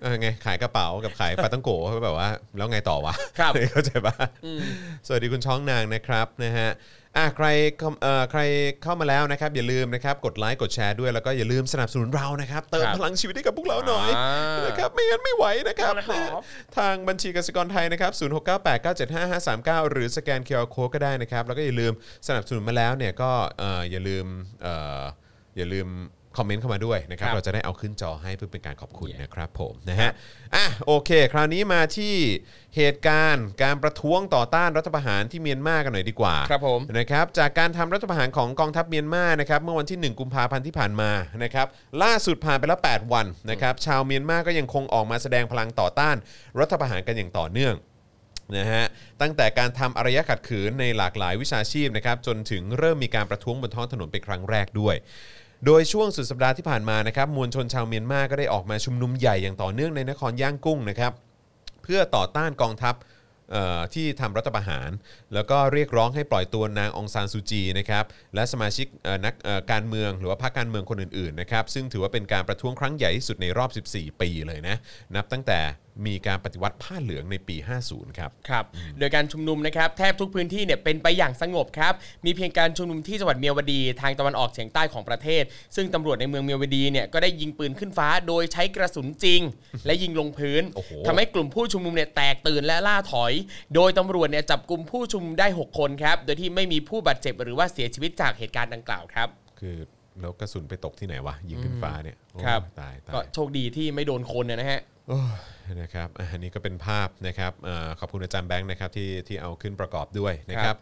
Speaker 2: เออไงขายกระเป๋ากับขายปาตังโกะแบบว่า แล้วไงต่อวะ
Speaker 3: ครับ
Speaker 2: เข้าใจปะสวัสดีคุณช้องนางนะครับนะฮะอ่ะใครเข้าเอ่อใครเข้ามาแล้วนะครับ อย่าลืมนะครับกดไลค์กดแชร์ด้วยแล้วก็อย่าลืมสนับสนุนเรานะครับเติม
Speaker 3: ครับ
Speaker 2: พลังชีวิตให้กับพวกเราหน่อย
Speaker 3: อ่าน
Speaker 2: นะครับไม่งั้นไม่ไหวนะครับ
Speaker 3: ครับ
Speaker 2: นะฮะทางบัญชีกสิกรไทยนะครับ0698975539 หรือสแกน QR Code ก็ได้นะครับ แล้วก็อย่าลืมสนับสนุนมาแล้วเนี่ยก็เอ่ออย่าลืมเอ่ออย่าลืมคอมเมนต์เข้ามาด้วยนะครับ
Speaker 3: ครับ
Speaker 2: เราจะได้เอาขึ้นจอให้เพื่อเป็นการขอบคุณนะครับผมนะฮะอ่ะโอเค คราวนี้มาที่เหตุการณ์การประท้วงต่อต้านรัฐประหารที่เมียนมากันหน่อยดีกว่า
Speaker 3: ครับผม
Speaker 2: นะครับจากการทำรัฐประหารของกองทัพเมียนมานะครับเมื่อวันที่ 1 กุมภาพันธ์ที่ผ่านมานะครับล่าสุดผ่านไปแล้ว 8 วันนะครับชาวเมียนมาก็ยังคงออกมาแสดงพลังต่อต้าน รัฐประหารกันอย่างต่อเนื่องนะฮะตั้งแต่การทำอารยะขัดขืนในหลากหลายวิชาชีพนะครับจนถึงเริ่มมีการประท้วงบนท้องถนนเป็นครั้งแรกด้วย โดยช่วงสุดสัปดาห์ที่ผ่านมานะครับมวลชนชาวเมียนมาก็ได้ออกมาชุมนุมใหญ่อย่างต่อเนื่องในนครย่างกุ้งนะครับ เพื่อต่อต้านกองทัพเอ่อที่ทำรัฐประหาร แล้วก็เรียกร้องให้ปล่อยตัวนางองซานซูจีนะครับและสมาชิกเอ่อนักเอ่อการเมืองหรือว่าพรรคการเมืองคนอื่นๆนะครับซึ่งถือว่าเป็นการประท้วงครั้งใหญ่ที่สุดในรอบ 14 ปีเลยนะ นับตั้งแต่มีการปฏิวัติผ้าเหลืองในปี 50 ครับ
Speaker 3: ครับ โดยการชุมนุมนะครับแทบทุกพื้นที่เนี่ยเป็นไปอย่างสงบครับ มีเพียงการชุมนุมที่จังหวัดเมียวดีทางตะวันออกเฉียงใต้ของประเทศ ซึ่งตำรวจในเมืองเมียวดีเนี่ยก็ได้ยิงปืนขึ้นฟ้าโดยใช้กระสุนจริง และยิงลงพื้น
Speaker 2: โอ้โห
Speaker 3: ทำให้กลุ่มผู้ชุมนุมเนี่ยแตกตื่นและล่าถอย โดยตำรวจเนี่ยจับกลุ่มผู้ชุมนุมได้ 6 คนครับ โดยที่ไม่มีผู้บาดเจ็บหรือว่าเสียชีวิตจากเหตุการณ์ดังกล่าวครับ
Speaker 2: คือ แล้วกระสุนไปตกที่ไหนวะยิงขึ้นฟ้าเนี่ยโอ้ย
Speaker 3: ครับ
Speaker 2: ตายตาย
Speaker 3: ก็โชคดีที่ไม่โดนคนนะฮะ
Speaker 2: โอ้ยนะครับอ่ะอันนี้ก็เป็นภาพนะครับเออขอบคุณอาจารย์แบงค์นะครับที่ที่เอาขึ้นประกอบด้วยนะครับ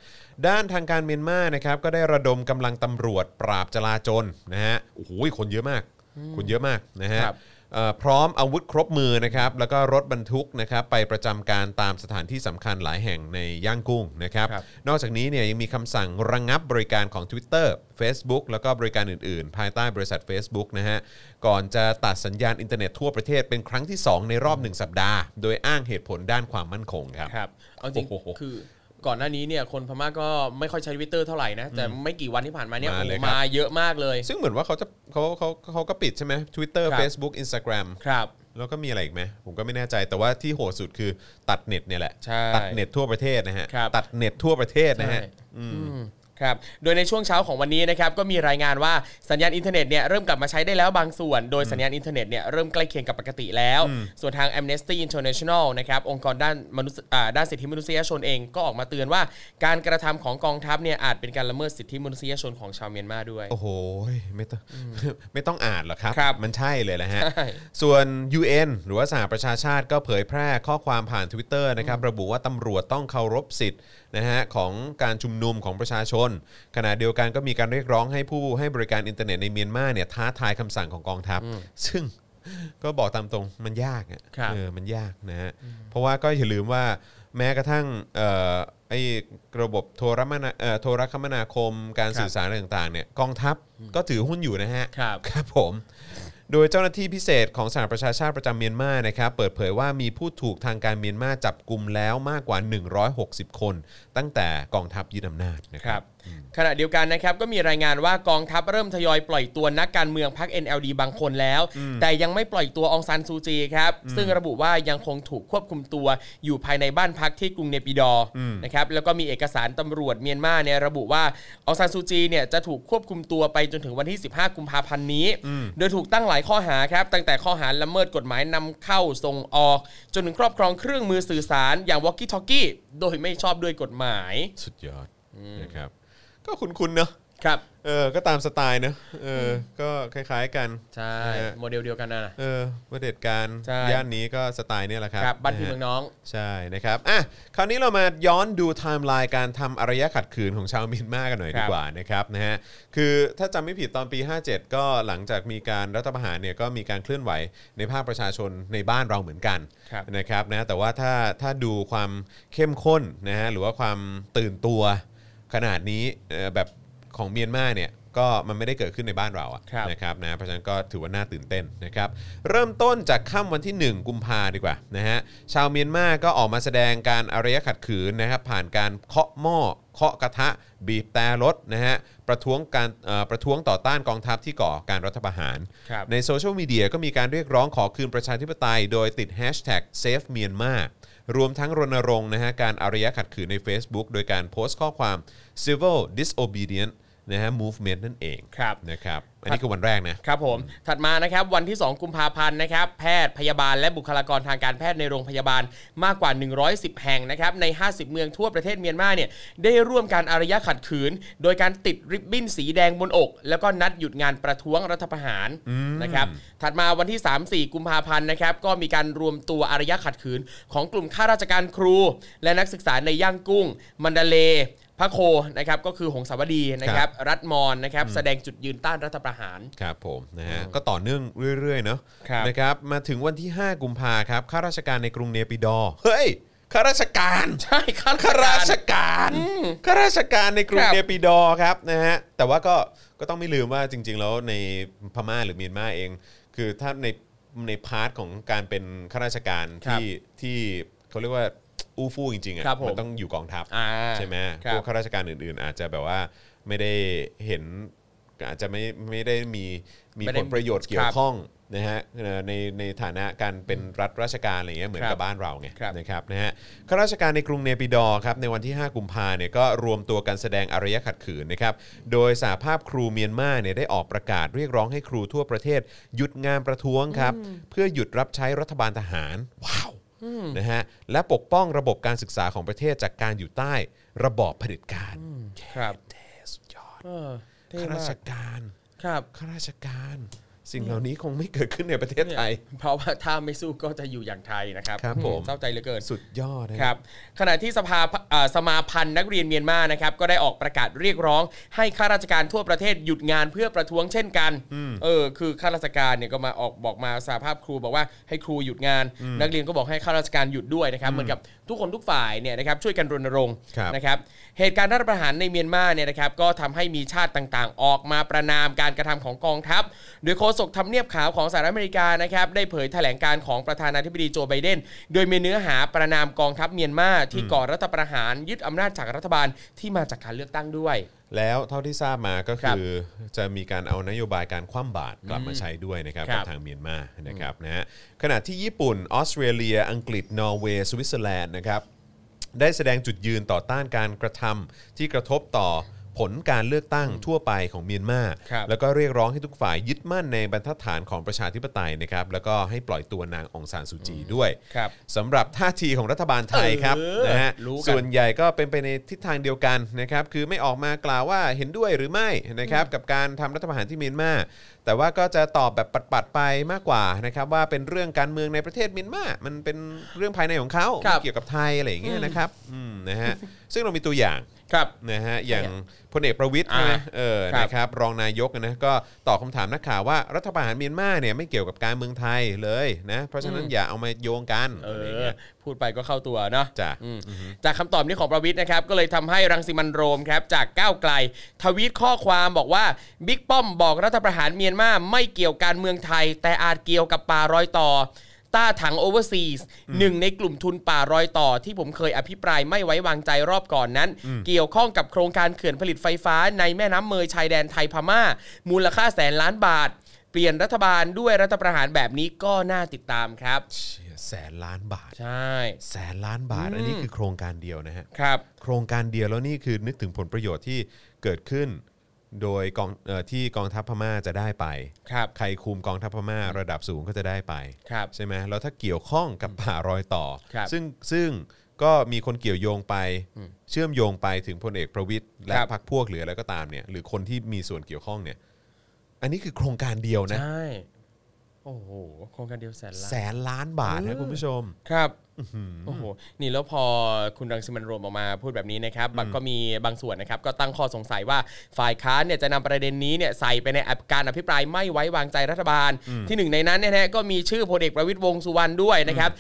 Speaker 2: ด้านทางการเมียนมานะครับก็ได้ระดมกำลังตำรวจปราบจลาจลนะฮะโอ้โหคนเยอะมาก คนเยอะมากนะฮะ
Speaker 3: ครับ
Speaker 2: เอ่อพร้อมอาวุธครบมือนะครับแล้วก็รถบรรทุกนะครับไปประจำการตามสถานที่สำคัญหลายแห่งในย่างกุ้งนะครับ
Speaker 3: ครับ
Speaker 2: นอกจากนี้เนี่ยยังมีคำสั่งระงงับบริการของ Twitter Facebook แล้วก็บริการอื่นๆ ภายใต้บริษัท Facebook นะฮะ ก่อนจะตัดสัญญาณอินเทอร์เน็ตทั่วประเทศเป็นครั้งที่ 2 ในรอบ 1 สัปดาห์ โดยอ้างเหตุผลด้านความมั่นคงครับ
Speaker 3: ครับเอาจริง
Speaker 2: โอ้โห
Speaker 3: คือก่อนหน้านี้เนี่ยคนพม่าก็ไม่ค่อยใช้วิตเตอร์เท่าไหร่นะ แต่ไม่กี่วันที่ผ่านมาเนี่ย
Speaker 2: มา
Speaker 3: โอ้
Speaker 2: เลย
Speaker 3: โห
Speaker 2: ครับ
Speaker 3: มาเยอะมากเลย
Speaker 2: ซึ่งเหมือนว่าเขาจะเขาเขาเขาก็ปิดใช่ไหม Twitter
Speaker 3: ครับ
Speaker 2: Facebook Instagram
Speaker 3: ครับ
Speaker 2: แล้วก็มีอะไรอีกไหมผมก็ไม่แน่ใจแต่ว่าที่โหดสุดคือตัดเน็ตเนี่ยแหละ
Speaker 3: ใช่
Speaker 2: ตัดเน็ตทั่วประเทศนะฮะ
Speaker 3: ครับ
Speaker 2: ตัดเน็ตทั่วประเทศนะฮะ
Speaker 3: ใช่อืมครับ โดยในช่วงเช้าของวันนี้นะครับก็มีรายงานว่าสัญญาณอินเทอร์เน็ตเนี่ยเริ่มกลับมาใช้ได้แล้วบางส่วน โดยสัญญาณอินเทอร์เน็ตเนี่ยเริ่มใกล้เคียงกับปกติแล้ว ส่วนทาง Amnesty International นะครับองค์กรด้านมนุษย์อ่าด้านสิทธิมนุษยชนเองก็ออกมาเตือนว่าการกระทำของกองทัพเนี่ยอาจเป็นการละเมิดสิทธิมนุษยชนของชาวเมียนมาด้วย
Speaker 2: โอ้โหไม่ต้องไม่ต้องอ่านหรอกครับ
Speaker 3: ครับ
Speaker 2: มันใช่เลยแหละฮะ
Speaker 3: ใช่
Speaker 2: ส่วน UN หรือว่าสหประชาชาติก็เผยแพร่ข้อความผ่าน Twitter นะครับ ระบุว่าตำรวจต้องเคารพสิทธิ์นะฮะของการชุมนุมของประชาชน ขณะเดียวกันก็มีการเรียกร้องให้ผู้ให้บริการอินเทอร์เน็ตในเมียนมาเนี่ยท้าทายคำสั่งของกองทัพ ซึ่ง ก็บอกตามตรงมันยากอะ
Speaker 3: ครับ
Speaker 2: เออมันยากนะฮะเพราะว่าก็อย่าลืมว่าแม้กระทั่งเอ่อไอ้ระบบโทรมนาเอ่อโทรคมนาคมการ
Speaker 3: ครับ
Speaker 2: สื่อสารอะไรต่างๆเนี่ยกองทัพก็ถือหุ้นอยู่นะฮะ
Speaker 3: ครับ
Speaker 2: ครับ ผม โดยเจ้าหน้าที่พิเศษของสหประชาชาติประจำเมียนมานะครับเปิดเผยว่ามีผู้ถูกทางการเมียนมาจับกลุ่มแล้วมากกว่า 160 คน ตั้งแต่กองทัพยึดอำนาจนะค
Speaker 3: ค
Speaker 2: รั
Speaker 3: รับ บขณะเดียวกันนะครับก็มีรายงานว่ากองทัพเริ่มทยอยปล่อยตัวนักการเมืองพรรค NLD บางคนแล้ว แต่ยังไม่ปล่อยตัวองซันซูจีครับซึ่งระบุว่ายังคงถูกควบคุมตัวอยู่ภายในบ้านพักที่กรุงเนปิดอร์นะครับแล้วก็มีเอกสารตำรวจเมียนมาเนี่ยระบุว่าองซันซูจีเนี่ยจะถูกควบคุมตัวไปจนถึงวันที่ 15 กุมภาพันธ์นี้ โดยถูกตั้งหลายข้อหาครับตั้งแต่ข้อหาละเมิดกฎหมายนำเข้าส่งออก จนถึงครอบครองเครื่องมือสื่อสารอย่างวอกกี้ทอกกี้โดยไม่ชอบด้วยกฎหมาย
Speaker 2: สุดยอดนะครับก็คุ้นๆเนอะ
Speaker 3: ครับ
Speaker 2: เออก็ตามสไตล์เนอะเอออก็คล้าย ๆกัน
Speaker 3: ใช่
Speaker 2: นะฮะ
Speaker 3: โมเดลเดียวกันนะ
Speaker 2: เออประเผด็จการ
Speaker 3: ใช่
Speaker 2: ย่านนี้ก็สไตล์เนี่ยแหละครับ
Speaker 3: ครับบ้าน
Speaker 2: ะ
Speaker 3: พี่
Speaker 2: ฮะ
Speaker 3: เมืองน้อง
Speaker 2: ใช่นะครับอ่ะคราวนี้เรามาย้อนดูไทม์ไลน์การทำอารยะขัดขืนของชาวเมียนมากันหน่อย
Speaker 3: ค
Speaker 2: ดี
Speaker 3: รับ
Speaker 2: กว่านะครับนะฮะคือถ้าจำไม่ผิดตอนปี 57 ก็หลังจากมีการรัฐประหารเนี่ยก็มีการเคลื่อนไหวในภาคประชาชนในบ้านเราเหมือนกัน
Speaker 3: ครับ
Speaker 2: นะครับนะแต่ว่าถ้าถ้าดูความเข้มข้นนะฮะหรือว่าความตื่นตัวขนาดนี้เอ่อแบบของเมียนมาเนี่ยก็มันไม่ได้เกิดขึ้นในบ้านเราอะ
Speaker 3: ครับ
Speaker 2: นะ นะครับนะเพราะฉะนั้นก็ถือว่าน่าตื่นเต้นนะครับเริ่มต้นจากค่ำวันที่ 1 กุมภาดีกว่านะฮะชาวเมียนมาก็ออกมาแสดงการอารยะขัดขืนนะครับผ่านการเคาะหม้อเคาะกระทะ บีบแต่รถนะฮะประท้วงการเอ่อประท้วงต่อต้านกองทัพที่ก่อการรัฐประหาร
Speaker 3: ครับ
Speaker 2: ในโซเชียลมีเดียก็มีการเรียกร้องขอคืนประชาธิปไตย โดยติดแฮชแท็กเซฟเมียนมารวมทั้งรณรงค์นะฮะการอารยะขัดขืนใน Facebook โดยการโพสต์ข้อความ civil disobedience นะฮะ movement นั่นเอง
Speaker 3: ครับ
Speaker 2: นะครับอันนี้คือวันแรกนะ
Speaker 3: ครับผม ถัดมานะครับวันที่ 2 กุมภาพันธ์นะครับ แพทย์พยาบาลและบุคลากรทางการแพทย์ในโรงพยาบาลมากกว่า 110 แห่งนะครับ ใน 50 เมืองทั่วประเทศเมียนมาเนี่ยได้ร่วมการอารยะขัดขืน โดยการติดริบบิ้นสีแดงบนอก แล้วก็นัดหยุดงานประท้วงรัฐประหารนะครับ ถัดมาวันที่ 3-4 กุมภาพันธ์นะครับ ก็มีการรวมตัวอารยะขัดขืน ของกลุ่มข้าราชการครู และนักศึกษาในย่างกุ้ง มันดาเล พระโคนะครับก็คือหงสาวดีนะครับ รัฐมอนนะครับแสดงจุดยืนต้านรัฐประหาร
Speaker 2: ครับผมนะฮะก็ต่อเนื่องเรื่อยๆเนาะ
Speaker 3: ครับ
Speaker 2: นะครับมาถึงวันที่ 5 กุมภาครับข้าราชการในกรุงเนปิดอร์เฮ้ยข้าราชการ
Speaker 3: ใช่ข้า
Speaker 2: ข้ารา
Speaker 3: ราช
Speaker 2: ช
Speaker 3: การ
Speaker 2: การข้าราชการในกรุง
Speaker 3: ครับ
Speaker 2: เนปิดอร์ครับนะฮะแต่ว่าก็ก็ต้องไม่ลืมว่าจริง ๆ แล้วในพม่าหรือเมียนมาเอง คือถ้าในในพาร์ทของการเป็นข้าราชการ
Speaker 3: ครับ
Speaker 2: ที่ที่เขาเรียกว่าอู้ฟู่จริงๆอ่ะ
Speaker 3: ครับผม
Speaker 2: มันต้องอยู่กองทัพ
Speaker 3: อ่า
Speaker 2: ใช่ไหม
Speaker 3: ค
Speaker 2: พ
Speaker 3: รั
Speaker 2: ว
Speaker 3: บ
Speaker 2: กข้าราชการอื่นๆ อาจจะแบบว่าไม่ได้เห็นอาจจะไม่ไม่ได้มีมี
Speaker 3: ไม่
Speaker 2: ผ
Speaker 3: ได้
Speaker 2: ลประโยชน์เกี่ย
Speaker 3: คว รับ
Speaker 2: ข้องนะฮะเอ่อในในฐานะการเป็นรัฐราชการอะไรเงี้ยเหมือน
Speaker 3: ครับ
Speaker 2: กับบ้านเราไง
Speaker 3: ครับ
Speaker 2: นะครับนะฮะข้าราชการในกรุงเนปิดอร์ครับในวันที่ 5 กุมภาเนี่ยก็รวมตัวกันแสดงอารยะขัดขืนนะครับโดยสหภาพครูเมียนมาเนี่ยได้ออกประกาศเรียกร้องให้ครูทั่วประเทศ หยุดงานประท้วงครับเพื่อหยุดรับใช้รัฐบาลทหารว้าว นะฮะและปกป้องระบบการศึกษาของประเทศจากการอยู่ใต้ระบอบเผด็จการ
Speaker 3: ครับ
Speaker 2: เท่สุดยอด
Speaker 3: เออเท่
Speaker 2: ข้าราช
Speaker 3: มาก
Speaker 2: การ
Speaker 3: ครับ
Speaker 2: ข้าราชการ สิ่งเหล่านี้คงไม่เกิดขึ้นในประเทศไทย
Speaker 3: เพราะว่าถ้าไม่สู้ก็จะอยู่อย่างไทยนะครับ
Speaker 2: ครับผม
Speaker 3: เศร้าใจเหลือเกิน
Speaker 2: สุดยอดนะครับ
Speaker 3: ขณะที่สภาเอ่อสมาพันธ์นักเรียนเมียนมานะครับก็ได้ออกประกาศเรียกร้อง ให้ข้าราชการทั่วประเทศหยุดงานเพื่อประท้วงเช่นกันเออคือข้าราชการเนี่ยก็มาออกบอกมาสาภาพครูบอกว่าให้ครูหยุดงาน นักเรียนก็บอกให้ข้าราชการหยุดด้วยนะครับเหมือนกับทุกคนทุกฝ่ายเนี่ยนะครับช่วยกันรณรงค์นะครับเหตุการณ์รัฐประหารในเมียนมาเนี่ยนะครับก็ทำให้มีชาติต่างๆ ออกมาประนามการกระทำของกองทัพ โดยโฆษกทำเนียบขาวของสหรัฐอเมริกานะครับได้เผยแถลงการณ์ของประธานาธิบดีโจไบเดน โดยมีเนื้อหาประนามกองทัพเมียนมาที่ก่อรัฐประหารยึดอำนาจจากรัฐบาลที่มาจากการเลือกตั้งด้วย
Speaker 2: แล้วเท่าที่ทราบมาก็คือจะมีการเอานโยบายการคว่ำบาตรกลับมาใช้ด้วยนะครับ
Speaker 3: ครั
Speaker 2: กับบ ทางเมียนมานะครับนะฮะขณะที่ญี่ปุ่นออสเตรเลีย อังกฤษนอร์เวย์สวิตเซอร์แลนด์นะครับ ได้แสดงจุดยืนต่อต้านการกระทำที่กระทบต่อผลการเลือกตั้งทั่วไปของเมียนมา
Speaker 3: ครับ
Speaker 2: แล้วก็เรียกร้องให้ทุกฝ่ายยึดมั่นในบรรทัดฐานของประชาธิปไตยนะครับ แล้วก็ให้ปล่อยตัวนางองซานสุจีด้วย
Speaker 3: ครับ
Speaker 2: สำหรับท่าทีของรัฐบาลไทยครับ
Speaker 3: เออ
Speaker 2: นะฮะ
Speaker 3: รู้กัน
Speaker 2: ส่วนใหญ่ก็เป็นไปในทิศทางเดียวกันนะครับ คือไม่ออกมากล่าวว่าเห็นด้วยหรือไม่นะครับกับการทำรัฐประหารที่เมียนมา แต่ว่าก็จะตอบแบบปัดๆไปมากกว่านะครับว่าเป็นเรื่องการเมืองในประเทศเมียนมา มันเป็นเรื่องภายในของเขา
Speaker 3: ครับ
Speaker 2: ไม่เกี่ยวกับไทยอะไรอย่างเงี้ย อย่างเงี้ยนะครับอืมนะฮะ ซึ่งเรามีตัวอย่าง
Speaker 3: ครับ
Speaker 2: นะฮะ อย่างพลเอกประวิทย์ใช่ไหม
Speaker 3: อ่า
Speaker 2: เออ
Speaker 3: ครับ
Speaker 2: นะครับ รองนายกนะ ก็ตอบคำถามนักข่าวว่ารัฐประหารเมียนมาเนี่ยไม่เกี่ยวกับการเมืองไทยเลยนะ เพราะฉะนั้น
Speaker 3: อืม
Speaker 2: อย่าเอามาโยงกัน
Speaker 3: เอ
Speaker 2: อะไรอย่าง
Speaker 3: อ
Speaker 2: เงี้ย
Speaker 3: พูดไปก็เข้าตัวเนาะ
Speaker 2: จ้ะ
Speaker 3: อืมจากคำตอบนี้ของประวิทย์นะครับ ก็เลยทำให้รังสิมันโรมครับ จากก้าวไกล ทวีตข้อความบอกว่าบิ๊กป้อมบอกรัฐประหารเมียนมาไม่เกี่ยวการเมืองไทย แต่อาจเกี่ยวกับป่ารอยต่อ ต้าถังโอเวอร์ซีสหนึ่งในกลุ่มทุนป่ารอยต่อ ที่ผมเคยอภิปรายไม่ไว้วางใจรอบก่อนนั้น เกี่ยวข้องกับโครงการเขื่อนผลิตไฟฟ้าในแม่น้ำเมยชายแดนไทยพม่า มูลค่าแสนล้านบาท เปลี่ยนรัฐบาลด้วยรัฐประหารแบบนี้ก็น่าติดตามครับ
Speaker 2: เชี่ยแสนล้านบาท
Speaker 3: ใช่
Speaker 2: แสนล้านบาท อันนี้คือโครงการเดียวนะฮะ
Speaker 3: ครับ
Speaker 2: โครงการเดียวแล้วนี่คือนึกถึงผลประโยชน์ที่เกิดขึ้น โดยกองเออที่กองทัพพม่าจะได้ไป
Speaker 3: ครับ
Speaker 2: ใครคุมกองทัพพม่าระดับสูงก็จะได้ไป
Speaker 3: ครับ
Speaker 2: ใช่ไหมแล้วถ้าเกี่ยวข้องกับป่ารอยต่อ
Speaker 3: ครับ
Speaker 2: ซึ่งซึ่งก็มีคนเกี่ยวโยงไป เชื่อมโยงไปถึงพลเอกประวิทย์และ
Speaker 3: ครับ
Speaker 2: พรรคพวกหรืออะไรก็ตามเนี่ย หรือคนที่มีส่วนเกี่ยวข้องเนี่ย อันนี้คือโครงการเดียวนะ
Speaker 3: ใช่ โอ้โห โครงการเดียวแสนล้า
Speaker 2: แส
Speaker 3: น
Speaker 2: นล้านบาท
Speaker 3: เอ
Speaker 2: นะ
Speaker 3: อ
Speaker 2: คุณผู้ชม
Speaker 3: ครับ โอ้โห นี่แล้วพอคุณรังสิมันโรมออกมาพูดแบบนี้นะครับบางก็มีบางส่วนนะครับ ก็ตั้งข้อสงสัยว่าฝ่ายค้านเนี่ยจะนำประเด็นนี้เนี่ยใส่ไปในอภิการอภิปรายไม่ไว้วางใจรัฐบาล ที่หนึ่งในนั้นเนี่ยนะฮะก็มีชื่อพลเอกประวิตยวงษ์สุวรรณด้วยนะครับ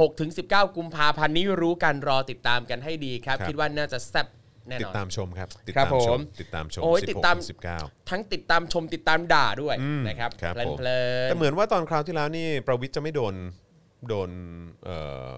Speaker 3: 16ถึง19 กุมภาพันธ์นี้รู้กันรอติดตามกันให้ดีครับ
Speaker 2: ครับ
Speaker 3: คิดว่าน่าจะแซ่บแน่
Speaker 2: ติ
Speaker 3: นอ
Speaker 2: ด
Speaker 3: น
Speaker 2: ตามชมครับ ติด
Speaker 3: ครับ
Speaker 2: ตามช
Speaker 3: ผม ม
Speaker 2: ติดตามชม
Speaker 3: โอ้ยติดตาม
Speaker 2: สิบเก้า
Speaker 3: ทั้งติดตามชมติดตามด่าด้วย
Speaker 2: อืม
Speaker 3: นะครับ
Speaker 2: ครับผม
Speaker 3: เพลินๆ
Speaker 2: แต่เหมือนว่าตอนคราวที่แล้วนี่ประวิทย์จะไม่โดนโดนเอ่อ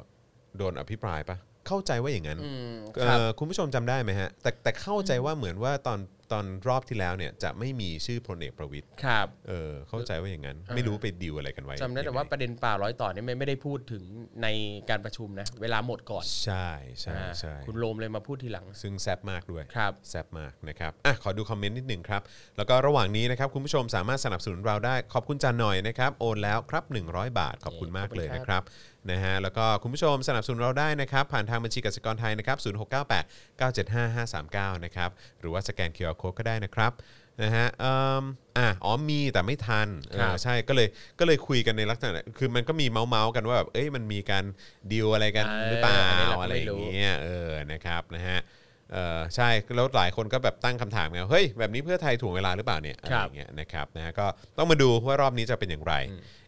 Speaker 2: โดนอภิปรายปะเข้าใจว่าอย่างนั้น
Speaker 3: อืม
Speaker 2: เอ่
Speaker 3: ครับ
Speaker 2: อคุณผู้ชมจำได้ไหมฮะแต่แต่เข้าใจว่าเหมือนว่าตอนตอนรอบที่แล้วเนี่ยจะไม่มีชื่อพลเอกประวิทย์
Speaker 3: ครับ
Speaker 2: เออเข้าใจว่าอย่างนั้น
Speaker 3: อ่า
Speaker 2: ไม่รู้ไปดีลอะไรกันไว้
Speaker 3: จำได้แต่ว่า
Speaker 2: ยังง
Speaker 3: ประเด็นป่าร้อยต่อเนี่ยไม่ไม่ได้พูดถึงในการประชุมนะ เวลาหมดก่อน
Speaker 2: ใช่ใช่
Speaker 3: อ่า
Speaker 2: ใช่
Speaker 3: คุณโรมเลยมาพูดทีหลัง
Speaker 2: ซึ่งแซบมากด้วย
Speaker 3: ครับ
Speaker 2: แซ่บมากนะครับ อ่ะ ขอดูคอมเมนต์นิดหนึ่งครับ แล้วก็ระหว่างนี้นะครับ คุณผู้ชมสามารถสนับสนุนเราได้ ขอบคุณจานหน่อยนะครับ โอนแล้วครับ 100 บาท ขอบคุณมากเลยนะครับ นะฮะ แล้วก็คุณผู้ชมสนับสนุนเราได้นะครับ ผ่านทางบัญชีกสิกรไทยนะครับ 0698 975 539 นะครับ หรือว่าสแกน QR Code ก็ได้นะครับ นะฮะเอิ่มอ่ะอ๋อมีแต่ไม่ทันเออ
Speaker 3: ครับ
Speaker 2: ใช่ ก็เลย ก็เลยคุยกันในลักษณะ คือมันก็มีเมาส์เมาส์ๆกันว่าแบบ เอ้ย มันมีการดีลอะไรกันหรือเปล่า
Speaker 3: เอออันนี้เรา
Speaker 2: อะไรอ
Speaker 3: ก็ไม่รู้
Speaker 2: ย่างงี้ เนี่ยเออนะครับนะฮะเออใช่แล้วหลายคนก็แบบตั้งคำถามไงเฮ้ยแบบนี้เพื่อไทยถ่วงเวลาหรือเปล่าเนี่ยอะไร
Speaker 3: ครับ
Speaker 2: อย่างเงี้ยนะครับนะฮะก็ต้องมาดูว่ารอบนี้จะเป็นอย่างไร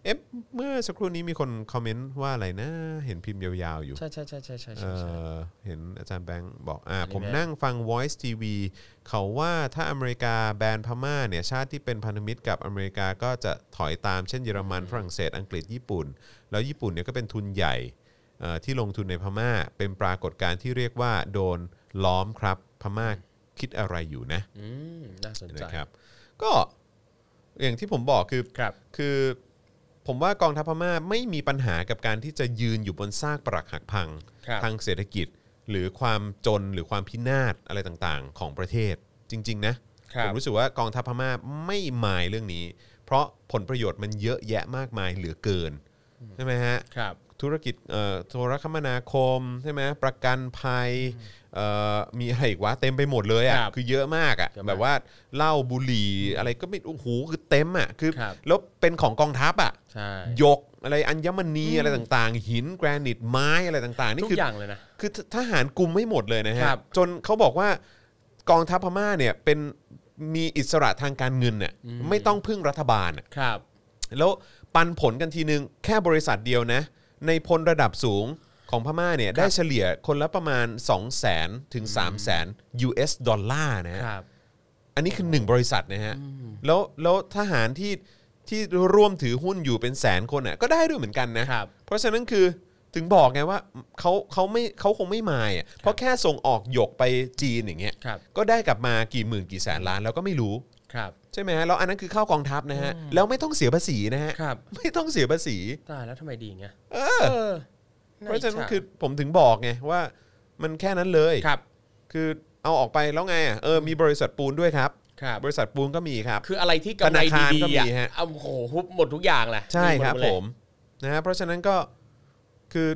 Speaker 2: เอ๊ะเมื่อสักครู่นี้มีคนคอมเมนต์ว่าอะไรนะ เห็นพิมพ์ยาวๆอยู่
Speaker 3: ใช่ใช่ใช่ใช่ใช่
Speaker 2: เอ
Speaker 3: ใช่ใช่
Speaker 2: อเห็นอาจารย์แบงค์บอกอ่า
Speaker 3: อันนี้
Speaker 2: ผม
Speaker 3: แบงค์
Speaker 2: นั่งฟัง Voice TV เขาว่าถ้าอเมริกาแบนพม่าเนี่ยชาติที่เป็นพันธมิตรกับอเมริกาก็จะถอยตามเช่นเยอรมันฝรั่งเศสอังกฤษญี่ปุ่น แล้วญี่ปุ่นเนี่ยก็เป็นทุนใหญ่เอ่อที่ลงทุนในพม่า เป็นปรากฏการณ์ที่เรียกว่าโดนล้อมครับพม่าคิดอะไรอยู่นะ
Speaker 3: ืมน่าสนใจ
Speaker 2: นะครับ ก็อย่างที่ผมบอกคือ
Speaker 3: ครับ
Speaker 2: คือผมว่ากองทัพพม่าไม่มีปัญหากับการที่จะยืนอยู่บนซากปรักหักพัง
Speaker 3: ครับ
Speaker 2: ทางเศรษฐกิจ หรือความจนหรือความพินาศอะไรต่างๆ ของประเทศจริง ๆ นะ
Speaker 3: ครั
Speaker 2: ผ
Speaker 3: บ
Speaker 2: มรู้สึกว่ากองทัพพม่าไม่หมายเรื่องนี้ เพราะผลประโยชน์มันเยอะแยะมากมายเหลือเกินใช่ไหมฮะ
Speaker 3: ครับ
Speaker 2: ธุรกิจเอ่อโทรคมนาคมใช่ไหมประกันภัยเอ่อมีอะไรอีกวะเต็มไปหมดเลย
Speaker 3: ครั
Speaker 2: อะ่ะ
Speaker 3: บ
Speaker 2: คือเยอะมาก
Speaker 3: เยอะ
Speaker 2: อะ่ะ
Speaker 3: มาก
Speaker 2: แบบว่าเหล้าบุหรี่อะไรก็ไม่โอ้โหคือเต็มอะ่ะคือ
Speaker 3: ครับ
Speaker 2: แล้วเป็นของกองทัพอ่ะ
Speaker 3: ใช่
Speaker 2: ยกอะไรอัญมณีอะไรต่างๆ หินแกรนิตไม้อะไรต่างๆ
Speaker 3: ทุ
Speaker 2: นี่
Speaker 3: ก
Speaker 2: คือ
Speaker 3: อย่างเลยนะ
Speaker 2: คือทหารกลุ่มไม่หมดเลยนะฮะ
Speaker 3: ครับ
Speaker 2: จนเขาบอกว่ากองทัพพม่าเนี่ยเป็นมีอิสระทางการเงินเนี่ยไม่ต้องพึ่งรัฐบาลน่ะ
Speaker 3: ครับ
Speaker 2: แล้วปันผลกันทีนึง แค่บริษัทเดียวนะ ในพลระดับสูงของพม่าเนี่ยได้เฉลี่ยคนละประมาณ 2 0 0 0 0 0 ถึง 3 0 0 0 0 0 US ดอลลาร์นะฮะ
Speaker 3: ครับ
Speaker 2: อันนี้คือหนึ่งบริษัทนะฮะแล้วแล้วทหารที่ที่ร่วมถือหุ้นอยู่เป็นแสนคนอ่ะก็ได้ด้วยเหมือนกันนะครับเพราะฉะนั้นคือถึงบอกไงว่าเขาเขาไม่เขาคงไม่มายอ่ะเพราะแค่ส่งออกหยกไปจีนอย่างเงี้ย
Speaker 3: ครับ
Speaker 2: ก็ได้กลับมากี่หมื่นกี่แสนล้านแล้วก็ไม่รู้
Speaker 3: ครับ
Speaker 2: ใช่ไหมฮะแล้วอันนั้นคือเข้ากองทัพนะฮะแล้วไม่ต้องเสียภาษีนะฮะ
Speaker 3: ครับ
Speaker 2: ไม่ต้องเสียภาษี
Speaker 3: ตายแล้วทำไมดีอย่างเงี้ย
Speaker 2: เออ
Speaker 3: เออ
Speaker 2: เพราะฉะนั้นคือผมถึงบอกไงว่ามันแค่นั้นเลย
Speaker 3: ครับ
Speaker 2: คือเอาออกไปแล้วไงอ่ะเออมีบริษัทปูนด้วยครับ
Speaker 3: ครับ
Speaker 2: บริษัทปูนก็มีครับ
Speaker 3: คืออะไรที่กำ
Speaker 2: ธ
Speaker 3: ไร
Speaker 2: นาคาร
Speaker 3: ดี
Speaker 2: ก็
Speaker 3: ๆ
Speaker 2: มี
Speaker 3: อ่ะ
Speaker 2: ฮะ
Speaker 3: เอาโหฮุบหมดทุกอย่างแหละ
Speaker 2: ใช่ครับ
Speaker 3: หดเลย
Speaker 2: ผมนะฮะเพราะฉะนั้นก็คือ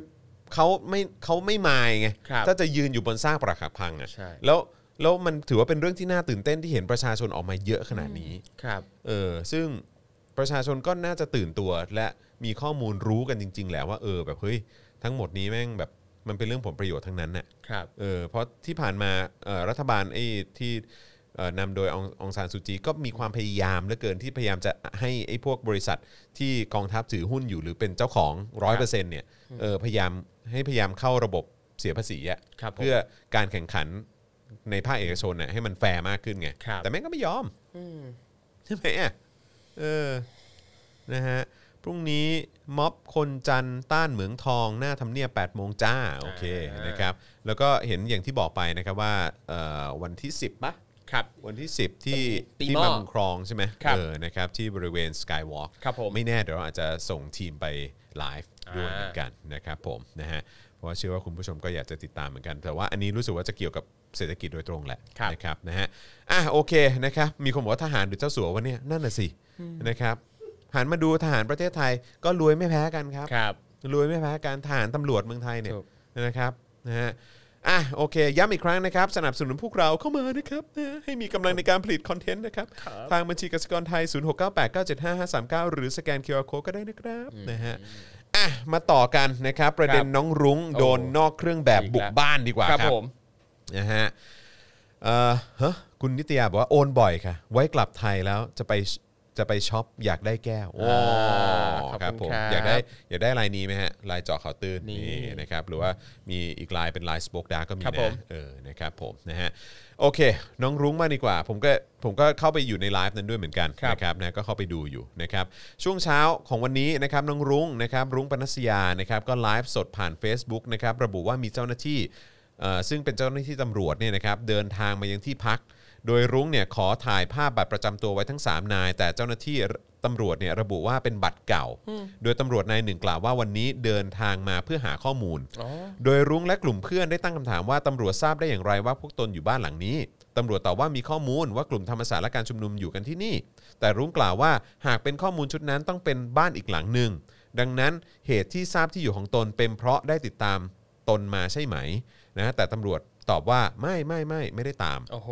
Speaker 2: เขาไม่เขาไม่มายไง
Speaker 3: ครับ
Speaker 2: ถ้าจะยืนอยู่บนซากปรักหักพังอ่ะ
Speaker 3: ใช่
Speaker 2: แล้วแล้วมันถือว่าเป็นเรื่องที่น่าตื่นเต้นที่เห็นประชาชนออกมาเยอะขนาดนี้
Speaker 3: ครับ
Speaker 2: เออซึ่งประชาชนก็น่าจะตื่นตัว และมีข้อมูลรู้กันจริง ๆ แหละว่าเออแบบเฮ้ยทั้งหมดนี้แม่งแบบมันเป็นเรื่องผลประโยชน์ทั้งนั้นน่ะ
Speaker 3: ครับ
Speaker 2: เออเพราะที่ผ่านมาเอ่อรัฐบาลไอ้ที่เอ่อนำโดยอององซานสุจีก็มีความพยายามเหลือเกินที่พยายามจะให้ไอ้พวกบริษัทที่กองทัพถือหุ้นอยู่หรือเป็นเจ้าของร้อยเปอร์เซ็นต์เนี่ยเออพยายามให้พยายามเข้าระบบเสียภาษีอะ
Speaker 3: ครับผม
Speaker 2: เพื่อการแข่งขันในภาคเอกชนน่ะให้มันแฟร์มากขึ้นไง
Speaker 3: ครับ
Speaker 2: แต่แม่งก็ไม่ยอมใช่ไหมอะเออนะฮะพรุ่งนี้ม็อบคนจันทร์ต้านเหมืองทองหน้าทำเนียบ8โมงจ้าโอเค
Speaker 3: อ่าน
Speaker 2: นะครับ ครับแล้วก็เห็นอย่างที่บอกไปนะครับว่าเอ่อวันที่ 10ปะ
Speaker 3: ครับ
Speaker 2: วันที่ 10 ที่
Speaker 3: ตี
Speaker 2: ที่
Speaker 3: หม้อ
Speaker 2: มาบุญครองใช่ไหม
Speaker 3: ครับ
Speaker 2: เออนะครับที่บริเวณ Skywalk
Speaker 3: ครับผม
Speaker 2: ไม่แน่เดี๋ยวเราอาจจะส่งทีมไปไลฟ์ด้วย
Speaker 3: อ่า
Speaker 2: เหมือนกันนะครับผมนะฮะเพราะว่าเชื่อว่าคุณผู้ชมก็อยากจะติดตามเหมือนกัน แต่ว่าอันนี้รู้สึกว่าจะเกี่ยวกับเศรษฐกิจโดยตรงแหละนะครับนะฮะอ่ะโอเคนะครับมีคนบอกว่าทหารหรือเจ้าสัววะเนี่ยนั่นน่ะสินะครับหันมาดูทหารประเทศไทยก็รวยไม่แพ้กันครับ
Speaker 3: ครับ
Speaker 2: รวยไม่แพ้การทหารตำรวจเมืองไทยเนี่ย
Speaker 3: ถูก
Speaker 2: นะครับนะฮะอ่ะโอเค ย้ำอีกครั้งนะครับ สนับสนุนพวกเราเข้ามานะครับนะให้มีกำลังในการผลิตคอนเทนต์นะครับ ทางบัญชีกสิกรไทย 0698975539 หรือสแกน QR Code ก็ได้นะครับนะฮะอ่ะมาต่อกันนะครับ ประเด็นน้องรุ้งโดนนอกเครื่องแบบบุกบ้านดีกว่า
Speaker 3: ค
Speaker 2: ค
Speaker 3: รั
Speaker 2: รั
Speaker 3: บบ ผม
Speaker 2: นะฮะเอ่อฮะคุณนิตยาบอกว่าโอนบ่อยค่ะ ไว้กลับไทยแล้วจะไปจะไปช็อปอยากได้แก้วโอ้
Speaker 3: อ่าขอบคุณ
Speaker 2: ครับผม
Speaker 3: ครับ
Speaker 2: อยากได้อยากได้ลายนี้ไหมฮะลายเจาะข่าวตื้น
Speaker 3: นี่
Speaker 2: นี่นะครับหรือว่ามีอีกลายเป็นลายสป o อ e ดาร์ก็มี
Speaker 3: ครับผม
Speaker 2: นะเออนะครับผมนะฮะโอเค น้องรุ้งมากดีกว่า ผมก็ผมก็เข้าไปอยู่ในไลฟ์นั้นด้วยเหมือนกัน
Speaker 3: ครับ
Speaker 2: นะครับนะก็เข้าไปดูอยู่นะครับช่วงเช้าของวันนี้นะครับน้องรุ้งนะครับรุ้งปนัสยานะครับก็ไลฟ์สดผ่าน Facebook นะครับระบุว่ามีเจ้าหน้าที่เอ่อซึ่งเป็นเจ้าหน้าที่ตำรวจเนี่ยนะครับเดินทางมายังที่พัก โดยรุ้งเนี่ยขอถ่ายภาพบัตรประจำตัวไว้ทั้ง 3 นาย แต่เจ้าหน้าที่ตำรวจเนี่ยระบุว่าเป็นบัตรเก่า โดยตำรวจนายหนึ่งกล่าวว่าวันนี้เดินทางมาเพื่อหาข้อมูล
Speaker 3: อ๋อ
Speaker 2: โดยรุ้งและกลุ่มเพื่อนได้ตั้งคำถามว่าตำรวจทราบได้อย่างไรว่าพวกตนอยู่บ้านหลังนี้ตำรวจตอบว่ามีข้อมูลว่ากลุ่มธรรมศาสตร์และการชุมนุมอยู่กันที่นี่ แต่รุ้งกล่าวว่าหากเป็นข้อมูลชุดนั้นต้องเป็นบ้านอีกหลังหนึ่งดังนั้นเหตุที่ทราบที่อยู่ของตนเป็นเพราะได้ติดตามตนมาใช่ไหมนะแต่ตำรวจตอบว่าไม่ไม่ไม่ไม่ได้ตาม
Speaker 3: โอ้โห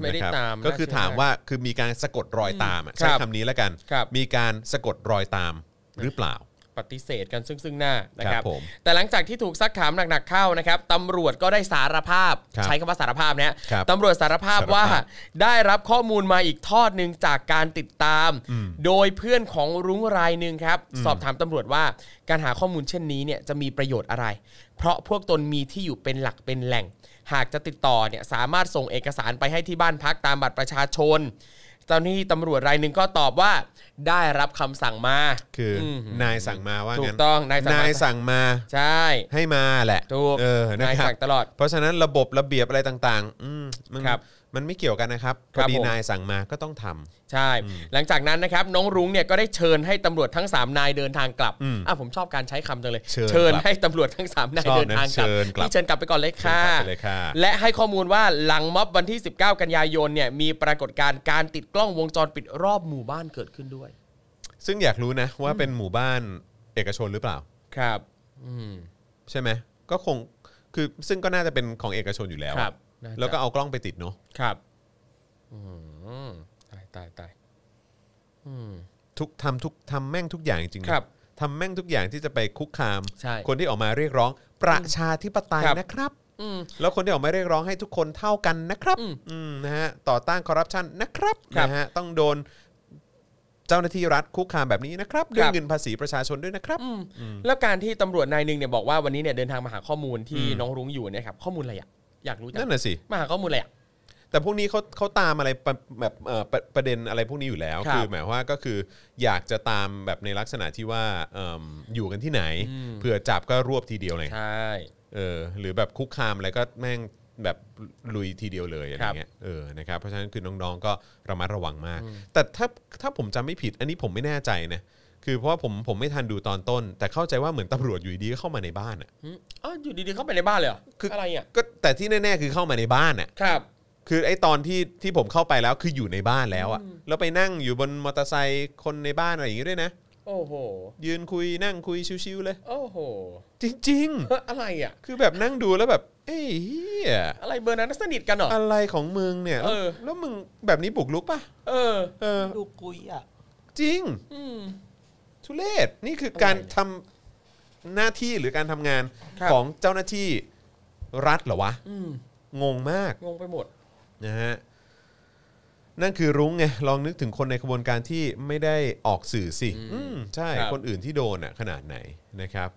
Speaker 3: ไม่ได้
Speaker 2: นะครับ
Speaker 3: ตาม
Speaker 2: ก็คือ
Speaker 3: น่เชื่
Speaker 2: ถามว่าคือมีการสะกดรอยตามอะ
Speaker 3: ค
Speaker 2: ใช้
Speaker 3: รับ
Speaker 2: คำนี้แล้วกัน
Speaker 3: ครับ
Speaker 2: มีการสะกดรอยตามหรือเปล่า
Speaker 3: ปฏิเสธกันซึ่งซึ่งหน้านะ
Speaker 2: ค
Speaker 3: ค
Speaker 2: รั
Speaker 3: รับบ
Speaker 2: ผม
Speaker 3: แต่หลังจากที่ถูกซักถามหนักๆเข้านะครับตำรวจก็ได้สารภาพ
Speaker 2: ครับ
Speaker 3: ใช้คำว่าสารภาพนะฮะ
Speaker 2: ครับ
Speaker 3: ตำรวจสารภาพ
Speaker 2: สารภาพ
Speaker 3: ว่าได้รับข้อมูลมาอีกทอดหนึ่งจากการติดตาม โดยเพื่อนของรุ้งรายหนึ่งครับ สอบถามตำรวจว่าการหาข้อมูลเช่นนี้เนี่ยจะมีประโยชน์อะไร เพราะพวกตนมีที่อยู่เป็นหลักเป็นแหล่ง หากจะติดต่อเนี่ยสามารถส่งเอกสารไปให้ที่บ้านพักตามบัตรประชาชน เจ้าหน้าที่ตำรวจรายหนึ่งก็ตอบว่าได้รับคำสั่งมา
Speaker 2: คืออนายสั่งมาว่า
Speaker 3: ถูก
Speaker 2: งั้น
Speaker 3: ต้องนายสั่งมาน
Speaker 2: นายสั่งมา
Speaker 3: ใช่
Speaker 2: ให้มาแหละ
Speaker 3: ถูก
Speaker 2: เออนะ
Speaker 3: นาย
Speaker 2: ครับ
Speaker 3: สั่งตลอด
Speaker 2: เพราะฉะนั้นระบบระเบียบอะไรต่างๆ อืมมัน
Speaker 3: ครับ
Speaker 2: มันไม่เกี่ยวกันนะครับ
Speaker 3: ค
Speaker 2: พ
Speaker 3: รั
Speaker 2: อบ ดี
Speaker 3: ผม
Speaker 2: นายสั่งมาก็ต้องทำ
Speaker 3: ใช่ หลังจากนั้นนะครับน้องรุ้งเนี่ยก็ได้เชิญให้ตำรวจทั้ง 3 นายเดินทางกลับ
Speaker 2: อืม
Speaker 3: อ่ะผมชอบการใช้คำจังเลย
Speaker 2: เชิญกลับ
Speaker 3: ให้ตำรวจทั้ง 3 นาย
Speaker 2: ชอบนะ
Speaker 3: เดินทางกลับ
Speaker 2: เชิญกลับ
Speaker 3: นี่เชิญกลับไปก่อนเลยค่ะ
Speaker 2: เชิญกลับไปเลยค่ะ
Speaker 3: และให้ข้อมูลว่าหลังม็อบวันที่ 19 กันยายนเนี่ยมีปรากฏการณ์การติดกล้องวงจรปิดรอบหมู่บ้านเกิดขึ้นด้วย
Speaker 2: ซึ่งอยากรู้นะว่าเป็นหมู่บ้านเอกชนหรือเปล่า
Speaker 3: ครับ อืม
Speaker 2: ใช่ไหมก็คงคือซึ่งก็น่าจะเป็นของเอกชนอยู่แล้ว
Speaker 3: ครับ
Speaker 2: แล้วก็เอากล้องไปติดเนาะ
Speaker 3: ครับอืมตายตายตายอืม
Speaker 2: ทุกทำทุกทำแม่งทุกอย่างจริงๆนะครับ ทำแม่งทุกอย่างที่จะไปคุกคาม
Speaker 3: ใช่
Speaker 2: คนที่ออกมาเรียกร้องประชาธิปไตย
Speaker 3: ครับ
Speaker 2: นะครับ
Speaker 3: อืม
Speaker 2: แล้วคนที่ออกมาเรียกร้องให้ทุกคนเท่ากันนะครับ
Speaker 3: อืม
Speaker 2: อืมนะฮะต่อต้านคอร์รัปชันนะครับ
Speaker 3: ครับ
Speaker 2: นะฮะต้องโดนเจ้าหน้าที่รัฐคุกคามแบบนี้นะครับ
Speaker 3: ค
Speaker 2: เรื่อ
Speaker 3: รั
Speaker 2: ง
Speaker 3: บ
Speaker 2: เงินภาษีประชาชนด้วยนะครับ
Speaker 3: อืมแล้วการที่ตำรวจนายหนึ่งเนี่ยบอกว่าวันนี้เนี่ยเดินทางมาหาข้อมูลที่น้องรุ้งอยู่เนี่ยครับข้อมูลอะไรอ่ะอยากรู้จัง
Speaker 2: นั่นน่ะสิ
Speaker 3: มาหาข้อมูลอะไรอ่ะ
Speaker 2: แต่พวกนี้เขาเขาตามอะไรปะแบบเอ่อประประเด็นอะไรพวกนี้อยู่แล้ว
Speaker 3: ครับ
Speaker 2: อหมายว่าก็คืออยากจะตามแบบในลักษณะที่ว่าเอิ่มอยู่กันที่ไหน
Speaker 3: อืม
Speaker 2: เผื่อจับก็รวบทีเดียวเลย
Speaker 3: ใช่
Speaker 2: เออหรือแบบคุกคามอะไรก็แม่งแบบลุยทีเดียวเลยอะไรเงี้ยเออนะครับเพราะฉะนั้นคือน้องๆก็ระมัดระวังมาก แต่ถ้าถ้าผมจำไม่ผิดอันนี้ผมไม่แน่ใจนะคือเพราะว่าผมผมไม่ทันดูตอนต้น แต่เข้าใจว่าเหมือนตำรวจอยู่ดีก็เข้ามาในบ้านอ่ะ
Speaker 3: อืมอ๋ออยู่ดีๆเข้าไปในบ้านเลยเหรอ
Speaker 2: คือ
Speaker 3: อะไรอ่ะ
Speaker 2: ก็แต่ที่แน่ๆคือเข้ามาในบ้านอ่ะ
Speaker 3: ครับ
Speaker 2: คือไอ้ตอนที่ที่ผมเข้าไปแล้วคืออยู่ในบ้านแล้วอะแล้วไปนั่งอยู่บนมอเตอร์ไซค์คนในบ้านอะไรอย่างงี้ด้วยนะ
Speaker 3: โอ้โห
Speaker 2: ยืนคุยนั่งคุยชิวๆเลย
Speaker 3: โอ้โห
Speaker 2: จริง
Speaker 3: เฮ้ยอะไรอ่ะ
Speaker 2: ๆ คือแบบนั่งดูแล้วแบบเอ้ยเฮีย
Speaker 3: อะไรเบอร์นั้นสนิทกันเหรอ
Speaker 2: อะไรของมึงเนี่ย
Speaker 3: เออ
Speaker 2: แล้วมึงแบบนี้บุกลุกปะ
Speaker 3: เออ
Speaker 2: เออ
Speaker 4: ดูกุยอ่ะ
Speaker 2: จริง
Speaker 3: อืม
Speaker 2: ทุเลศนี่คือการ
Speaker 3: อะไรเนี่ย
Speaker 2: ทำหน้าที่หรือการทำงาน
Speaker 3: ครับ
Speaker 2: ของเจ้าหน้าที่รัฐเหรอวะ
Speaker 3: อืม
Speaker 2: งงมาก
Speaker 3: งงไปหมด
Speaker 2: นะฮะนั่นคือรุ้งไงลองนึกถึงคนในขบวนการที่ไม่ได้ออกสื่อสิอืมใช่
Speaker 3: ครับ
Speaker 2: คนอื่นที่โดนอ่ะขนาดไหนนะครับ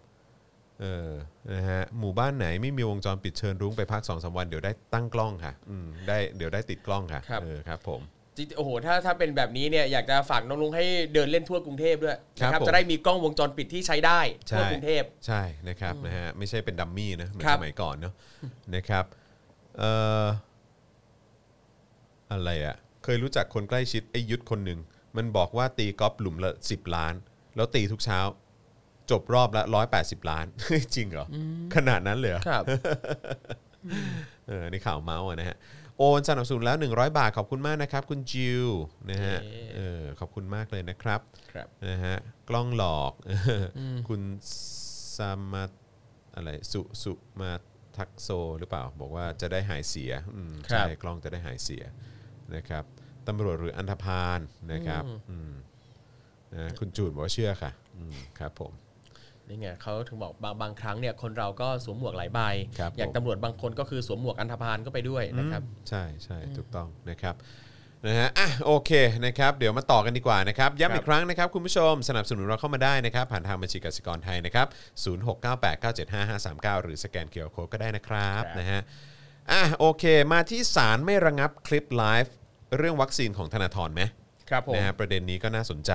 Speaker 2: เออนะฮะหมู่บ้านไหนไม่มีวงจรปิดเชิญรุ้งไปพักสองสามวันเดี๋ยวได้ตั้งกล้องค่ะอืมได้เดี๋ยวได้ติดกล้องค่ะเออครับผม
Speaker 3: จริงๆโอ้โห ถ้าถ้าเป็นแบบนี้เนี่ยอยากจะฝากน้องลุงให้เดินเล่นทั่วกรุงเทพด้วยนะครับ
Speaker 2: ผม
Speaker 3: จะได้มีกล้องวงจรปิดที่ใช้ได้
Speaker 2: ใช่
Speaker 3: ทั่วกรุงเทพ
Speaker 2: ใช่นะครับนะฮะไม่ใช่เป็นดัมมี่นะเหมือน
Speaker 3: ครั
Speaker 2: ส
Speaker 3: บ
Speaker 2: มัยก่อนเนาะนะครับเอ่ออะไรอะ่ะเคยรู้จักคนใกล้ชิดไอ้ยุทธคนหนึ่งมันบอกว่าตีกอล์ฟหลุมละ10 ล้าน แล้วตีทุกเช้า จบรอบละ 180 ล้าน จริงเหรอ ขนาดนั้นเลยเหรอ
Speaker 3: ครับ
Speaker 2: เออในข่าวเมาส์อะนะฮะโอนสนับสนุนแล้ว 100 บาท ขอบคุณมากนะครับ คุณจิวนะฮะ
Speaker 3: เย้
Speaker 2: เออขอบคุณมากเลยนะครับ
Speaker 3: ครับ
Speaker 2: นะฮะกล้องหลอก คุณสามาอะไรสุสุมาทักโซหรือเปล่า บอกว่าจะได้หายเสียอืม
Speaker 3: ครับ
Speaker 2: ใช่กล้องจะได้หายเสียนะครับตำรวจหรืออันธพาลนะครับอืมนะคุณจูนบอกว่าเชื่อค่ะอืมครับผม
Speaker 3: นี่ไงเขาถึงบอกบางบางครั้งเนี่ยคนเราก็สวมหมวกหลายใบ
Speaker 2: ครับ
Speaker 3: อย่าง
Speaker 2: ผม
Speaker 3: ตำรวจบางคนก็คือสวมหมวกอันธพาลก็ไปด้วยนะครับ
Speaker 2: ใช่ใช่ถูกต้องนะครับนะฮะอ่ะโอเคนะครับเดี๋ยวมาต่อกันดีกว่านะครับย้ำอีกครั้งนะครับคุณผู้ชมสนับสนุนเราเข้ามาได้นะครับ ผ่านทางบัญชีกสิกรไทยนะครับ 0698975539 หรือสแกนเคอร์โคก็ได้นะครับ
Speaker 3: ครับ
Speaker 2: นะฮะอ่ะโอเคมาที่ศาลไม่ระงับคลิปไลฟ์เรื่องวัคซีนของธนาธรไหม
Speaker 3: ครับผม
Speaker 2: นะฮะประเด็นนี้ก็น่าสนใจ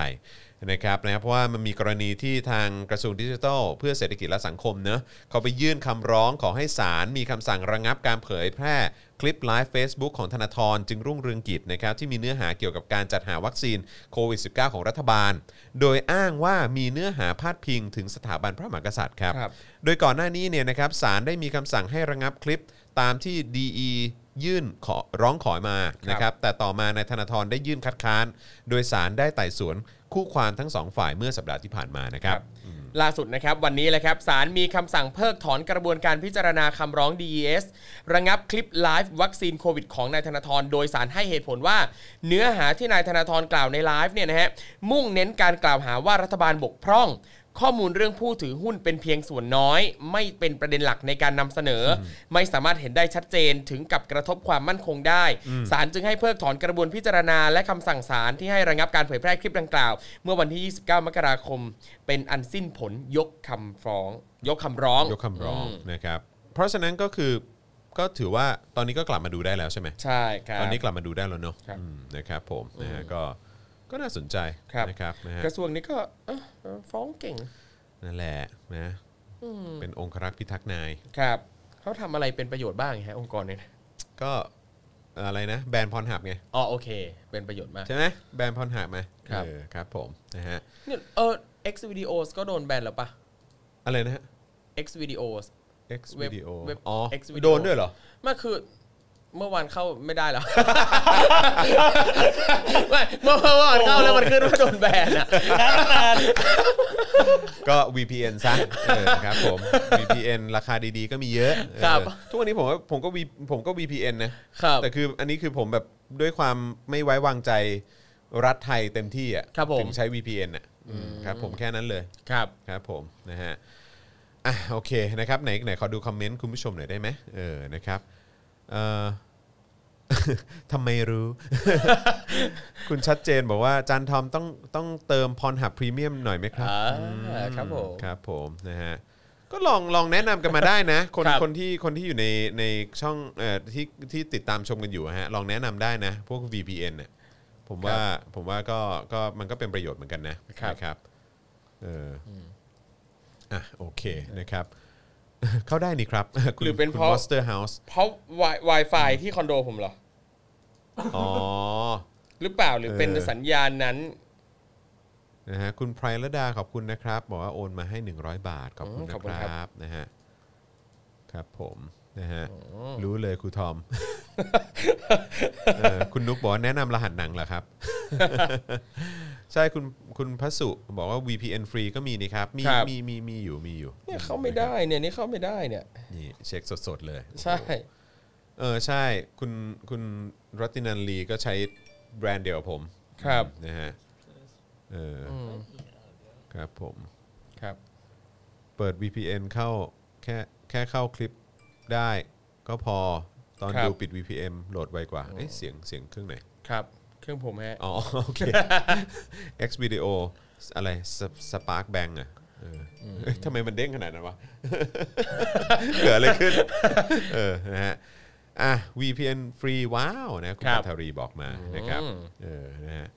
Speaker 2: นะครับนะเพราะว่ามันมีกรณีที่ทางกระทรวงดิจิทัล เพื่อเศรษฐกิจและสังคมเนอะเขาไปยื่นคำร้องขอให้ศาลมีคำสั่งระงับการเผยแพร่คลิปไลฟ์ Facebook ของธนาธรจึงรุ่งเรืองกิจนะครับที่มีเนื้อหาเกี่ยวกับการจัดหาวัคซีนโควิด -19 ของรัฐบาล โดยอ้างว่ามีเนื้อหาพาดพิงถึงสถาบันพระมหากษัตริย์ครับ
Speaker 3: ครับ
Speaker 2: โดยก่อนหน้านี้เนี่ยนะครับศาลได้มีคำสั่งให้ระงับคลิปตามที่ DE ยื่นขอร้องขอมานะครับแต่ต่อมานายธนาธรได้ยื่นคัดค้าน โดยศาลได้ไต่สวนคู่ความทั้งสองฝ่ายเมื่อสัปดาห์ที่ผ่านมานะครับ
Speaker 3: ล่าสุดนะครับ วันนี้แหละครับศาลมีคำสั่งเพิกถอนกระบวนการพิจารณาคำร้อง DES ระงับคลิปไลฟ์วัคซีนโควิดของนายธนาธรโดยศาลให้เหตุผลว่า เนื้อหาที่นายธนาธรกล่าวในไลฟ์เนี่ยนะฮะมุ่งเน้นการกล่าวหาว่ารัฐบาลบกพร่อง ข้อมูลเรื่องผู้ถือหุ้นเป็นเพียงส่วนน้อย ไม่เป็นประเด็นหลักในการนำเสนอ ไม่สามารถเห็นได้ชัดเจนถึงกับกระทบความมั่นคงได้ศาลจึงให้เพิกถอนกระบวนพิจารณาและคำสั่งศาลที่ให้ระงับการเผยแพร่คลิปดังกล่าว เมื่อวันที่ 29 มกราคม เป็นอันสิ้นผลยกคำฟ้อง ยกคำร้อง
Speaker 2: ยกคำร้องนะครับเพราะฉะนั้นก็คือก็ถือว่าตอนนี้ก็กลับมาดูได้แล้วใช่ไหม
Speaker 3: ใช่ครับ
Speaker 2: ตอนนี้กลับมาดูได้แล้วเนอะ
Speaker 3: ครับ
Speaker 2: อืมนะครับผมนะฮะก็ก็น่าสนใจ
Speaker 3: ครับ
Speaker 2: นะครับนะฮะ
Speaker 3: กระทรวงนี้ก็เอ้อเอ้อฟ้องเก่ง
Speaker 2: นั่นแหละนะเป็นองครักษ์พิทักษ์นาย
Speaker 3: ครับเขาทำอะไรเป็นประโยชน์บ้างฮะองค์กรเนี่ย
Speaker 2: ก็อะไรนะแบรนด์พรหับไง
Speaker 3: อ๋อโอเค เป็นประโยชน์มาก
Speaker 2: ใช่ไหมแบรนด์พรหับไหม
Speaker 3: ครับ
Speaker 2: เออครับผมนะฮะ
Speaker 3: เนี่ยเออ X videos ก็โดนแบนแล้วปะ
Speaker 2: อะไรนะฮะ
Speaker 3: X videos
Speaker 2: X
Speaker 3: เว็บ
Speaker 2: video
Speaker 3: เว็บ
Speaker 2: อ๋อ
Speaker 3: X Video
Speaker 2: โดนด้วยเหรอ
Speaker 3: มันคือ เมื่อวานเข้าไม่ได้แล้ว ไม่เมื่อเมื่อวานเข้าแล้วมันขึ้นว่าโดนแบนอ่ะ
Speaker 2: ก็ VPN ซะเออครับผม VPN ราคาดีๆ ก็มีเยอะเออ
Speaker 3: ครับ
Speaker 2: ทุกวันนี้ผมว่าผมก็ V ผมก็ VPN นะครับ แต่คืออันนี้คือผมแบบด้วยความไม่ไว้วางใจรัฐไทยเต็มที่อ่ะ
Speaker 3: ครับผม
Speaker 2: ถึงใช้ VPN อ่ะอืมครับผมแค่นั้นเลย
Speaker 3: ครับ
Speaker 2: ครับผมนะฮะอ่ะโอเคนะครับไหนไหนขอดูคอมเมนต์คุณผู้ชมหน่อยได้ไหมเออนะครับเอ่ อ ทำไมรู้ คุณชัดเจนบอกว่าจานทอมต้องต้องเติมพรหับพรีเมียมหน่อยไหมครับ
Speaker 3: อ่า
Speaker 2: อื
Speaker 3: ครับผม
Speaker 2: ครับผมนะฮะก็ลองลองแนะนำกันมาได้นะ คน
Speaker 3: ครับ
Speaker 2: คนที่คนที่อยู่ในในช่องเอ่อที่ที่ติดตามชมกันอยู่อะฮะลองแนะนำได้นะ พวก VPN เนี่ยผมว่าผมว่าก็ก็มันก็เป็นประโยชน์เหมือนกันนะนะครับเออออ่ะโอเคนะครับ เข้าได้นี่ครับคุณ
Speaker 3: หรือเป็น
Speaker 2: คุณ
Speaker 3: เพราะ
Speaker 2: Monster House
Speaker 3: เพราะ Wi- Wi-Fi ที่คอนโดผมเหรอ
Speaker 2: อ๋อ
Speaker 3: หรือเปล่าหรือเป็น
Speaker 2: เออ
Speaker 3: สัญญาณนั้น
Speaker 2: นะฮะคุณไพรละดาขอบคุณนะครับบอกว่าโอนมาให้ 100 บาท ขอบคุณ
Speaker 3: อืมขอบคุ
Speaker 2: นะ
Speaker 3: ณ
Speaker 2: ค
Speaker 3: ครั
Speaker 2: รั
Speaker 3: บ
Speaker 2: บนะฮะครับผมนะฮะรู้เลยครู ทอมเออคุณนุกบอกว่าแนะนำรหัสหนังเหรอครับ ใช่คุณคุณพัสุบอกว่า VPN ฟรีก็มีนี่ครับ มี
Speaker 3: ครับ
Speaker 2: มีมีมีอยู่มีอยู่
Speaker 3: เนี่ยเข้าไม่ได้เนี่ยนี่เข้าไม่ได้เนี่ย
Speaker 2: นี่เช็คสดๆเลย
Speaker 3: ใช่
Speaker 2: เออใช่คุณคุณรัตินันลีก็ใช้แบรนด์เดียวกับผม
Speaker 3: ครับ
Speaker 2: นะฮะเอออ
Speaker 3: อืม
Speaker 2: ครับผม
Speaker 3: ครับ
Speaker 2: เปิด VPN เข้าแค่แค่เข้าคลิปได้ ก็พอตอนดูปิด VPN โหลดไวกว่า เอ๊ะเสียงเสียงเครื่องไหน
Speaker 3: ครับ เครื่องผมฮะ
Speaker 2: อ๋อ โอเค X Video อะไรสปาร์กแบงอะเออเอ้ยทำไมมันเด้งขนาดนั้นวะ เกิดอะไรขึ้น เออนะฮะอ่ะ VPN ฟรีว้าวนะคุณ
Speaker 3: ครับ
Speaker 2: ปัทรีบอกมานะครับเออนะฮะ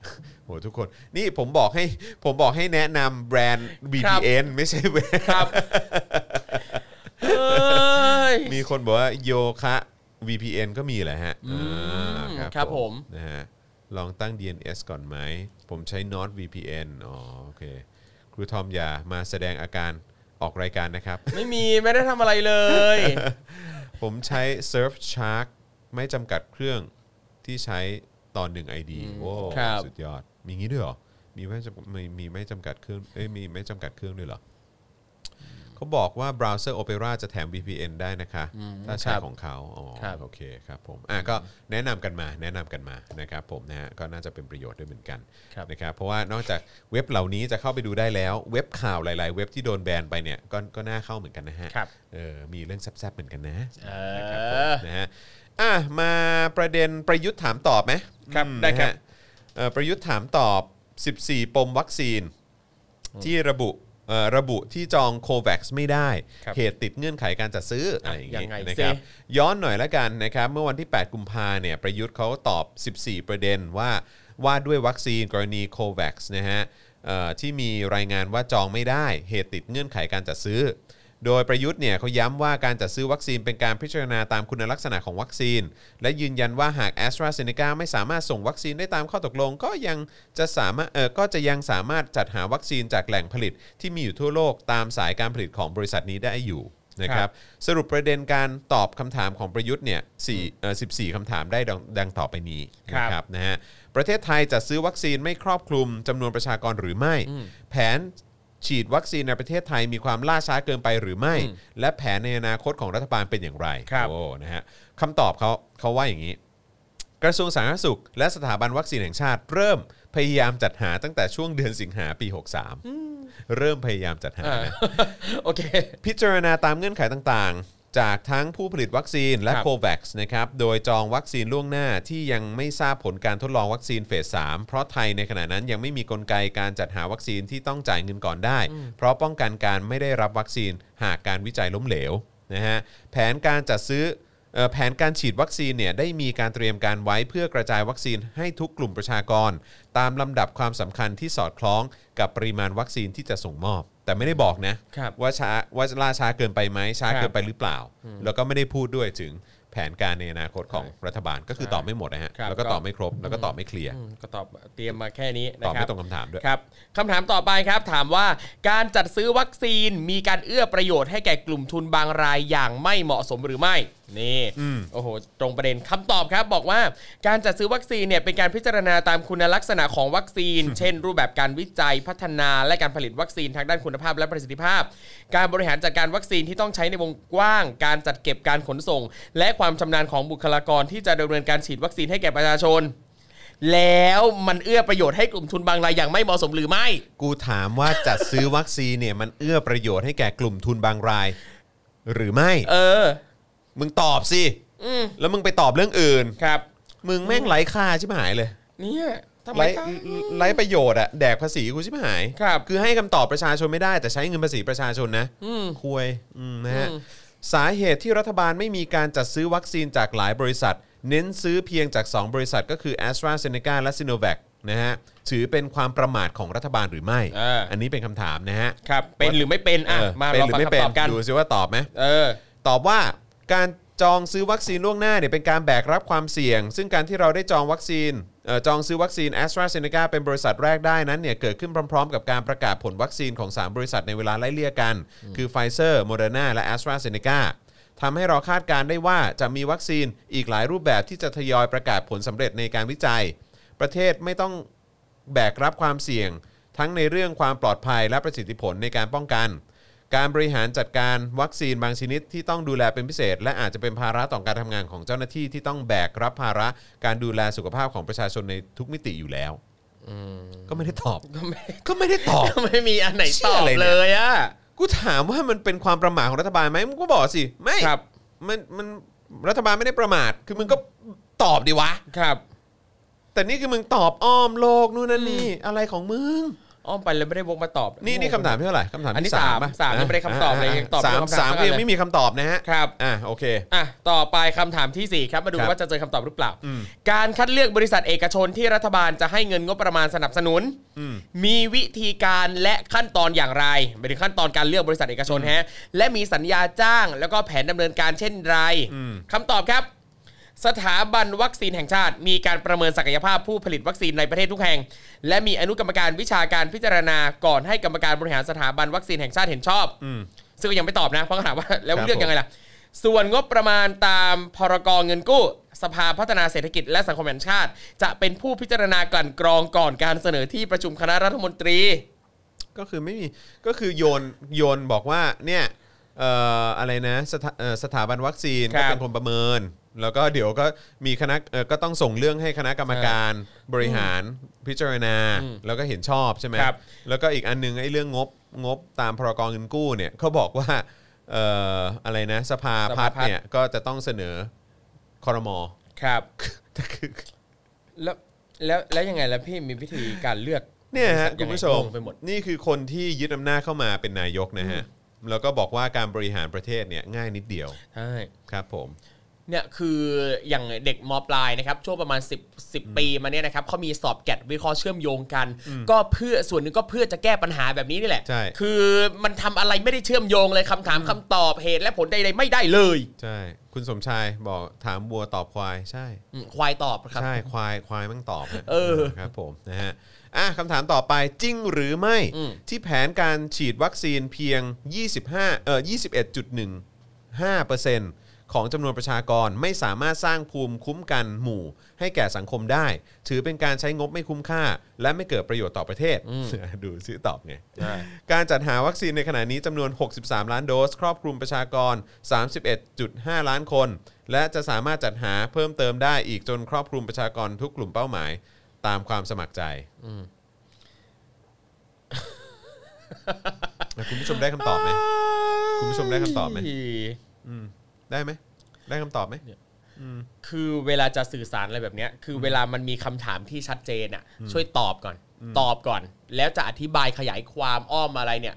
Speaker 2: โหทุกคนนี่ผมบอกให้ผมบอกให้แนะนำแบรนด์ VPN ไม่ใช่เว็บ
Speaker 3: ครับเอ้ย
Speaker 2: มีคนบอกว่าโยคะ VPN ก็มีแหละฮะอ่า
Speaker 3: ครับผม
Speaker 2: นะฮะลองตั้ง DNS ก่อนไหม ผมใช้ Not VPN อ๋อโอเค ครูทอมอย่ามาแสดงอาการออกรายการนะครับ
Speaker 3: ไม่มีไม่ได้ทำอะไรเลย
Speaker 2: ผมใช้ Surf Shark ไม่จำกัดเครื่องที่ใช้ตอนหนึ่ง ID โว้
Speaker 3: ครับ
Speaker 2: สุดยอด มีงี้ด้วยเหรอ มีไม่จำมีมีไม่จำกัดเครื่องเอ้ยมีไม่จำกัดเครื่องด้วยเหรอเขาบอกว่าเบราว์เซอร์ Opera จะแถม VPN ได้นะคะ ถ้าใช้ของเขาอ๋อ
Speaker 3: ครับ
Speaker 2: โอเคครับผมอ่ะก็แนะนำกันมาแนะนำกันมานะครับผมนะฮะก็น่าจะเป็นประโยชน์ด้วยเหมือนกัน
Speaker 3: ครับ
Speaker 2: นะครับเพราะว่านอกจากเว็บเหล่านี้จะเข้าไปดูได้แล้ว เว็บข่าวหลาย ๆ เว็บที่โดนแบนไปเนี่ยก็ก็น่าเข้าเหมือนกันนะฮะ
Speaker 3: ครับ
Speaker 2: เออมีเรื่องแซ่บๆเหมือนกันนะ
Speaker 3: เออ
Speaker 2: นะครับผมนะฮะอ่ะมาประเด็นประยุทธ์ถามตอบไหม
Speaker 3: ครับ
Speaker 2: อืม
Speaker 3: ได้ครั
Speaker 2: นะ
Speaker 3: บ
Speaker 2: ฮะเอ่อประยุทธ์ถามตอบ 14 ปมวัคซีน ที่ระบุเอ่อระบุที่จองโควัคไม่ได้
Speaker 3: ครับ
Speaker 2: เหตุติดเงื่อนไขการจัดซื้ออะไรอย่าง
Speaker 3: ยังไง
Speaker 2: เงี้ยนะ
Speaker 3: สิ
Speaker 2: ครับ ย้อนหน่อยละกันนะครับ เมื่อวันที่ 8 กุมภาเนี่ยประยุทธ์เขาตอบ 14 ประเด็นว่าว่าด้วยวัคซีนกรณีโควัคนะฮะเอ่อที่มีรายงานว่าจองไม่ได้เหตุติดเงื่อนไขการจัดซื้อ โดยประยุทธ์เนี่ยเขาย้ำว่าการจัดซื้อวัคซีนเป็นการพิจารณาตามคุณลักษณะของวัคซีน และยืนยันว่าหาก a s t r a z e ซ e c a ไม่สามารถส่งวัคซีนได้ตามข้อตกลง ก็ยังจะสามารถเออก็จะยังสามารถจัดหาวัคซีนจากแหล่งผลิตที่มีอยู่ทั่วโลกตามสายการผลิตของบริษัทนี้ได้อยู่นะค
Speaker 3: ครั
Speaker 2: รับ
Speaker 3: บ
Speaker 2: สรุปประเด็นการตอบคำถามของประยุทธ์เนี่ยสี่เอ่อ14 คำถามได้ดังดังต่อไปนี้
Speaker 3: ครั
Speaker 2: นะ
Speaker 3: บ
Speaker 2: ครับนะฮะประเทศไทยจะซื้อวัคซีนไม่ครอบคลุมจำนวนประชากรหรือไม่ แผนฉีดวัคซีนในประเทศไทยมีความล่าช้าเกินไปหรือไม่ และแผนในอนาคตของรัฐบาลเป็นอย่างไร
Speaker 3: ครับ
Speaker 2: โอ้นะฮะคำตอบเขาเขาว่าอย่างนี้ กระทรวงสาธารณสุข และสถาบันวัคซีนแห่งชาติ เริ่มพยายามจัดหาตั้งแต่ช่วงเดือนสิงหาปี 63 เริ่มพยายามจัดหา
Speaker 3: อ่า
Speaker 2: นะ
Speaker 3: โอเค
Speaker 2: พิจารณาตามเงื่อนไขต่างๆ จากทั้งผู้ผลิตวัคซีนและ
Speaker 3: ครับ
Speaker 2: โควัคซ์นะครับ โดยจองวัคซีนล่วงหน้าที่ยังไม่ทราบผลการทดลองวัคซีนเฟส 3 เพราะไทยในขณะนั้นยังไม่มีกลไกการจัดหาวัคซีนที่ต้องจ่ายเงินก่อนได้ เพราะป้องกันการไม่ได้รับวัคซีนหากการวิจัยล้มเหลวนะฮะแผนการจัดซื้อเอ่อแผนการฉีดวัคซีนเนี่ยได้มีการเตรียมการไว้เพื่อกระจายวัคซีนให้ทุกกลุ่มประชากร ตามลำดับความสำคัญที่สอดคล้องกับปริมาณวัคซีนที่จะส่งมอบ แต่ไม่ได้บอกนะ
Speaker 3: ครับ
Speaker 2: ว่าช้าว่าล่าช้าเกินไปไหมช้า
Speaker 3: ครับ
Speaker 2: เกินไปหรือเปล่า แล้วก็ไม่ได้พูดด้วยถึงแผนการในอนาคตของรัฐบาลก็คือตอบไม่หมดนะฮะ
Speaker 3: ครับ
Speaker 2: แล้วก็
Speaker 3: ก็
Speaker 2: ตอบไม่ครบแล้วก็ตอบไม่เคลียร์
Speaker 3: อืมก็ตอบเตรียมมาแค่นี้นะ
Speaker 2: ตอบ
Speaker 3: ครั
Speaker 2: ไม่
Speaker 3: บ
Speaker 2: ตรงคำถามด้วย
Speaker 3: ครับคำถามต่อไปครับถามว่าการจัดซื้อวัคซีนมีการเอื้อประโยชน์ให้แก่กลุ่มทุนบางรายอย่างไม่เหมาะสมหรือไม่ นี่
Speaker 2: อืม
Speaker 3: โอ้โหตรงประเด็นคำตอบครับ บอกว่าการจัดซื้อวัคซีนเนี่ยเป็นการพิจารณาตามคุณลักษณะของวัคซีน เช่น รูปแบบการวิจัยพัฒนา และการผลิตวัคซีนทางด้านคุณภาพและประสิทธิภาพ การบริหารจัดการวัคซีนที่ต้องใช้ในวงกว้าง การจัดเก็บการขนส่ง และความชำนาญของบุคลากรที่จะดำเนินการฉีดวัคซีนให้แก่ประชาชน แล้วมันเอื้อประโยชน์ให้กลุ่มทุนบางรายอย่างไม่เหมาะสมหรือไม่
Speaker 2: กูถามว่าจัดซื้อวัคซีนเนี่ยมันเอื้อประโยชน์ให้แก่กลุ่มทุนบางราย หรือไม่
Speaker 3: เออ
Speaker 2: มึงตอบสิ
Speaker 3: อืม
Speaker 2: แล้วมึงไปตอบเรื่องอื่น
Speaker 3: ครับ
Speaker 2: มึงแม่งไร้ค่าชิบหายเลย
Speaker 3: เนี่ยทำไม
Speaker 2: ไร้
Speaker 3: คะ
Speaker 2: ไร้ประโยชน์อะแดกภาษีกูชิบหาย
Speaker 3: ครับ
Speaker 2: คือให้คำตอบประชาชนไม่ได้แต่ใช้เงินภาษีประชาชนนะ
Speaker 3: อืม
Speaker 2: ควยอืมนะฮะ
Speaker 3: อืม
Speaker 2: สาเหตุที่รัฐบาลไม่มีการจัดซื้อวัคซีนจากหลายบริษัท เน้นซื้อเพียงจาก 2 บริษัทก็คือ a s t r a z e ซ e c a และ s i n o v a c นะฮะถือเป็นความประมาทของรัฐบาลหรือไม่
Speaker 3: เอออั
Speaker 2: อันนี้เป็นคำถามนะฮะ
Speaker 3: ครับ เป็นหรือไม่เป็นอ่ะ
Speaker 2: เออ
Speaker 3: มา
Speaker 2: เป็น
Speaker 3: เรา
Speaker 2: หรือ
Speaker 3: ฟัง
Speaker 2: ไม่เป็น
Speaker 3: คำตอบกัน
Speaker 2: ดูซิว่าตอบไหม
Speaker 3: เออ
Speaker 2: ตอบว่าการจองซื้อวัคซีนล่วงหน้าเนี่ยเป็นการแบกรับความเสี่ยง ซึ่งการที่เราได้จองวัคซีนเอ่อจองซื้อวัคซีน a s t r a z e ซ e c a เป็นบริษัทแรกได้นั้นเนี่ยเกิดขึ้นพร้อมๆ กับการประกาศผลวัคซีนของ 3 บริษัทในเวลาไล่เลี่ยกัน คือ Pfizer, Moderna และ a s t r a z e ซ e c a ทำให้เราคาดการณ์ได้ว่าจะมีวัคซีนอีกหลายรูปแบบที่จะทยอยประกาศผลสำเร็จในการวิจัย ประเทศไม่ต้องแบกรับความเสี่ยง ทั้งในเรื่องความปลอดภัยและประสิทธิผลในการป้องกัน การบริหารจัดการวัคซีนบางชนิดที่ต้องดูแลเป็นพิเศษ และอาจจะเป็นภาระต่อการทำงานของเจ้าหน้าที่ที่ต้องแบกรับภาระการดูแลสุขภาพของประชาชนในทุกมิติอยู่แล้วก็ไม่ได้ตอบ
Speaker 3: ก็ไม่
Speaker 2: ก็ไม่ได้ตอบ
Speaker 3: ก็ไม่มีอันไหน
Speaker 2: เชื่
Speaker 3: ต
Speaker 2: อ
Speaker 3: อบ
Speaker 2: อะไรเนี่
Speaker 3: เลย ยอ่ะ
Speaker 2: กูถามว่ามันเป็นความประมาทของรัฐบาลไหมมึงก็บอกสิไม่
Speaker 3: ครับ
Speaker 2: มันมันรัฐบาลไม่ได้ประมาทคือมึงก็ตอบดิวะ
Speaker 3: ครับ
Speaker 2: แต่นี่คือมึงตอบอ้อมโลกนู่นนั่นนี่อะไรของมึง
Speaker 3: อ้อมไปเลยไม่ได้วกมาตอบ
Speaker 2: นี่นี่คำถามที่เท่าไหร่คำถาม
Speaker 3: อันนี้
Speaker 2: ที่สาม
Speaker 3: สาม
Speaker 2: ป่ะ
Speaker 3: สามยังไม่ได้คำตอบเลย
Speaker 2: ะ
Speaker 3: ยังตอบ
Speaker 2: สาม
Speaker 3: ไม่ได้คำถาม
Speaker 2: สามก็ยัง
Speaker 3: เลย
Speaker 2: ไม่มีคำตอบนะฮะ
Speaker 3: ครับ
Speaker 2: อ่ะโอเค
Speaker 3: อ่ะ ต่อไปคำถามที่ 4 ครับ มาดู
Speaker 2: ครับ
Speaker 3: ว่าจะเจอคำตอบหรือเปล่า
Speaker 2: อืม
Speaker 3: การคัดเลือกบริษัทเอกชนที่รัฐบาลจะให้เงินงบประมาณสนับสนุน
Speaker 2: อืม
Speaker 3: มีวิธีการและขั้นตอนอย่างไรไปถึงขั้นตอนการเลือกบริษัทเอกชนฮะ และมีสัญญาจ้าง แล้วก็แผนดำเนินการเช่นไร
Speaker 2: อืม
Speaker 3: คำตอบครับ สถาบันวัคซีนแห่งชาติ มีการประเมินศักยภาพผู้ผลิตวัคซีนในประเทศทุกแห่ง และมีอนุกรรมการวิชาการพิจารณาก่อนให้กรรมการบริหารสถาบันวัคซีนแห่งชาติเห็นชอบ
Speaker 2: อืม
Speaker 3: ซึ่งก็ยังไม่ตอบนะ เพราะก็ถามว่า แล้ว
Speaker 2: ครับ
Speaker 3: เลือกยังไงล่ะ ส่วนงบประมาณตามพรกเงินกู้ สภาพัฒนาเศรษฐกิจและสังคมแห่งชาติ จะเป็นผู้พิจารณากลั่นกรองก่อนการเสนอที่ประชุมคณะรัฐมนตรี
Speaker 2: ก็คือไม่มีก็คือโยนโยนบอกว่าเนี่ยเอ่ออะไรนะสถาเอ่อสถาบันวัคซีน
Speaker 3: ครั
Speaker 2: ก็
Speaker 3: บ
Speaker 2: เป็นคนประเมิน แล้วก็เดี๋ยวก็มีคณะเอ่อก็ต้องส่งเรื่องให้คณะกรรมการบริหารพิจารณา
Speaker 3: อืม
Speaker 2: แล้วก็เห็นชอบใช่ไหม
Speaker 3: ครับ
Speaker 2: แล้วก็อีกอันหนึงไอ้เรื่องงบงบตามพรกเงินกู้เนี่ยเขาบอกว่าเอ่ออะไรนะสภา
Speaker 3: สภา
Speaker 2: พั
Speaker 3: พั
Speaker 2: ฒ
Speaker 3: ฒน์
Speaker 2: น์เนี่ยก็จะต้องเสนอคอรม อ
Speaker 3: ครับ
Speaker 2: แต่คือ
Speaker 3: แล้วแล้วแล้วยังไงล่ะพี่มีวิธีการเลือก
Speaker 2: เนี่ยฮะ
Speaker 3: บริษัท
Speaker 2: คุณผู้ชม
Speaker 3: ยังไงงงไปหมด
Speaker 2: นี่คือคนที่ยึดอำนาจเข้ามาเป็นนายกนะฮะ แล้วก็บอกว่าการบริหารประเทศเนี่ยง่ายนิดเดียว
Speaker 3: ใช่
Speaker 2: ครับผม
Speaker 3: เนี่ยคืออย่างเด็กมปลายนะครับช่วงประมาณ 10 10 ปีมาเนี่ยนะครับเขามีสอบแกดวิเคราะห์เชื่อมโยงกัน ก็เพื่อส่วนหนึงก็เพื่อจะแก้ปัญหาแบบนี้นี่แหละ
Speaker 2: ใช่
Speaker 3: คือมันทำอะไรไม่ได้เชื่อมโยงเลยคำถามคำตอบเหตุและผลใดๆไม่ได้เลย
Speaker 2: ใช่ คุณสมชายบอกถามวัวตอบควายใช่
Speaker 3: อืมควายตอบครับ
Speaker 2: ใช่ควายควายมั่งตอบฮะ
Speaker 3: เออ
Speaker 2: ครับผมนะฮะอ่ะคำถามต่อไปจริงหรือไม่
Speaker 3: อืม
Speaker 2: ที่แผนการฉีดวัคซีนเพียง 25เอ่อ21.15%ของจำนวนประชากรไม่สามารถสร้างภูมิคุ้มกันหมู่ ให้แก่สังคมได้ ถือเป็นการใช้งบไม่คุ้มค่า และไม่เกิดประโยชน์ต่อประเท ศ ดูซิตอบไง การจัดหาวัคซีนในขณะนี้จำนวน 63 ล้านโดส ครอบคลุมประชากร 31.5 ล้านคน และจะสามารถจัดหาเพิ่มเติมได้อีกจนครอบคลุมประชากรทุกกลุ่มเป้าหมาย ตามความสมัครใจแล้วคุณผู้ชมได้คำตอบไหม คุณผู้ชมได้คำตอบไหม อืมได้ไหม ได้คำตอบไหม
Speaker 3: คือเวลาจะสื่อสารอะไรแบบเนี้ยคือเวลามันมีคำถามที่ชัดเจนอ่ะช่วยตอบก่อน ตอบก่อน แล้วจะอธิบายขยายความอ้อมอะไรเนี่ย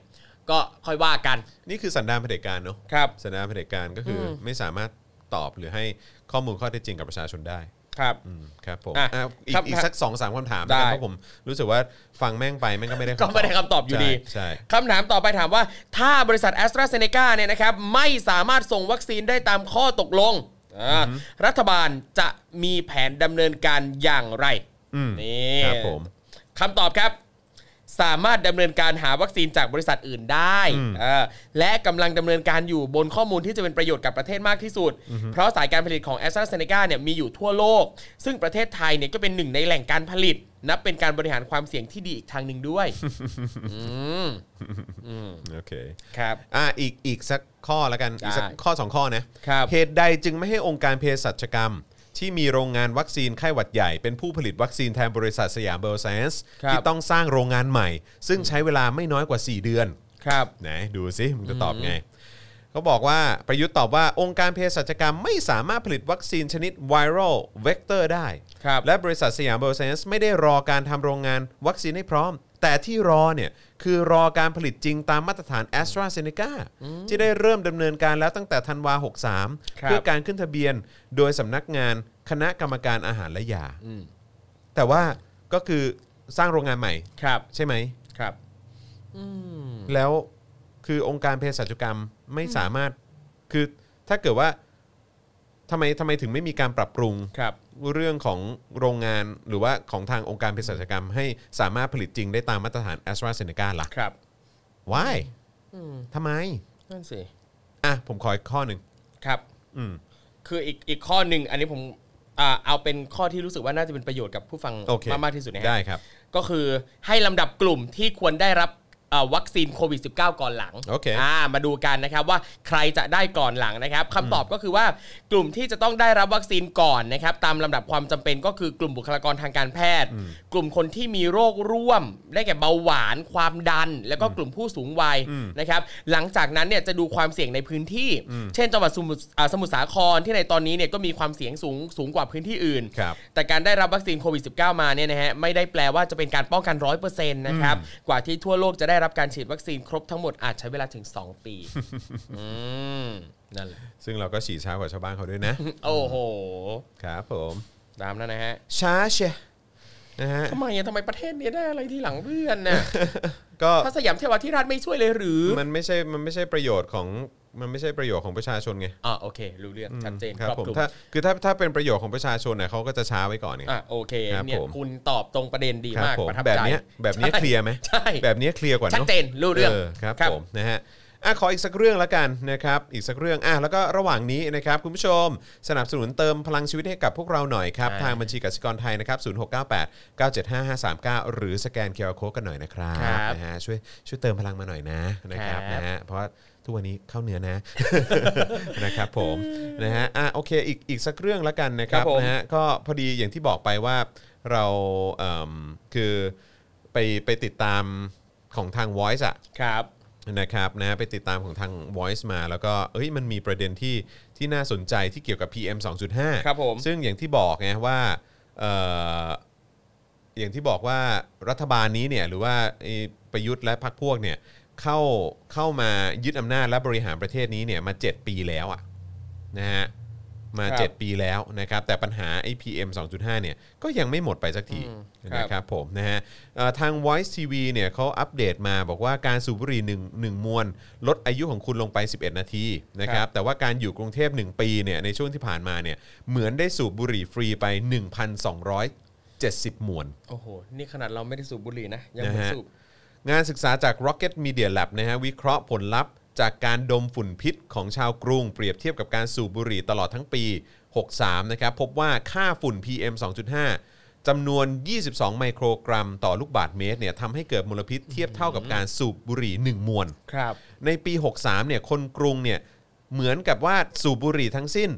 Speaker 3: ก็ค่อยว่ากัน
Speaker 2: นี่คือสันดานเผด็จการเนอะ
Speaker 3: ครับ
Speaker 2: สันดานเผด็จการก็คืออ
Speaker 3: ม
Speaker 2: ไม่สามารถตอบหรือให้ข้อมูลข้อเท็จจริงกับประชาชนได้
Speaker 3: ครับ
Speaker 2: อืมครับผม
Speaker 3: อ่ะ
Speaker 2: อ่ะอีก
Speaker 3: ครับ
Speaker 2: อีกสักสองสามคำถาม
Speaker 3: ได้
Speaker 2: ได้เพราะผมรู้สึกว่าฟังแม่งไปแม่งก็ไม่ได้
Speaker 3: ก็ไม่ได้คำตอบอยู่ดี
Speaker 2: ใช่
Speaker 3: คำถามต่อไปถามว่า ถ้าบริษัท a s t r a z เซ e c a เนี่ยนะครับ ไม่สามารถส่งวัคซีนได้ตามข้อตกลงอ่ารัฐบาลจะมีแผนดำเนินการอย่างไร
Speaker 2: อืม
Speaker 3: นี่
Speaker 2: ครับผม
Speaker 3: คำตอบครับ สามารถดำเนินการหาวัคซีนจากบริษัทอื่นได้
Speaker 2: อืม
Speaker 3: เออและกำลังดำเนินการอยู่บนข้อมูลที่จะเป็นประโยชน์กับประเทศมากที่สุด เพราะสายการผลิตของ a s t r a z e ซ e c a เนี่ยมีอยู่ทั่วโลก ซึ่งประเทศไทยเนี่ยก็เป็นหนึ่งในแหล่งการผลิต นับเป็นการบริหารความเสี่ยงที่ดีอีกทางหนึ่ง ด้วยอืมอืม
Speaker 2: โอเค
Speaker 3: ครับ
Speaker 2: อ่ะอีกอีกสักข้อละกันอีกสัก
Speaker 3: ได้
Speaker 2: ข้อสองข้อนะ
Speaker 3: ครับ
Speaker 2: เหตุใดจึงไม่ให้องค์การเภสัชกรรม ที่มีโรงงานวัคซีนไข้หวัดใหญ่ เป็นผู้ผลิตวัคซีนแทนบริษัทสยามเบลไซน์
Speaker 3: ครับ
Speaker 2: ที่ต้องสร้างโรงงานใหม่ ซึ่งใช้เวลาไม่น้อยกว่า 4 เดือน
Speaker 3: ครับ
Speaker 2: ไหนดูสิมึงจะตอบไงเขาบอกว่าประยุทธ์ตอบว่าองค์การเภสัชกรรมไม่สามารถผลิตวัคซีนชนิดไวรัลเวกเตอร์ได้
Speaker 3: ครับ
Speaker 2: และบริษัทสยามเบลไซน์ไม่ได้รอการทำโรงงานวัคซีนให้พร้อม แต่ที่รอเนี่ย คือรอการผลิตจริงตามมาตรฐาน a s t r a z เซ e c a ที่ได้เริ่มดำเนินการแล้วตั้งแต่ธันวา 63
Speaker 3: ครับ
Speaker 2: เพื่อการขึ้นทะเบียนโดยสำนักงานคณะกรรมการอาหารและยา แต่ว่าก็คือสร้างโรงงานใหม่
Speaker 3: ครับ
Speaker 2: ใช่ไหม
Speaker 3: ครับ
Speaker 2: แล้วคือองค์การเภสัชกรรมไม่สามารถคือถ้าเกิดว่าทำไมทำไมถึงไม่มีการปรับปรุง
Speaker 3: ครับ
Speaker 2: เรื่องของโรงงานหรือว่าของทางองค์การเภสัชกรรม ให้สามารถผลิตจริงได้ตามมาตรฐาน a s t r a z เซ e c a ล่ะ
Speaker 3: ครับ
Speaker 2: why
Speaker 3: อืม
Speaker 2: ทำไม
Speaker 3: นั่นสิ
Speaker 2: อ่ะ ผมขออีกข้อหนึ่ง
Speaker 3: ครับ
Speaker 2: อืม
Speaker 3: คืออีกอีกข้อหนึ่งอันนี้ผมอ่าเอาเป็นข้อที่รู้สึกว่าน่าจะเป็นประโยชน์กับผู้ฟัง
Speaker 2: โอเค
Speaker 3: มากมากที่สุดนะฮะ
Speaker 2: ได้ครับ
Speaker 3: ก็คือให้ลำดับกลุ่มที่ควรได้รับอ่าวัคซีนโควิด -19 ก่อนหลัง
Speaker 2: โอเค
Speaker 3: มาดูกันนะครับว่าใครจะได้ก่อนหลังนะครับคำตอบก็คือว่ากลุ่มที่จะต้องได้รับวัคซีนก่อนนะครับตามลำดับความจำเป็นก็คือกลุ่มบุคลากรทางการแพทย์ กลุ่มคนที่มีโรคร่วม ได้แก่เบาหวาน ความดัน แล้วก็กลุ่มผู้สูงวัย
Speaker 2: อืม
Speaker 3: นะครับหลังจากนั้นเนี่ยจะดูความเสี่ยงในพื้นที่ เช่นจังหวัดสมุทรอ่าสมุทรสาครที่ในตอนนี้เนี่ยก็มีความเสี่ยงสูงสูงกว่าพื้นที่อื่น
Speaker 2: ครับ
Speaker 3: แต่การได้รับวัคซีนโควิด -19 มาเนี่ยนะฮะไม่ได้แปลว่าจะเป็นการป้องกัน 100%นะครับกว่าที่ทั่วโลกจะได้รับการฉีดวัคซีนครบทั้งหมดอาจใช้เวลาถึง 2 ปีอืมนั่นแหละ
Speaker 2: ซึ่งเราก็ฉีดช้ากว่าชาวบ้านเขาด้วยนะ
Speaker 3: โอ้โห
Speaker 2: ครับผม
Speaker 3: ตามนั้นนะฮะ
Speaker 2: ช้าเชียนะฮะ
Speaker 3: ทำไมอะทำไมประเทศเนี้ได้อะไรที่หลังเพื่อน น่ะ
Speaker 2: ก็
Speaker 3: ถ้าสยามเทวาธิราชไม่ช่วยเลยหรือ
Speaker 2: มันไม่ใช่มันไม่ใช่ประโยชน์ของมันไม่ใช่ประโยชน์ของประชาชนไง
Speaker 3: อ่าโอเค รู้เรื่องชัดเจน
Speaker 2: ครับ
Speaker 3: ครอบ
Speaker 2: ผม
Speaker 3: คลุม
Speaker 2: ถ้าคือถ้าถ้าเป็นประโยชน์ของประชาชนเนี่ยเขาก็จะช้าไว้ก่อนไง
Speaker 3: อ่ะโอเค
Speaker 2: ครับ
Speaker 3: เนี่ย
Speaker 2: ผม
Speaker 3: คุณตอบตรงประเด็นดี
Speaker 2: ครั
Speaker 3: มาก
Speaker 2: ผม
Speaker 3: ประทับใจ
Speaker 2: แบบเนี้ยแบบเนี้ย
Speaker 3: ใช่
Speaker 2: เคลียร์ไหม
Speaker 3: ใช่
Speaker 2: แบบเนี้ยเคลียร์กว่า
Speaker 3: ชัด
Speaker 2: เนาะ
Speaker 3: เจนรู้เรื่อง
Speaker 2: ครับ
Speaker 3: ครับ
Speaker 2: ผมนะฮะอ่ะขออีกสักเรื่องละกันนะครับอีกสักเรื่องอ่ะแล้วก็ระหว่างนี้นะครับคุณผู้ชมสนับสนุนเติมพลังชีวิตให้กับพวกเราหน่อยครับ
Speaker 3: อ่า
Speaker 2: ทางบัญชีกสิกรไทยนะครับ0 6 9 8 9 7 5 5 3 9 หรือสแกนเคอร์โคกันหน่อยนะครับ
Speaker 3: ครับ
Speaker 2: นะฮะช่วยช่วยเติมพลังมาหน่อยนะนะครับ
Speaker 3: ครับ
Speaker 2: นะฮะเพราะว่าทุกวันนี้เข้าเนื้อนะ นะครับผมนะฮะอ่ะโอเคอีกอีกสักเรื่องละกันนะครับ
Speaker 3: ครับผม
Speaker 2: นะฮะก็พอดีอย่างที่บอกไปว่าเราเอิ่มคือไปไปติดตามของทาง Voice อะ
Speaker 3: ครับ
Speaker 2: นะครับนะไปติดตามของทาง Voice มา แล้วก็เอ้ยมันมีประเด็นที่ที่น่าสนใจที่เกี่ยวกับ PM 2.5
Speaker 3: ครับผม
Speaker 2: ซึ่งอย่างที่บอกไงว่าเอ่ออย่างที่บอกว่ารัฐบาลนี้เนี่ยหรือว่าไอ้ประยุทธ์และพรรคพวกเนี่ยเข้าเข้ามายึดอำนาจและบริหารประเทศนี้เนี่ยมา 7 ปีแล้วอะนะฮะมา
Speaker 3: ครับ
Speaker 2: 7 ปีแล้วนะครับแต่ปัญหาไอ้ PM 2.5เนี่ยก็ยังไม่หมดไปสักที
Speaker 3: อืมครับ
Speaker 2: นะครับ ครับผมนะฮะเอ่อทาง Voice TV เนี่ยเขาอัปเดตมาบอกว่าการสูบบุหรี่หนึ่งหนึ่งมวน ลดอายุของคุณลงไป 11 นาทีนะค
Speaker 3: ครั
Speaker 2: รับบ แต่ว่าการอยู่กรุงเทพ 1 ปีเนี่ยในช่วงที่ผ่านมาเนี่ยเหมือนได้สูบบุหรี่ฟรีไป 1,270 มวน
Speaker 3: โอ้โห นี่ขนาดเราไม่ได้สูบบุหรี่นะ ยัง
Speaker 2: นะ
Speaker 3: ไม่
Speaker 2: ฮะ
Speaker 3: สูบ
Speaker 2: งานศึกษาจาก Rocket Media Lab นะฮะวิเคราะห์ผลลัพธ์จากการดมฝุ่นพิษของชาวกรุง เปรียบเทียบกับการสูบบุหรี่ตลอดทั้งปี 63 นะครับ พบว่าค่าฝุ่น PM 2.5จำนวน 22 ไมโครกรัมต่อลูกบาศก์เมตรเนี่ยทำให้เกิดมลพิษเทียบเท่ากับการสูบบุหรี่ 1 มวน
Speaker 3: ครับ
Speaker 2: ในปี 63 เนี่ย คนกรุง เนี่ย เหมือนกับว่าสูบบุหรี่ทั้งสิ้น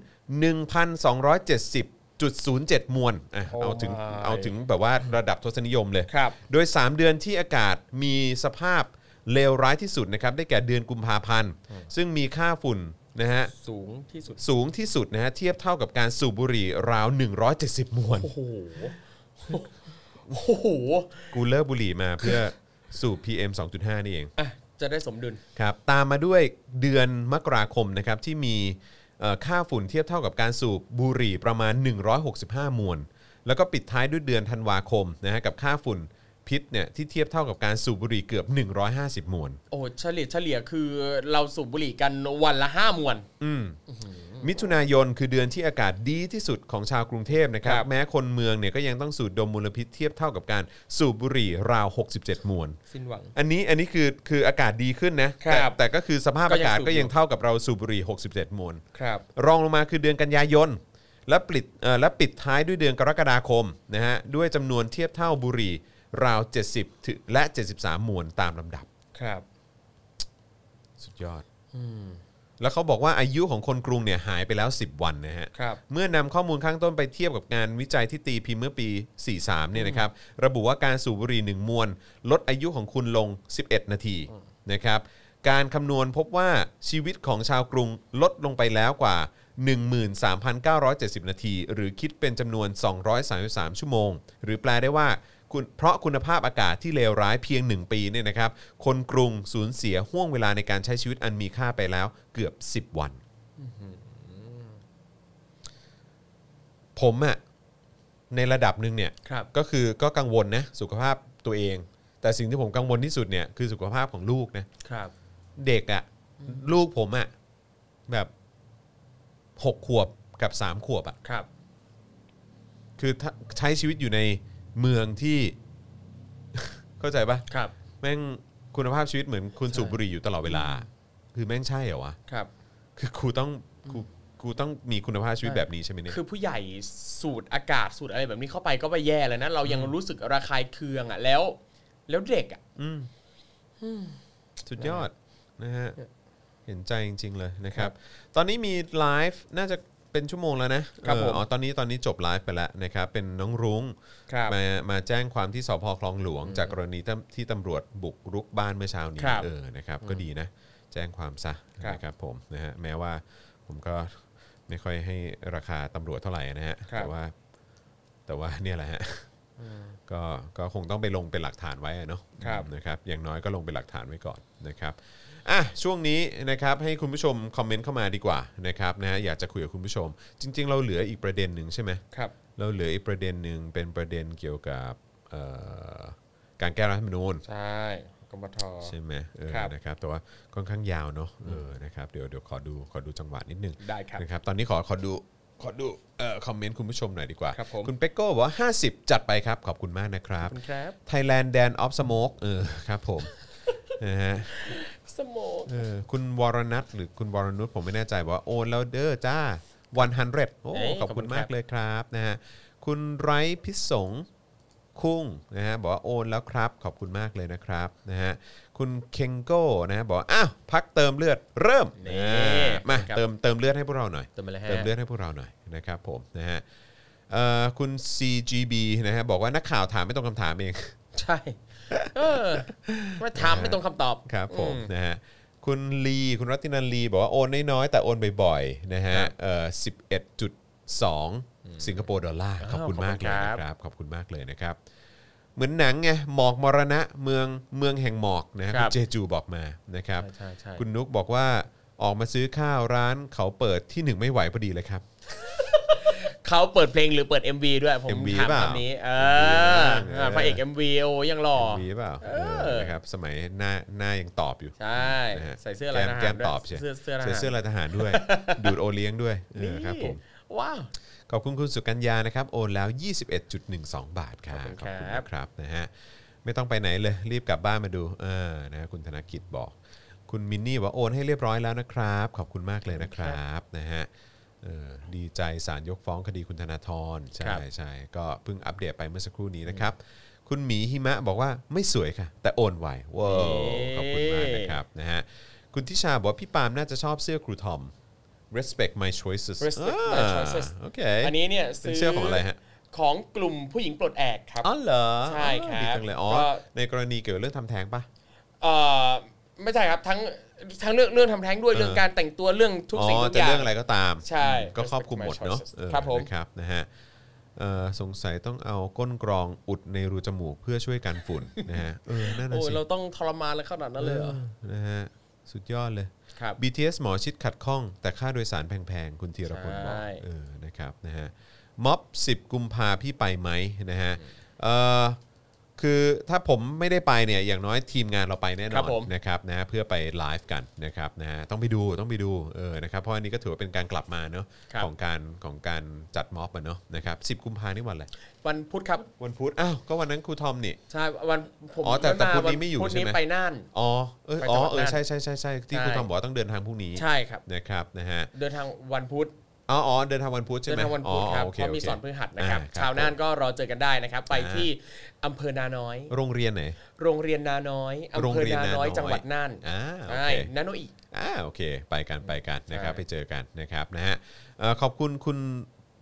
Speaker 2: 1,270.07 มวนอ่ะ
Speaker 3: โอ้
Speaker 2: เอาถึง
Speaker 3: my
Speaker 2: เอาถึงแบบว่าระดับทศนิยมเลย
Speaker 3: ครับ
Speaker 2: โดย 3 เดือนที่อากาศมีสภาพเลวร้ายที่สุดนะครับ ได้แก่เดือนกุมภาพันธ์ ซึ่งมีค่าฝุ่นนะฮะ
Speaker 3: สูงที่สุด
Speaker 2: สูงที่สุดนะฮะ เทียบเท่ากับการสูบบุหรี่ราว 170 มวน
Speaker 3: โอ้โห โอ้โห
Speaker 2: กูเลิกบุหรี่มาเพื่อสูบ PM 2.5 นี่เอง
Speaker 3: อ่ะ จะได้สมดุล
Speaker 2: ครับตามมาด้วยเดือนมกราคมนะครับที่มีเอ่อค่าฝุ่นเทียบเท่ากับการสูบบุหรี่ประมาณ 165 มวล แล้วก็ปิดท้ายด้วยเดือนธันวาคมนะฮะกับค่าฝุ่นพิษเนี่ยที่เทียบเท่ากับการสูบบุหรี่เกือบ 150 มวล
Speaker 3: โอ้เฉลี่ยเฉลี่ยคือเราสูบบุหรี่กันวันละห้ามวน
Speaker 2: อืม มิถุนายนคือเดือนที่อากาศดีที่สุดของชาวกรุงเทพนะครับ
Speaker 3: ครับ
Speaker 2: แม้คนเมืองเนี่ยก็ยังต้องสูดดมมลพิษเทียบเท่ากับการสูบบุหรี่ราว 67 มวน
Speaker 3: สิ้นหวัง
Speaker 2: อันนี้อันนี้คือคืออากาศดีขึ้นนะแต่
Speaker 3: ครับ
Speaker 2: แต่ก็คือสภาพ
Speaker 3: ก็
Speaker 2: อากา
Speaker 3: ยัง
Speaker 2: ศ
Speaker 3: สูบ
Speaker 2: ก็
Speaker 3: อยู่
Speaker 2: ยังเท่ากับเราสูบบุหรี่ 67 มวน
Speaker 3: ครับ
Speaker 2: รองลงมาคือเดือนกันยายน และปิดเอ่อและปิดท้ายด้วยเดือนกรกฎาคมนะฮะด้วยจำนวนเทียบเท่าบุหรี่ราว 70ถึงและ 73 มวนตามลำดับ
Speaker 3: ครับ
Speaker 2: สุดยอด แล้วเขาบอกว่าอายุของคนกรุงเนี่ยหายไปแล้ว 10 วันนะฮะ
Speaker 3: ครับ
Speaker 2: เมื่อนำข้อมูลข้างต้นไปเทียบกับงานวิจัยที่ตีพิมพ์เมื่อปี 43 เนี่ยนะครับ ระบุว่าการสูบบุหรี่หนึ่งมวน ลดอายุของคุณลง 11 นาทีนะครับ การคำนวณพบว่าชีวิตของชาวกรุงลดลงไปแล้วกว่า 13,970 นาที หรือคิดเป็นจำนวน 233 ชั่วโมง หรือแปลได้ว่าคุณเพราะคุณภาพอากาศที่เลวร้ายเพียง 1 ปีเนี่ยนะครับ คนกรุงสูญเสียห่วงเวลาในการใช้ชีวิตอันมีค่าไปแล้วเกือบ 10 วัน ผมอะในระดับหนึ่งเนี่ย
Speaker 3: ครับ
Speaker 2: ก็คือก็กังวลนะสุขภาพตัวเอง แต่สิ่งที่ผมกังวลที่สุดเนี่ยคือสุขภาพของลูกนะครับ เด็กอะลูกผมอะแบบหกขวบกับสามขวบอะ
Speaker 3: ครับ
Speaker 2: คือถ้าใช้ชีวิตอยู่ในเมืองที่ เข้าใจปะ
Speaker 3: ครับ
Speaker 2: แม่งคุณภาพชีวิตเหมือนคุณสูบบุหรี่อยู่ตลอดเวลา คือแม่งใช่เหรอวะ
Speaker 3: ครับ
Speaker 2: คือกูต้องกูกูต้องมีคุณภาพชีวิตแบบนี้ใช่ไหมเนี่ย
Speaker 3: คือผู้ใหญ่สูดอากาศสูดอะไรแบบนี้เข้าไปก็ไปแย่แล้วนะ เรายังรู้สึกระคายเคืองอ่ะ แล้ว แล้วเด็กอ่ะ
Speaker 2: อืมสุดยอดนะฮะเห็นใจจริง ๆ เลยนะครับ ตอนนี้มีไลฟ์น่าจะเป็นชั่วโมงแล้วนะครับ เออ
Speaker 3: ผม
Speaker 2: อ๋อตอนนี้ตอนนี้จบไลฟ์ไปแล้วนะครับ เป็นน้องรุ้ง
Speaker 3: ครับ
Speaker 2: มามาแจ้งความที่สพคลองหลวง จากกรณีที่ตำรวจบุกรุกบ้านเมื่อเช้านี้
Speaker 3: ครับ
Speaker 2: เออนะครับ ก็ดีนะ แจ้งความซะ
Speaker 3: ครับ
Speaker 2: นะครับผมนะฮะแม้ว่าผมก็ไม่ค่อยให้ราคาตำรวจเท่าไหร่นะฮะแต่ว่า แต่ว่าเนี่ยแหละฮะ ก็ก็คงต้องไปลงเป็นหลักฐานไว้อะเนาะ
Speaker 3: ครับ
Speaker 2: นะครับอย่างน้อยก็ลงเป็นหลักฐานไว้ก่อนนะครับอ่ะช่วงนี้นะครับให้คุณผู้ชมคอมเมนต์เข้ามาดีกว่านะครับนะฮะอยากจะคุยกับคุณผู้ชม จริง ๆ เราเหลืออีกประเด็นหนึ่งใช่ไหม
Speaker 3: ครับ
Speaker 2: เราเหลืออีกประเด็นหนึ่งเป็นประเด็นเกี่ยวกับเอ่อการแก้รัฐธรรมนูญ
Speaker 3: ใช่กมท
Speaker 2: ใช่ไหมเออ
Speaker 3: ครับ
Speaker 2: นะครับแต่ว่าค่อนข้างยาวเนาะเออนะครับเดี๋ยวเดี๋ยวขอดูขอดูจังหวะนิดนึง
Speaker 3: ได้ครับ
Speaker 2: นะครับตอนนี้ขอขอดูขอดูเอ่อคอมเมนต์คุณผู้ชมหน่อยดีกว่า
Speaker 3: ครับผม
Speaker 2: คุณเป๊กโก้บอกว่า 50 จัดไปครับ ขอบคุณมากนะครับ
Speaker 3: คุณครับ
Speaker 2: Thailand Dan of Smoke เออครับผม นะฮะ
Speaker 3: สมอง
Speaker 2: เออคุณวรนัทหรือคุณวรนุชผมไม่แน่ใจบอกว่าโอนแล้วเด้อจ้า100โอ้
Speaker 3: เอ้ย
Speaker 2: ขอบ
Speaker 3: ขอบคุ
Speaker 2: คุณ
Speaker 3: ณ
Speaker 2: มา
Speaker 3: ค
Speaker 2: ก
Speaker 3: รับ
Speaker 2: เลยครับนะฮะคุณไร้พิสงคุ้งนะฮะบอกว่าโอนแล้วครับ ขอบคุณมากเลยนะครับนะฮะคุณเคงโก้นะฮะบอกว่าอ้าวพักเติมเลือดเริ่ม
Speaker 3: นี่
Speaker 2: อ่ามา
Speaker 3: ครับ
Speaker 2: เติมเติมเลือดให้พวกเราหน่อย
Speaker 3: เติมไปเลยฮะ
Speaker 2: เติมเลือดให้พวกเราหน่อยนะครับผมนะฮะเอ่อคุณ CGB นะฮะบอกว่านักข่าวถามไม่ตรงคำถามเอง
Speaker 3: ใช่ เออว่าถามไม่ตรงคำตอบ
Speaker 2: ครับผม
Speaker 3: อืม
Speaker 2: นะฮะคุณลีคุณรัตินันลีบอกว่าโอนน้อยๆแต่โอนบ่อยๆนะฮะ
Speaker 3: ครับ
Speaker 2: เอ่อสิบเอ็ดจุดสองสิงคโปร์ดอลลาร์ขอบคุณ
Speaker 3: ขอบคุณ
Speaker 2: มากเลย
Speaker 3: ครับ
Speaker 2: นะครับขอบคุณมากเลยนะครับ เหมือนหนังไงหมอกมรณะเมืองเมืองแห่งหมอกนะฮะคุณเจจูบอกมานะครับ
Speaker 3: ใช่ใช่ใช่
Speaker 2: คุณนุกบอกว่าออกมาซื้อข้าวร้านเขาเปิดที่หนึ่งไม่ไหวพอดีเลยครับ
Speaker 3: เขาเปิดเพลงหรือเปิด MV ด้วย ผม
Speaker 2: MV
Speaker 3: ถาม
Speaker 2: เปล่า
Speaker 3: คำนี้ เอ
Speaker 2: MV
Speaker 3: อ
Speaker 2: บ้าง
Speaker 3: พระเอก MV โอ้ยังหล่อ
Speaker 2: มีเปล่า
Speaker 3: เออ
Speaker 2: เออนะครับสมัยหน้าหน้ายังตอบอยู่
Speaker 3: ใช่
Speaker 2: นะฮะ
Speaker 3: ใส่เสื้อลายทหาร
Speaker 2: แก้ม
Speaker 3: ด้ว
Speaker 2: ตอบใช่
Speaker 3: เสื้อเสื้อลาย
Speaker 2: ใส่เสื้อลายทหารด้วย ดูดโอเลี้ยงด้วยเออครับผม
Speaker 3: ว้าว
Speaker 2: ขอบคุณคุณสุกัญญานะครับ โอนแล้ว 21.12 บาทครับ
Speaker 3: ขอบคุณครับ
Speaker 2: นะครับนะฮะไม่ต้องไปไหนเลยรีบกลับบ้านมาดูเออนะฮะคุณธนกิจบอก คุณมินนี่ว่าโอนให้เรียบร้อยแล้วนะครับ ขอบคุณมากเลยนะครับนะฮะเออดีใจสารยกฟ้องคดีคุณธนาธรใช่ใช่ก็เพิ่งอัปเดตไปเมื่อสักครู่นี้นะครับ คุณหมีหิมะบอกว่าไม่สวยค่ะ แต่โอนไวว้าวขอบคุณมากนะครับ ครับนะฮะคุณทิชาบอกว่าพี่ปาล์มน่าจะชอบเสื้อครูทอม respect my choices
Speaker 3: Respect my
Speaker 2: อ่า
Speaker 3: choices
Speaker 2: โอเค
Speaker 3: อันนี้เนี่ย
Speaker 2: เป็นเสื้อของอะไรฮะ
Speaker 3: ของกลุ่มผู้หญิงปลดแอกครับ
Speaker 2: อ๋อเหรอ
Speaker 3: ใช่ครับ
Speaker 2: ดีจังเลยอ๋อ
Speaker 3: ก็
Speaker 2: ในกรณีเกี่ยวกับเรื่องทำแท้งปะ
Speaker 3: เอ่อไม่ใช่ครับทั้งทั้งเรื่องเรื่องทำแท้งด้วย
Speaker 2: เออ
Speaker 3: เรื่องการแต่งตัวเรื่องทุกสิ่งทุก
Speaker 2: จะ
Speaker 3: อย่าง
Speaker 2: เรื่องอะไรก็ตาม
Speaker 3: ใช่
Speaker 2: อืมก็ครอบคลุมหมดเนาะ
Speaker 3: Respect my choices
Speaker 2: เออ
Speaker 3: ครับผม
Speaker 2: นะครับนะฮะเอ่อสงสัยต้องเอาก้นกรองอุดในรูจมูกเพื่อช่วยกันฝุ่น นะฮะเออนั่นน่ะ
Speaker 3: โอ้ย
Speaker 2: สิ
Speaker 3: เราต้องทรมานเลยขนาดนั้นเลยเหรอ
Speaker 2: นะฮะสุดยอดเลย
Speaker 3: ครับ
Speaker 2: BTS หมอชิดขัดข้อง แต่ค่าโดยสารแพงๆ คุณธีรพลบอก
Speaker 3: ใช่
Speaker 2: เออนะครับนะฮะม็อบ 10 กุมภาพี่ไปไหมนะฮะเอ่อ คือถ้าผมไม่ได้ไปเนี่ยอย่างน้อยทีมงานเราไปแน่น
Speaker 3: ครั
Speaker 2: อบ
Speaker 3: ผ
Speaker 2: น
Speaker 3: ม
Speaker 2: นะครับนะเพื่อไปไลฟ์กันนะครับนะต้องไปดูต้องไปดูเออนะครับเพราะอันนี้ก็ถือว่าเป็นการกลับมาเนาะ
Speaker 3: ครับ
Speaker 2: ของการของการจัดม็อบอะเนาะนะครับสิบกุมภาพันธ์นี่วันอะไร
Speaker 3: วันพุธครับ
Speaker 2: วันพุธอ้าวก็วันนั้นครูทอมนี่
Speaker 3: ใช่วันผม
Speaker 2: อ๋อแต่แต่พุธนี้
Speaker 3: า
Speaker 2: ไม่อยู่
Speaker 3: พุธ
Speaker 2: ใช่ไหม
Speaker 3: นี้ไปน่าน
Speaker 2: อ๋อเออ
Speaker 3: ไป
Speaker 2: อ๋
Speaker 3: จั
Speaker 2: อง
Speaker 3: หวัด
Speaker 2: เออ
Speaker 3: น่าน
Speaker 2: ใช่ใช่ใช่ใช่ที่
Speaker 3: ใช่
Speaker 2: ครูทอมบอกว่าต้องเดินทางพรุ่งนี้
Speaker 3: ใช่ครับ
Speaker 2: นะครับนะฮะ
Speaker 3: เดินทางวันพุธ
Speaker 2: อ๋ออ๋อเดินทางวันพุธใช่
Speaker 3: เดิ
Speaker 2: ไหม
Speaker 3: นทางวันพุธ
Speaker 2: อ๋อ
Speaker 3: ครับ
Speaker 2: โอ
Speaker 3: เพราะมี
Speaker 2: โค
Speaker 3: สอนพฤหัสนะครับ
Speaker 2: อ่าครับ
Speaker 3: ชาวน่านก็รอเจอกันได้นะครับ ไป
Speaker 2: อ่า
Speaker 3: ที่อำเภอนาน้อย
Speaker 2: โรงเรียนไหน
Speaker 3: โรงเรียนนาน้อยอำเภอนาน้อยจังหวัดน่าน
Speaker 2: อ่าโอ
Speaker 3: ใช่
Speaker 2: เค
Speaker 3: นาโนอีก
Speaker 2: อ่าโอเค ไปกันไปกันนะครับ
Speaker 3: ใช่
Speaker 2: ไปเจอกันนะครับนะฮะเอ่อขอบคุณคุณ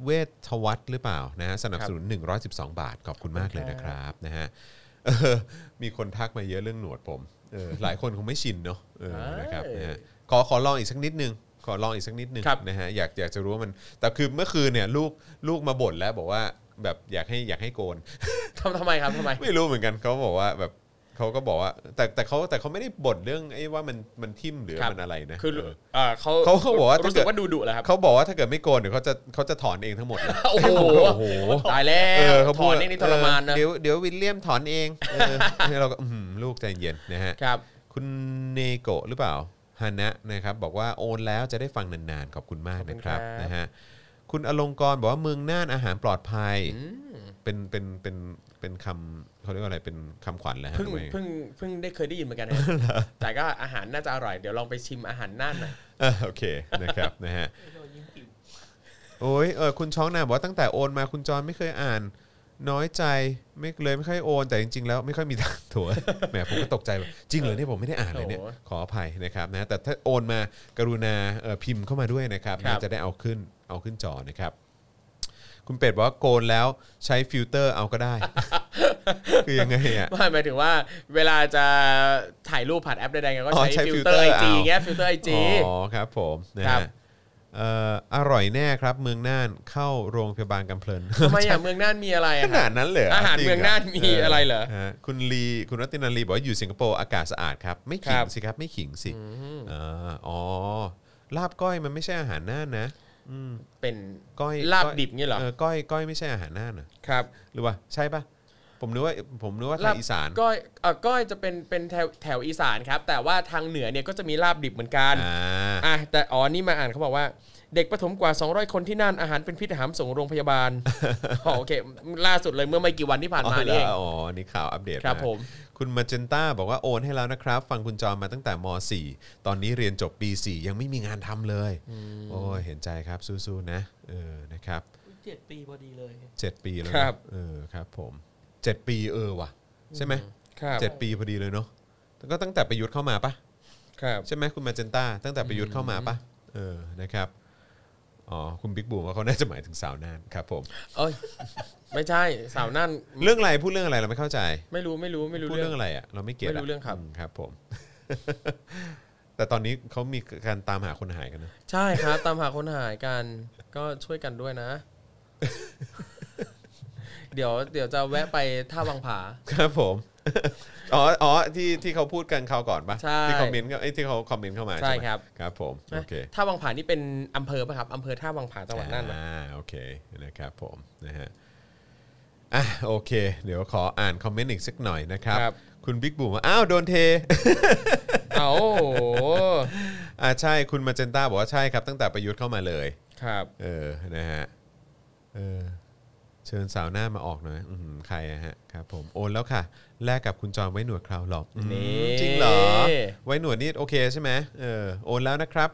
Speaker 2: เวทวัฒน์หรือเปล่านะฮะสนับสนุน 112 บาท ขอบคุณมากเลยนะครับนะฮะเออมีคนทักมาเยอะเรื่องหนวดผมเอ อหลายคนคงไม่ชินเนาะเออ
Speaker 3: ใช่
Speaker 2: นะครับนะฮะขอขอลองอีกสักนิดนึง ขอลองอีกสักนิดนึง
Speaker 3: ครับ
Speaker 2: นะฮะอยากอยากจะรู้ว่ามัน แต่คือเมื่อคืนเนี่ยลูกลูกมาบ่นแล้วบอกว่าแบบอยากให้อยากให้โกน
Speaker 3: ทำทำไมครับทำไม
Speaker 2: ไม่รู้เหมือนกันเขาบอกว่าแบบเขาก็บอกว่า แต่แต่เขาแต่เขาไม่ได้บ่นเรื่องไอ้ว่ามันมันทิ่มหรือ
Speaker 3: ครับ
Speaker 2: มันอะไรนะ
Speaker 3: คือ
Speaker 2: เออ
Speaker 3: เอ่อเขา
Speaker 2: เขาเขาบอกว่า
Speaker 3: รู้
Speaker 2: ถ้าเกิ
Speaker 3: สึ
Speaker 2: ด
Speaker 3: กว่าดูดุแล้วครับ
Speaker 2: เขาบอกว่าถ้าเกิดไม่โกนเดี๋ยวเขาจะเขาจะถอนเองทั้งหมดเลย
Speaker 3: โอ้โห
Speaker 2: โอ้โห
Speaker 3: ตายแล้
Speaker 2: เอ
Speaker 3: ว
Speaker 2: อเขา
Speaker 3: ถ
Speaker 2: พู
Speaker 3: อ
Speaker 2: ด
Speaker 3: นนี่นี่ทรมานนะ
Speaker 2: เออเดี๋ยวเดี๋ยววิลเลียมถอนเองเอ อเราก็อื้อหือลูกใจเย็นนะฮะ
Speaker 3: ครับ
Speaker 2: คุณเนโกะหรือเปล่าฮานะนะครับบอกว่าโอนแล้วจะได้ฟังนานๆ ขอบคุณมากนะครับ
Speaker 3: ขอบคุณครับ
Speaker 2: นะฮะคุณอลงกรบอกว่าเมืองน่านอาหารปลอดภัยเป็นเป็นเป็นเป็นคำเขาเรียกว่าอะไรเป็นคำขวัญแล้วฮะ
Speaker 3: เพิ่
Speaker 2: ห
Speaker 3: ง
Speaker 2: รือว่ายังไง
Speaker 3: เพิ่งเพิ่งได้เคยได้ยินเหมือนกันนะแต่ก็อาหารน่าจะอร่อยเดี๋ยวลองไปชิมอาหารน่านหน่อย
Speaker 2: เออโอเคนะครับ นะฮะ
Speaker 4: ไม่โดนยิ่งอิ่ม
Speaker 2: โอ้ยเออคุณช้องนาบอกว่าตั้งแต่โอนมาคุณจอนไม่เคยอ่าน น้อยใจไม่เลยไม่ค่อยโอน แต่จริงๆแล้วไม่ค่อยมีตังค์ถั่ว แหมผมก็ตกใจว่าจริงเหรอเนี่ยผมไม่ได้อ่านเลยเนี่ย
Speaker 3: โอ้
Speaker 2: ขออภัยนะครับนะแต่ถ้าโอนมากรุณาเอ่อพิมพ์เข้ามาด้วยนะครับ
Speaker 3: ครับ
Speaker 2: นะจะได้เอาขึ้นเอาขึ้นจอนะครับ คุณเป็ดบอกว่าโกนแล้วใช้ฟิลเตอร์เอาก็ได้ คือยังไงอ่ะ
Speaker 3: ไม่หมายถึงว่าเวลาจะถ่ายรูปผ่านแอปใดๆก็
Speaker 2: อ๋อใช้
Speaker 3: ใช้ฟิลเตอ
Speaker 2: filter
Speaker 3: ร์ไอจี
Speaker 2: เอา
Speaker 3: เงี้ยฟิลเตอร์ไอจี
Speaker 2: อ๋อครับผมนะครับ ฮะเอ่ออร่อยแน่ครับ เมืองน่านเข้าโรงพยาบาลกำเพลิน
Speaker 3: ทำไมอ่ะเมืองน่านมีอะไร
Speaker 2: ข
Speaker 3: อ่ะ
Speaker 2: นาดนั้นเลย
Speaker 3: อาหารเมืองน่านมีอะไรเหรอ
Speaker 2: คุณลีคุณรัตินันลีบอกว่าอยู่สิงคโปร์อากาศสะอาดครับ ไม่
Speaker 3: ค
Speaker 2: ขิ
Speaker 3: รั
Speaker 2: ง
Speaker 3: บ
Speaker 2: สิครับ ไม่ขิงสิอ่าอ๋อลาบก้อยมันไม่ใช่อาหารน่านนะอืม
Speaker 3: เป็น
Speaker 2: ก้อย
Speaker 3: ลาบ
Speaker 2: ก้อย
Speaker 3: ดิบเงี้ยเหรอ
Speaker 2: เออก้อยก้อยไม่ใช่อาหารน่านเหรอ
Speaker 3: ครับ
Speaker 2: หรือว่าใช่ปะผมนึกว่าผมนึกว่าทา
Speaker 3: ลาบ
Speaker 2: งอีสาน
Speaker 3: ก้อยเอ่อก้อยจะเป็นเป็นแถวแถวอีสานครับ แต่ว่าทางเหนือเนี่ยก็จะมีลาบดิบเหมือนกัน
Speaker 2: อ่า
Speaker 3: อ่ะแต่อ๋อนี่มาอ่านเขาบอกว่า เด็กประถมกว่า 200 คนที่นั่นอาหารเป็นพิษหามส่งโรงพยา บาลอ๋อโอเค ล่าสุดเลยเมื่อไม่กี่วันที่ผ่านมานี่เอง
Speaker 2: อ๋อเหรออ๋อนี่ข่าวอัปเดต
Speaker 3: ครับ
Speaker 2: า
Speaker 3: ผม
Speaker 2: คุณมาเจนต้าบอกว่าโอนให้แล้วนะครับ ฟังคุณจอมมาตั้งแต่ม .4 ตอนนี้เรียนจบปี 4 ยังไม่มีงานทำเลย โอ้ยเห็นใจครับสู้ๆนะเออนะครับ
Speaker 4: เจ็ดปีพอดีเลย
Speaker 2: เจ็ดปีแล้วนะครับ เออครับผมเจ็ดปีเออว่ะ ใช่ไหม
Speaker 3: ครับ
Speaker 2: เจ็ดปีพอดีเลยเนาะแล้วก็ตั้งแต่ประยุทธ์เข้ามาปะ
Speaker 3: ครับ
Speaker 2: ใช่ไหมคุณมาเจนต้าตั้งแต่ประยุทธ์เข้ามาปะเออนะครับอ๋อคุณบิ๊กบูมว่าเขาน่าจะหมายถึงสาวน่านครับผม
Speaker 3: เอ้ย ไม่ใช่สาวนั่น
Speaker 2: เรื่องอะไรพูดเรื่องอะไรเราไม่เข้าใจ
Speaker 3: ไม่รู้ไม่รู้ไม่รู้
Speaker 2: พูด
Speaker 3: เรื่
Speaker 2: เรื่
Speaker 3: อ
Speaker 2: อง งอะไรอ่ะเราไม่เก็ตะ
Speaker 3: ไม่รู้เรื่องครับ
Speaker 2: มครับผม แต่ตอนนี้เขามีการตามหาคนหายกันนะ
Speaker 3: ใช่ครับ ตามหาคนหายกันก็ช่วยกันด้วย นะ เดี๋ยวเดี๋ยวจะแวะไปท่าวังผา
Speaker 2: ครับผม อ๋ออ๋อที่ที่เขาพูดกันคราวก่อนปะ
Speaker 3: ใช่
Speaker 2: ที่คอมเมนต์กันไอ้ยที่เขาคอมเมนต์เข้ามา
Speaker 3: ใช่
Speaker 2: ใช่ไหม
Speaker 3: ครับ
Speaker 2: ครับผมโอเค
Speaker 3: ท่าวังผานี่เป็นอำเภอป่ะครับอำเภอท่าวังผาจังหวัดน่านนะ
Speaker 2: อ่าโอเคนะครับผมนะฮะอ่ะโอเค เดี๋ยวขออ่านคอมเมนต์อีกสักหน่อยนะครับ
Speaker 3: ครับ
Speaker 2: คุณบิ๊กบุ๋มว่าอ้าวโดนเท
Speaker 3: เอาโอ้โห
Speaker 2: อ่าใช่คุณมาเจนต้าบอกว่าใช่ครับ ตั้งแต่ประยุทธ์เข้ามาเลย
Speaker 3: ครับ
Speaker 2: เออนะฮะเออเชิญสาวหน้ามาออกหน่อยอืมใครอะฮะครับผมโอนแล้วค่ะ แลกกับคุณจอมไว้หนวดคราวหลอกอืม
Speaker 3: นี่
Speaker 2: จริงเหรอ ไว้หนวดนี่โอเคใช่ไหมเออโอนแล้วนะครับ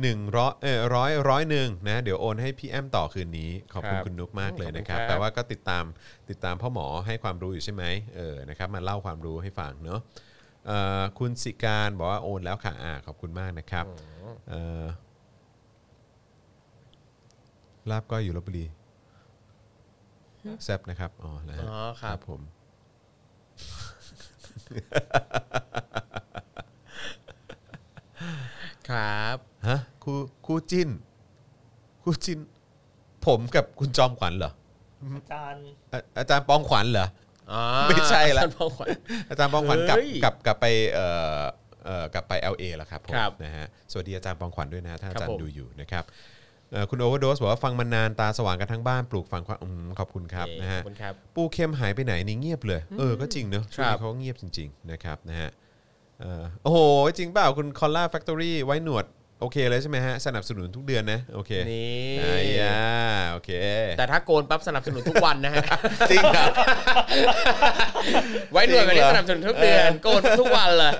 Speaker 2: หนึ่งร้อยเออร้อยร้อยหนึ่งนะเดี๋ยวโอนให้พี่แอมต่อคืนนี้ ขอบคุณคุณนุกมากเลยนะครับ แต่ว่าก็ติดตามติดตามพ่อหมอให้ความรู้อยู่ใช่ไหมเออนะครับมาเล่าความรู้ให้ฟังเนาะเอ่อคุณสิการบอกว่าโอนแล้วค่ะอ่าขอบคุณมากนะครับเอ่อลาบก้อยอยู่ลบบุรีแซบนะครับอ๋อนะฮะ
Speaker 3: อ๋อครับ
Speaker 2: ผม
Speaker 3: ครับ
Speaker 2: ฮะคู่คู่จิ้นคู่จิ้น ผมกับคุณจอมขวัญเหรอ
Speaker 4: อาจารย์
Speaker 2: อ่ะอาจารย์ปองขวัญเหรอ
Speaker 3: อ๋อ
Speaker 2: ไม่ใช่ละ
Speaker 3: อาจารย์พ่อขวัญ
Speaker 2: อาจารย์ปองขวัญกลับ
Speaker 3: เฮ้ย
Speaker 2: กลับกลับไปเอ่อเอ่อกลับไป LA แล้วครับผม
Speaker 3: ครับ
Speaker 2: นะฮะสวัสดีอาจารย์ปองขวัญด้วยนะฮะถ้าอาจาร
Speaker 3: ครับผ
Speaker 2: ย์
Speaker 3: ม
Speaker 2: ดูอยู่นะครับ เอ่อคุณโอเวอร์โดสบอกว่าฟังมานานตาสว่างกันทั้งบ้านปลูกฝังความอืมขอบคุณครับ
Speaker 3: เย้
Speaker 2: นะฮะ
Speaker 3: ขอบคุณครับ
Speaker 2: ปูเข็มหายไปไหนนี่เงียบเลย เออ ก็จริงเนอะช่วง
Speaker 3: ครั
Speaker 2: นี้
Speaker 3: บ
Speaker 2: เขาเงียบจริง ๆ นะครับนะฮะเอ่อโอ้โห จริงเปล่าคุณคอลล่าแฟคทอรี่ไว้หนวด โอเคเลยใช่ไหมฮะ สนับสนุนทุกเดือนนะ โอเค
Speaker 3: นี่
Speaker 2: อ่าอย่าโอเค
Speaker 3: แต่ถ้าโกนปั๊บสนับสนุนทุกวันนะ ฮะ
Speaker 2: จริงครับ
Speaker 3: ไว้หน่วยกัน
Speaker 2: จริง
Speaker 3: ที่
Speaker 2: เหรอ
Speaker 3: สนับสนุนทุกเดือนโกนทุกวันเลย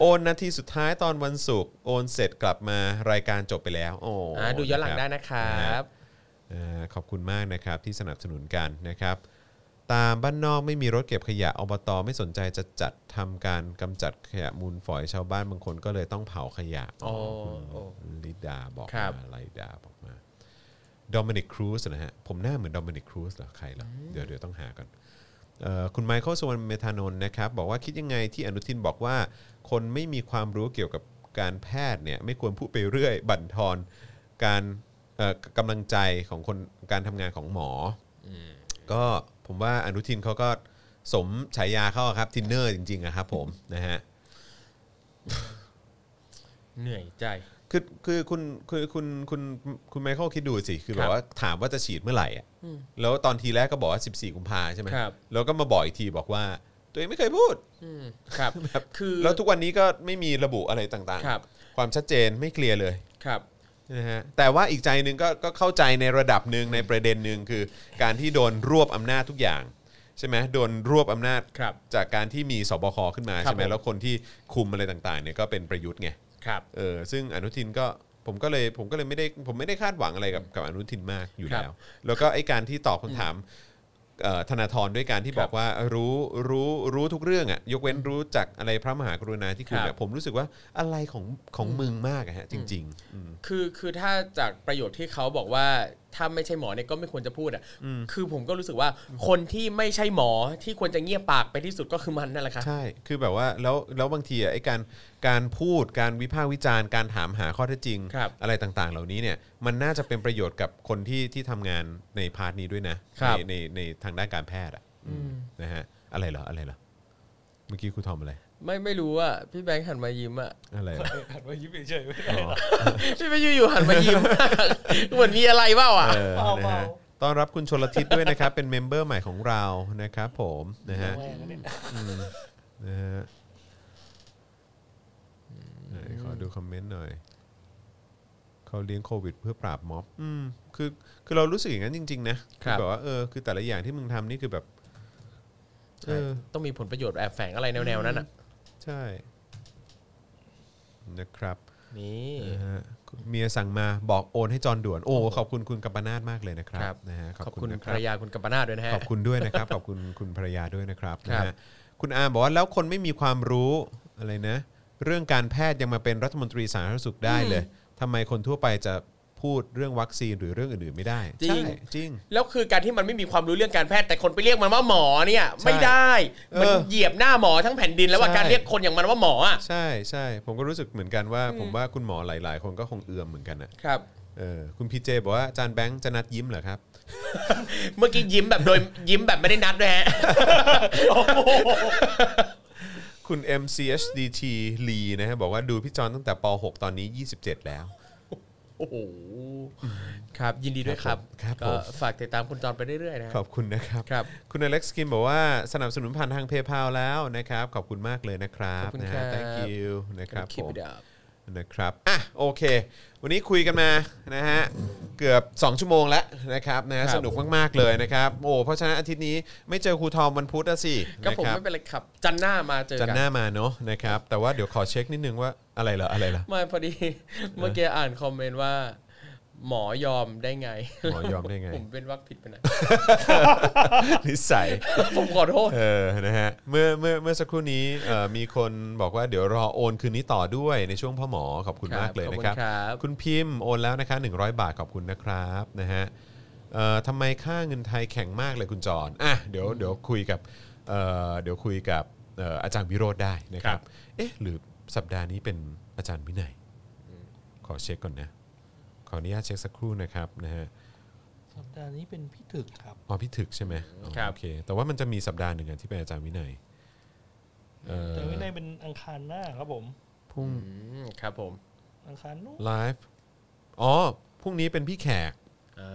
Speaker 2: โอนนาทีสุดท้ายตอนวันศุกร์โอนเสร็จกลับมารายการจบไปแล้ว โอ้
Speaker 3: อ่าดูย้อนหลังได้นะครั
Speaker 2: นะฮะ
Speaker 3: บ
Speaker 2: เอ่อขอบคุณมากนะครับที่สนับสนุนกันนะครับ ตามบ้านนอกไม่มีรถเก็บขยะอบตไม่สนใจจะจัดทำการกำจัดขยะมูลฝอยชาวบ้านบางคนก็เลยต้องเผาขยะ
Speaker 3: อ๋อ
Speaker 2: คุณลิดาบอก
Speaker 3: ครั
Speaker 2: มา
Speaker 3: บ
Speaker 2: ลิดาบอกมาดอมินิกครูซนะฮะผมหน้าเหมือนดอมินิกครูซเหรอใครเหรอเดี๋ยวเดี๋ยวต้องหาก่อนเอ่อคุณไมเคิลสุวรรณเมธานนท์นะครับบอกว่าคิดยังไงที่อนุทินบอกว่า คนไม่มีความรู้เกี่ยวกับการแพทย์เนี่ยไม่ควรพูดไปเรื่อย บั่นทอนการ เอ่อกำลังใจของคนการทำงานของหมออก็ผมว่าอนุทินเขาก็สมฉายาเขาอะครับทินเนอร์จริงๆอะครับผมนะฮะ
Speaker 3: เหนื่อยใจ
Speaker 2: คือคือคุณคือคุณคุณคุณไมเคิลคิดดูสิ คือ
Speaker 3: ค
Speaker 2: แบ
Speaker 3: รับบ
Speaker 2: ว่าถามว่าจะฉีดเมื่อไหร่อะแล้วตอนทีแรกก็บอกว่า 14 กุมภาใช่ไหม
Speaker 3: ครับ
Speaker 2: แล้วก็มาบอกอีกทีบอกว่า ตัวเองไม่เคยพูด
Speaker 3: อืมครับ คือ
Speaker 2: แล้วทุกวันนี้ก็ไม่มีระบุอะไรต่าง
Speaker 3: ครับ
Speaker 2: ๆ ความชัดเจนไม่เคลียร์เลย
Speaker 3: ครับ
Speaker 2: นะฮะแต่ว่าอีกใจหนึ่งก็ก็เข้าใจในระดับหนึ่งในประเด็นหนึ่งคือ การที่โดนรวบอำนาจทุกอย่าง ใช่ไหมโดนรวบอำนาจ
Speaker 3: ครับ
Speaker 2: จากการที่มีสบคขึ้นมา
Speaker 3: ครับ
Speaker 2: ใช่ไหม
Speaker 3: ผม
Speaker 2: แล้วคนที่คุมอะไรต่างๆเนี่ยก็เป็นประยุทธ์ไง
Speaker 3: ครับ
Speaker 2: เออซึ่งอนุทินก็ผมก็เลยผมก็เลยไม่ได้ผมไม่ได้คาดหวังอะไรกับกับอนุทินมากอยู่
Speaker 3: ครับ
Speaker 2: แล้ว แล้วก็ไอ้การที่ตอบคำถามเอ่อธนาธรด้วยการที่
Speaker 3: ครับ
Speaker 2: บอกว่ารู้รู้รู้ทุกเรื่องอะยกเว้นรู้จักอะไรพระมหากรุณาธิคุณ
Speaker 3: ครั
Speaker 2: อะ
Speaker 3: บ
Speaker 2: ผมรู้สึกว่าอะไรของของมึงมากอะฮะจริง ๆอืม
Speaker 3: คือคือถ้าจากประโยคที่เขาบอกว่าถ้าไม่ใช่หมอเนี่ยก็ไม่ควรจะพูดอ่ะคือผมก็รู้สึกว่าคนที่ไม่ใช่หมอที่ควรจะเงียบปากไปที่สุดก็คือมันนั่นแหละครับ
Speaker 2: ใช่ คือแบบว่าแล้วแล้วบางทีอะไอ้การการพูดการวิพากษ์วิจารณ์การถามหาข้อเท็จจริง
Speaker 3: ครับ
Speaker 2: อะไรต่างๆ เหล่านี้เนี่ยมันน่าจะเป็นประโยชน์กับคนที่ที่ทำงานในพาร์ทนี้ด้วยนะครับ ในในในทางด้านการแพทย์อะอืมนะฮะอะไรเหรออะไรเหรอเมื่อกี้ครูทอมอะไร
Speaker 3: ไม่ไม่รู้อ่ะพี่แบงค์หันมายิ้มอ่ะ
Speaker 2: อะไรเหรอ
Speaker 4: หันมายิ้มเฉยๆไม่ได้
Speaker 2: อ๋อ
Speaker 3: พี่แบงค์อยู่ๆหันมายิ้ม เหมือนมีอะไรเปล่าอ่ะ
Speaker 2: เออนะฮะต้อนรับคุณชลทิศด้วยนะครับ เป็นเมมเบอร์ใหม่ของเรานะครับผมนะฮะ
Speaker 4: แรงนะเนี่ย
Speaker 2: นะฮะไหนขอดูคอมเมนต์หน่อย เขาเลี้ยงโควิด เพื่อปราบม็อบ อืม คือ คือเรารู้สึกอย่างนั้นจริง ๆ นะ
Speaker 3: ครับ
Speaker 2: แบบว่า เออ คือแต่ละอย่างที่มึงทำนี่คือแบบ เออ
Speaker 3: ต้องมีผลประโยชน์แอบแฝงอะไรแนวๆนั้นอ่ะ
Speaker 2: ใช่ นะครับ
Speaker 3: นี่
Speaker 2: นะฮะเมียสั่งมาบอกโอนให้จอนด่วน โอ้ ขอบคุณคุณกัมปนาทมากเลยนะครับ
Speaker 3: ครับ
Speaker 2: นะฮะ
Speaker 3: ขอบคุณภรรยาคุณกัมปนาทด้วยนะฮะ
Speaker 2: ขอบคุณด้วยนะครับ ขอบคุณคุณภรรยาด้วยนะครับ
Speaker 3: ครับ
Speaker 2: นะฮะคุณอาร์มบอกว่าแล้วคนไม่มีความรู้อะไรนะ เรื่องการแพทย์ยังมาเป็นรัฐมนตรีสาธารณสุขได้เลยทำไมคนทั่วไปจะพูดเรื่องวัคซีนหรือเรื่องอื่นๆไม่ได้ใช่จริง
Speaker 3: แล้วคือการที่มันไม่มีความรู้เรื่องการแพทย์แต่คนไปเรียกมันว่าหมอเนี่ย ไม่ได้
Speaker 2: เออ
Speaker 3: มันเหยียบหน้าหมอทั้งแผ่นดินแล้วว่า
Speaker 2: ใช่
Speaker 3: การเรียกคนอย่างมันว่าหมออ่ะ
Speaker 2: ใช่ใช่ผมก็รู้สึกเหมือนกันว่า ผมว่าคุณหมอหลายๆ คนก็คงเอือมเหมือนกันนะครับ เออคุณพีเจบอกว่าอาจารย์แบงค์จะนัดยิ้มเหรอครับ
Speaker 3: เมื่อกี้ยิ้มแบบโดยยิ้มแบบไม่ได้นัดด้วยฮะ
Speaker 2: คุณ MCHDT ลีนะฮะบอกว่าดูพี่จอนตั้งแต่ป .6 ตอนนี้ 27 แล้ว
Speaker 3: โอ้โหครับ ยินดีด้วยครับ
Speaker 2: ครับผม
Speaker 3: ก็ฝากติดตามคุณจอนไปเรื่อยๆนะ
Speaker 2: ขอบคุณนะครับ
Speaker 3: ครับ
Speaker 2: คุณอเล็กซ์คิมบอกว่าสนับสนุนผ่านทางเพย์พาแล้วนะครับ ขอบคุณมากเลยนะครับ
Speaker 3: ขอบคุณ
Speaker 2: นะ
Speaker 3: ครั
Speaker 2: ฮะ
Speaker 3: บ
Speaker 2: thank you นะครับผ
Speaker 3: keep
Speaker 2: ม
Speaker 3: it up
Speaker 2: นะครับอ่ะโอเค วันนี้คุยกันมานะฮะเกือบ 2 ชั่วโมงแล้วนะครับนะฮะ
Speaker 3: ครับ
Speaker 2: สนุกมากๆเลยนะครับโอ้เพราะฉะนั้นอาทิตย์นี้ไม่เจอครูทอมวันพุธอะสิ
Speaker 3: ก็ผม
Speaker 2: นะครั
Speaker 3: ไม่เป็นไรครับ จันทร์หน้ามาเจอ
Speaker 2: จัน
Speaker 3: กั
Speaker 2: ทร์หน้ามาเนาะนะครับแต่ว่าเดี๋ยวขอเช็คนิดนึงว่าอะไรเหรออะไรเหรอ
Speaker 3: ไม่พอดี เมื่อกี้อ่านคอมเมนต์ว่า หมอยอมได้ไง
Speaker 2: หมอยอมได้ไง
Speaker 3: ผมเป็นวักผิดไปไหนอย
Speaker 2: นิสัย
Speaker 3: ผมขอโทษ
Speaker 2: เออ นะฮะ เมื่อ เมื่อ เมื่อสักครู่นี้เอ่อมีคนบอกว่าเดี๋ยวรอโอนคืนนี้ต่อด้วยในช่วงพ่อหมอขอบคุณ
Speaker 3: ครับ
Speaker 2: มากเลยนะครับ
Speaker 3: ขอบคุณครับ
Speaker 2: คุณพิมพ์โอนแล้วนะคะ100 บาทขอบคุณนะครับ นะฮะเอ่อทำไมค่าเงินไทยแข็งมากเลยคุณจอนอ่ะ เดี๋ยว เดี๋ยวคุยกับเอ่อเดี๋ยวคุยกับเอ่ออาจารย์วิโรธได้นะครั
Speaker 3: ครับ บ
Speaker 2: เอ๊ะ หรือสัปดาห์นี้เป็นอาจารย์วินัย ขอเช็คก่อนนะ ขออนุญาตเช็คสักครู่นะครับนะฮะ
Speaker 4: สัปดาห์นี้เป็นพี่ถึกครับ
Speaker 2: อ๋อพี่ถึกใช่ไหมอ๋อ
Speaker 3: ครับ
Speaker 2: โอเค แต่ว่ามันจะมีสัปดาห์หนึ่งอะที่เป็นอาจารย์วินัยเอ่อ
Speaker 4: แต่วินัยเป็นอังคารหน้าครับผม
Speaker 2: พรุ่ง
Speaker 3: อืมครับผม
Speaker 4: อังคารนู้น
Speaker 2: ไลฟ์ อ๋อพรุ่งนี้เป็นพี่แขก
Speaker 3: อ่า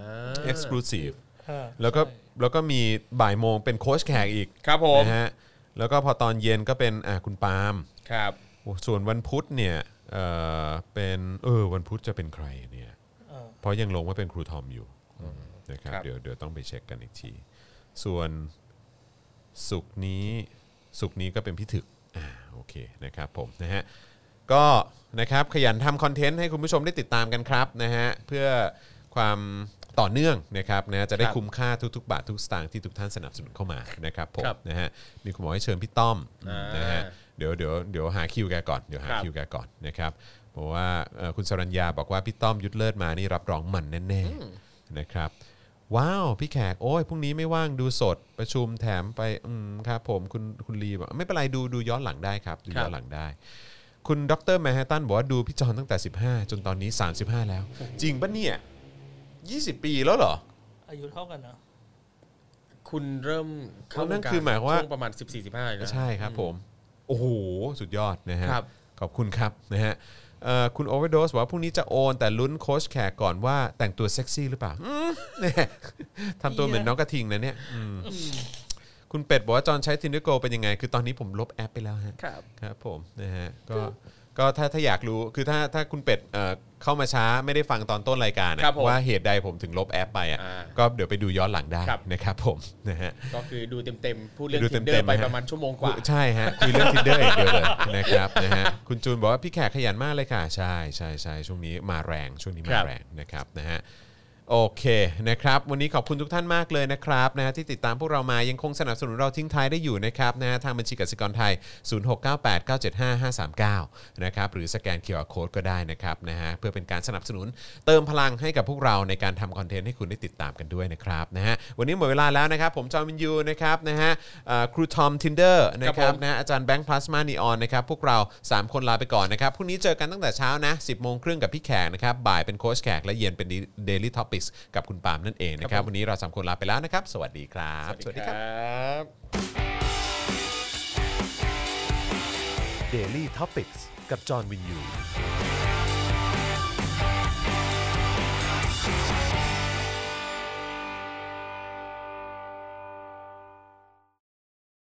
Speaker 2: exclusive
Speaker 4: เออ
Speaker 2: แล้วก็
Speaker 4: ใช่
Speaker 2: แล้วก็มีบ่ายโมงเป็นโค้ชแขกอีก
Speaker 3: ครับผม
Speaker 2: นะฮะแล้วก็พอตอนเย็นก็เป็นอ่ะคุณปาล์ม
Speaker 3: ครับ
Speaker 2: โอ้ส่วนวันพุธเนี่ยเออเป็นเออวันพุธจะเป็นใครเนี่ย
Speaker 4: เออ
Speaker 2: เพราะยังลงว่าเป็นครูทอมอยู่นะครับ
Speaker 3: ครับ
Speaker 2: เดี๋ยวเดี๋ยวต้องไปเช็คกันอีกที ส่วนสุกร์นี้สุกร์นี้ก็เป็นพิถึกอ่าโอเคนะครับผมนะฮะก็นะครับขยันทำคอนเทนต์ให้คุณผู้ชมได้ติดตามกันครับนะฮะเพื่อความต่อเนื่องนะครับนะจะได้คุ้มค่าทุกๆ บาททุกสตางค์ที่ทุกท่านสนับสนุนเข้ามานะครับผม
Speaker 3: ครับ
Speaker 2: นะฮะมีคุณหมอให้เชิญพี่ต้อม
Speaker 3: อ่าน
Speaker 2: นะฮะเดี๋ยวเดี๋ยวเดี๋ยวหาคิวแกก่อนเดี๋ยวหา
Speaker 3: ครับ
Speaker 2: คิวแกก่อนนะครับเพราะว่าเอ่อคุณสรัญญาบอกว่าพี่ต้อมยุทธเลิศมานี่รับรองมันแน่ๆ นะครับว้าว พี่แขก โอ้ยพรุ่งนี้ไม่ว่างดูสดประชุมแถมไปอืมครับผมคุณคุณลีบอกไม่เป็นไรดูดูย้อนหลังได้ครับ ดูย้อนหลังได้ คุณดรแมนฮัตตันบอกว่าดูพี่จอนตั้งแต่ 15 จนตอนนี้ 35 แล้ว จริงปะเนี่ย 20 ปีแล้วเหรอ
Speaker 4: อายุเท่ากันเนอะ
Speaker 3: คุณเริ่มเข้าวง
Speaker 2: นั่น
Speaker 3: กร
Speaker 2: คือหมายความว่า
Speaker 3: ช่วงประมาณ 14 15เลยนะ
Speaker 2: ใช่ครับผม โอ้โห สุดยอดนะฮะ
Speaker 3: ครับ
Speaker 2: ขอบคุณครับนะฮะเอ่อคุณโอเวอร์โดสบอกว่าพรุ่งนี้จะโอน แต่ลุ้นโค้ชแขกก่อนว่าแต่งตัวเซ็กซี่หรือเปล่าอืม เนี่ยทำตัวเหมือนน้องกระทิงนะเนี่ยอืมคุณเป็ดบอกว่าจอนใช้ทินเดอร์โกเป็นยังไง คือตอนนี้ผมลบแอปไปแล้วฮะ
Speaker 3: ครับ
Speaker 2: ครับผมนะฮะก็ก็ถ้าถ้าอยากรู้คือถ้าถ้าคุณเป็ดเอ่อเข้ามาช้าไม่ได้ฟังตอนต้นรายการอะ
Speaker 3: ครับผม
Speaker 2: ว่าเหตุใดผมถึงลบแอปไปอ่ะ
Speaker 3: อ่า
Speaker 2: ก็เดี๋ยวไปดูย้อนหลังได้
Speaker 3: ครับ
Speaker 2: นะครับผมนะฮะ
Speaker 3: ก็คือดูเต็มๆ พูดเรื่อง
Speaker 2: ดู
Speaker 3: ทินเดอ
Speaker 2: เต็มๆ
Speaker 3: ร์ไป
Speaker 2: นะฮะ
Speaker 3: ประมาณชั่วโมงกว่า
Speaker 2: ใช่ฮะคุยเรื่อง Tinder อย่างเดียวเลยนะครับนะฮะคุณจูนบอกว่าพี่แขกขยันมากเลยค่ะใช่ใช่ใช่ช่วงนี้มาแรงช่วงนี้
Speaker 3: ค
Speaker 2: มา
Speaker 3: รับ
Speaker 2: แรงนะครับนะฮะโอเคนะครับ วันนี้ขอบคุณทุกท่านมากเลยนะครับนะฮะที่ติดตามพวกเรามายังคงสนับสนุนเราทิ้งท้ายได้อยู่นะครับนะฮะทางบัญชีกสิกรไทย 0698975539 นะครับหรือสแกน QR Code ก็ได้นะครับนะฮะเพื่อเป็นการสนับสนุนเติมพลังให้กับพวกเราในการทำคอนเทนต์ให้คุณได้ติดตามกันด้วยนะครับนะฮะวันนี้หมดเวลาแล้วนะครับ ผมจอห์นวินยูนะครับนะฮะเอ่อครูทอมทินเดอร์นะค
Speaker 3: ครั
Speaker 2: รั
Speaker 3: บบ ผม
Speaker 2: นะอาจารย์แบงค์พลาสมานีออนนะครับพวกเรา 3 คนลาไปก่อนนะครับพรุ่งนี้เจอกันตั้งแต่เช้านะ 10 โมงครึ่งกับพี่แขกนะครับบ่ายเป็นโค้ชแขก และเย็นเป็น Daily Topics กับคุณปาล์มนั่นเองนะค
Speaker 3: ครั
Speaker 2: รับบ
Speaker 3: ผม
Speaker 2: วันนี้เรา 3 คนลาไปแล้วนะครับ สวัสดีครับ
Speaker 3: บ
Speaker 1: Daily t o p i c กกับจอห์นวินยู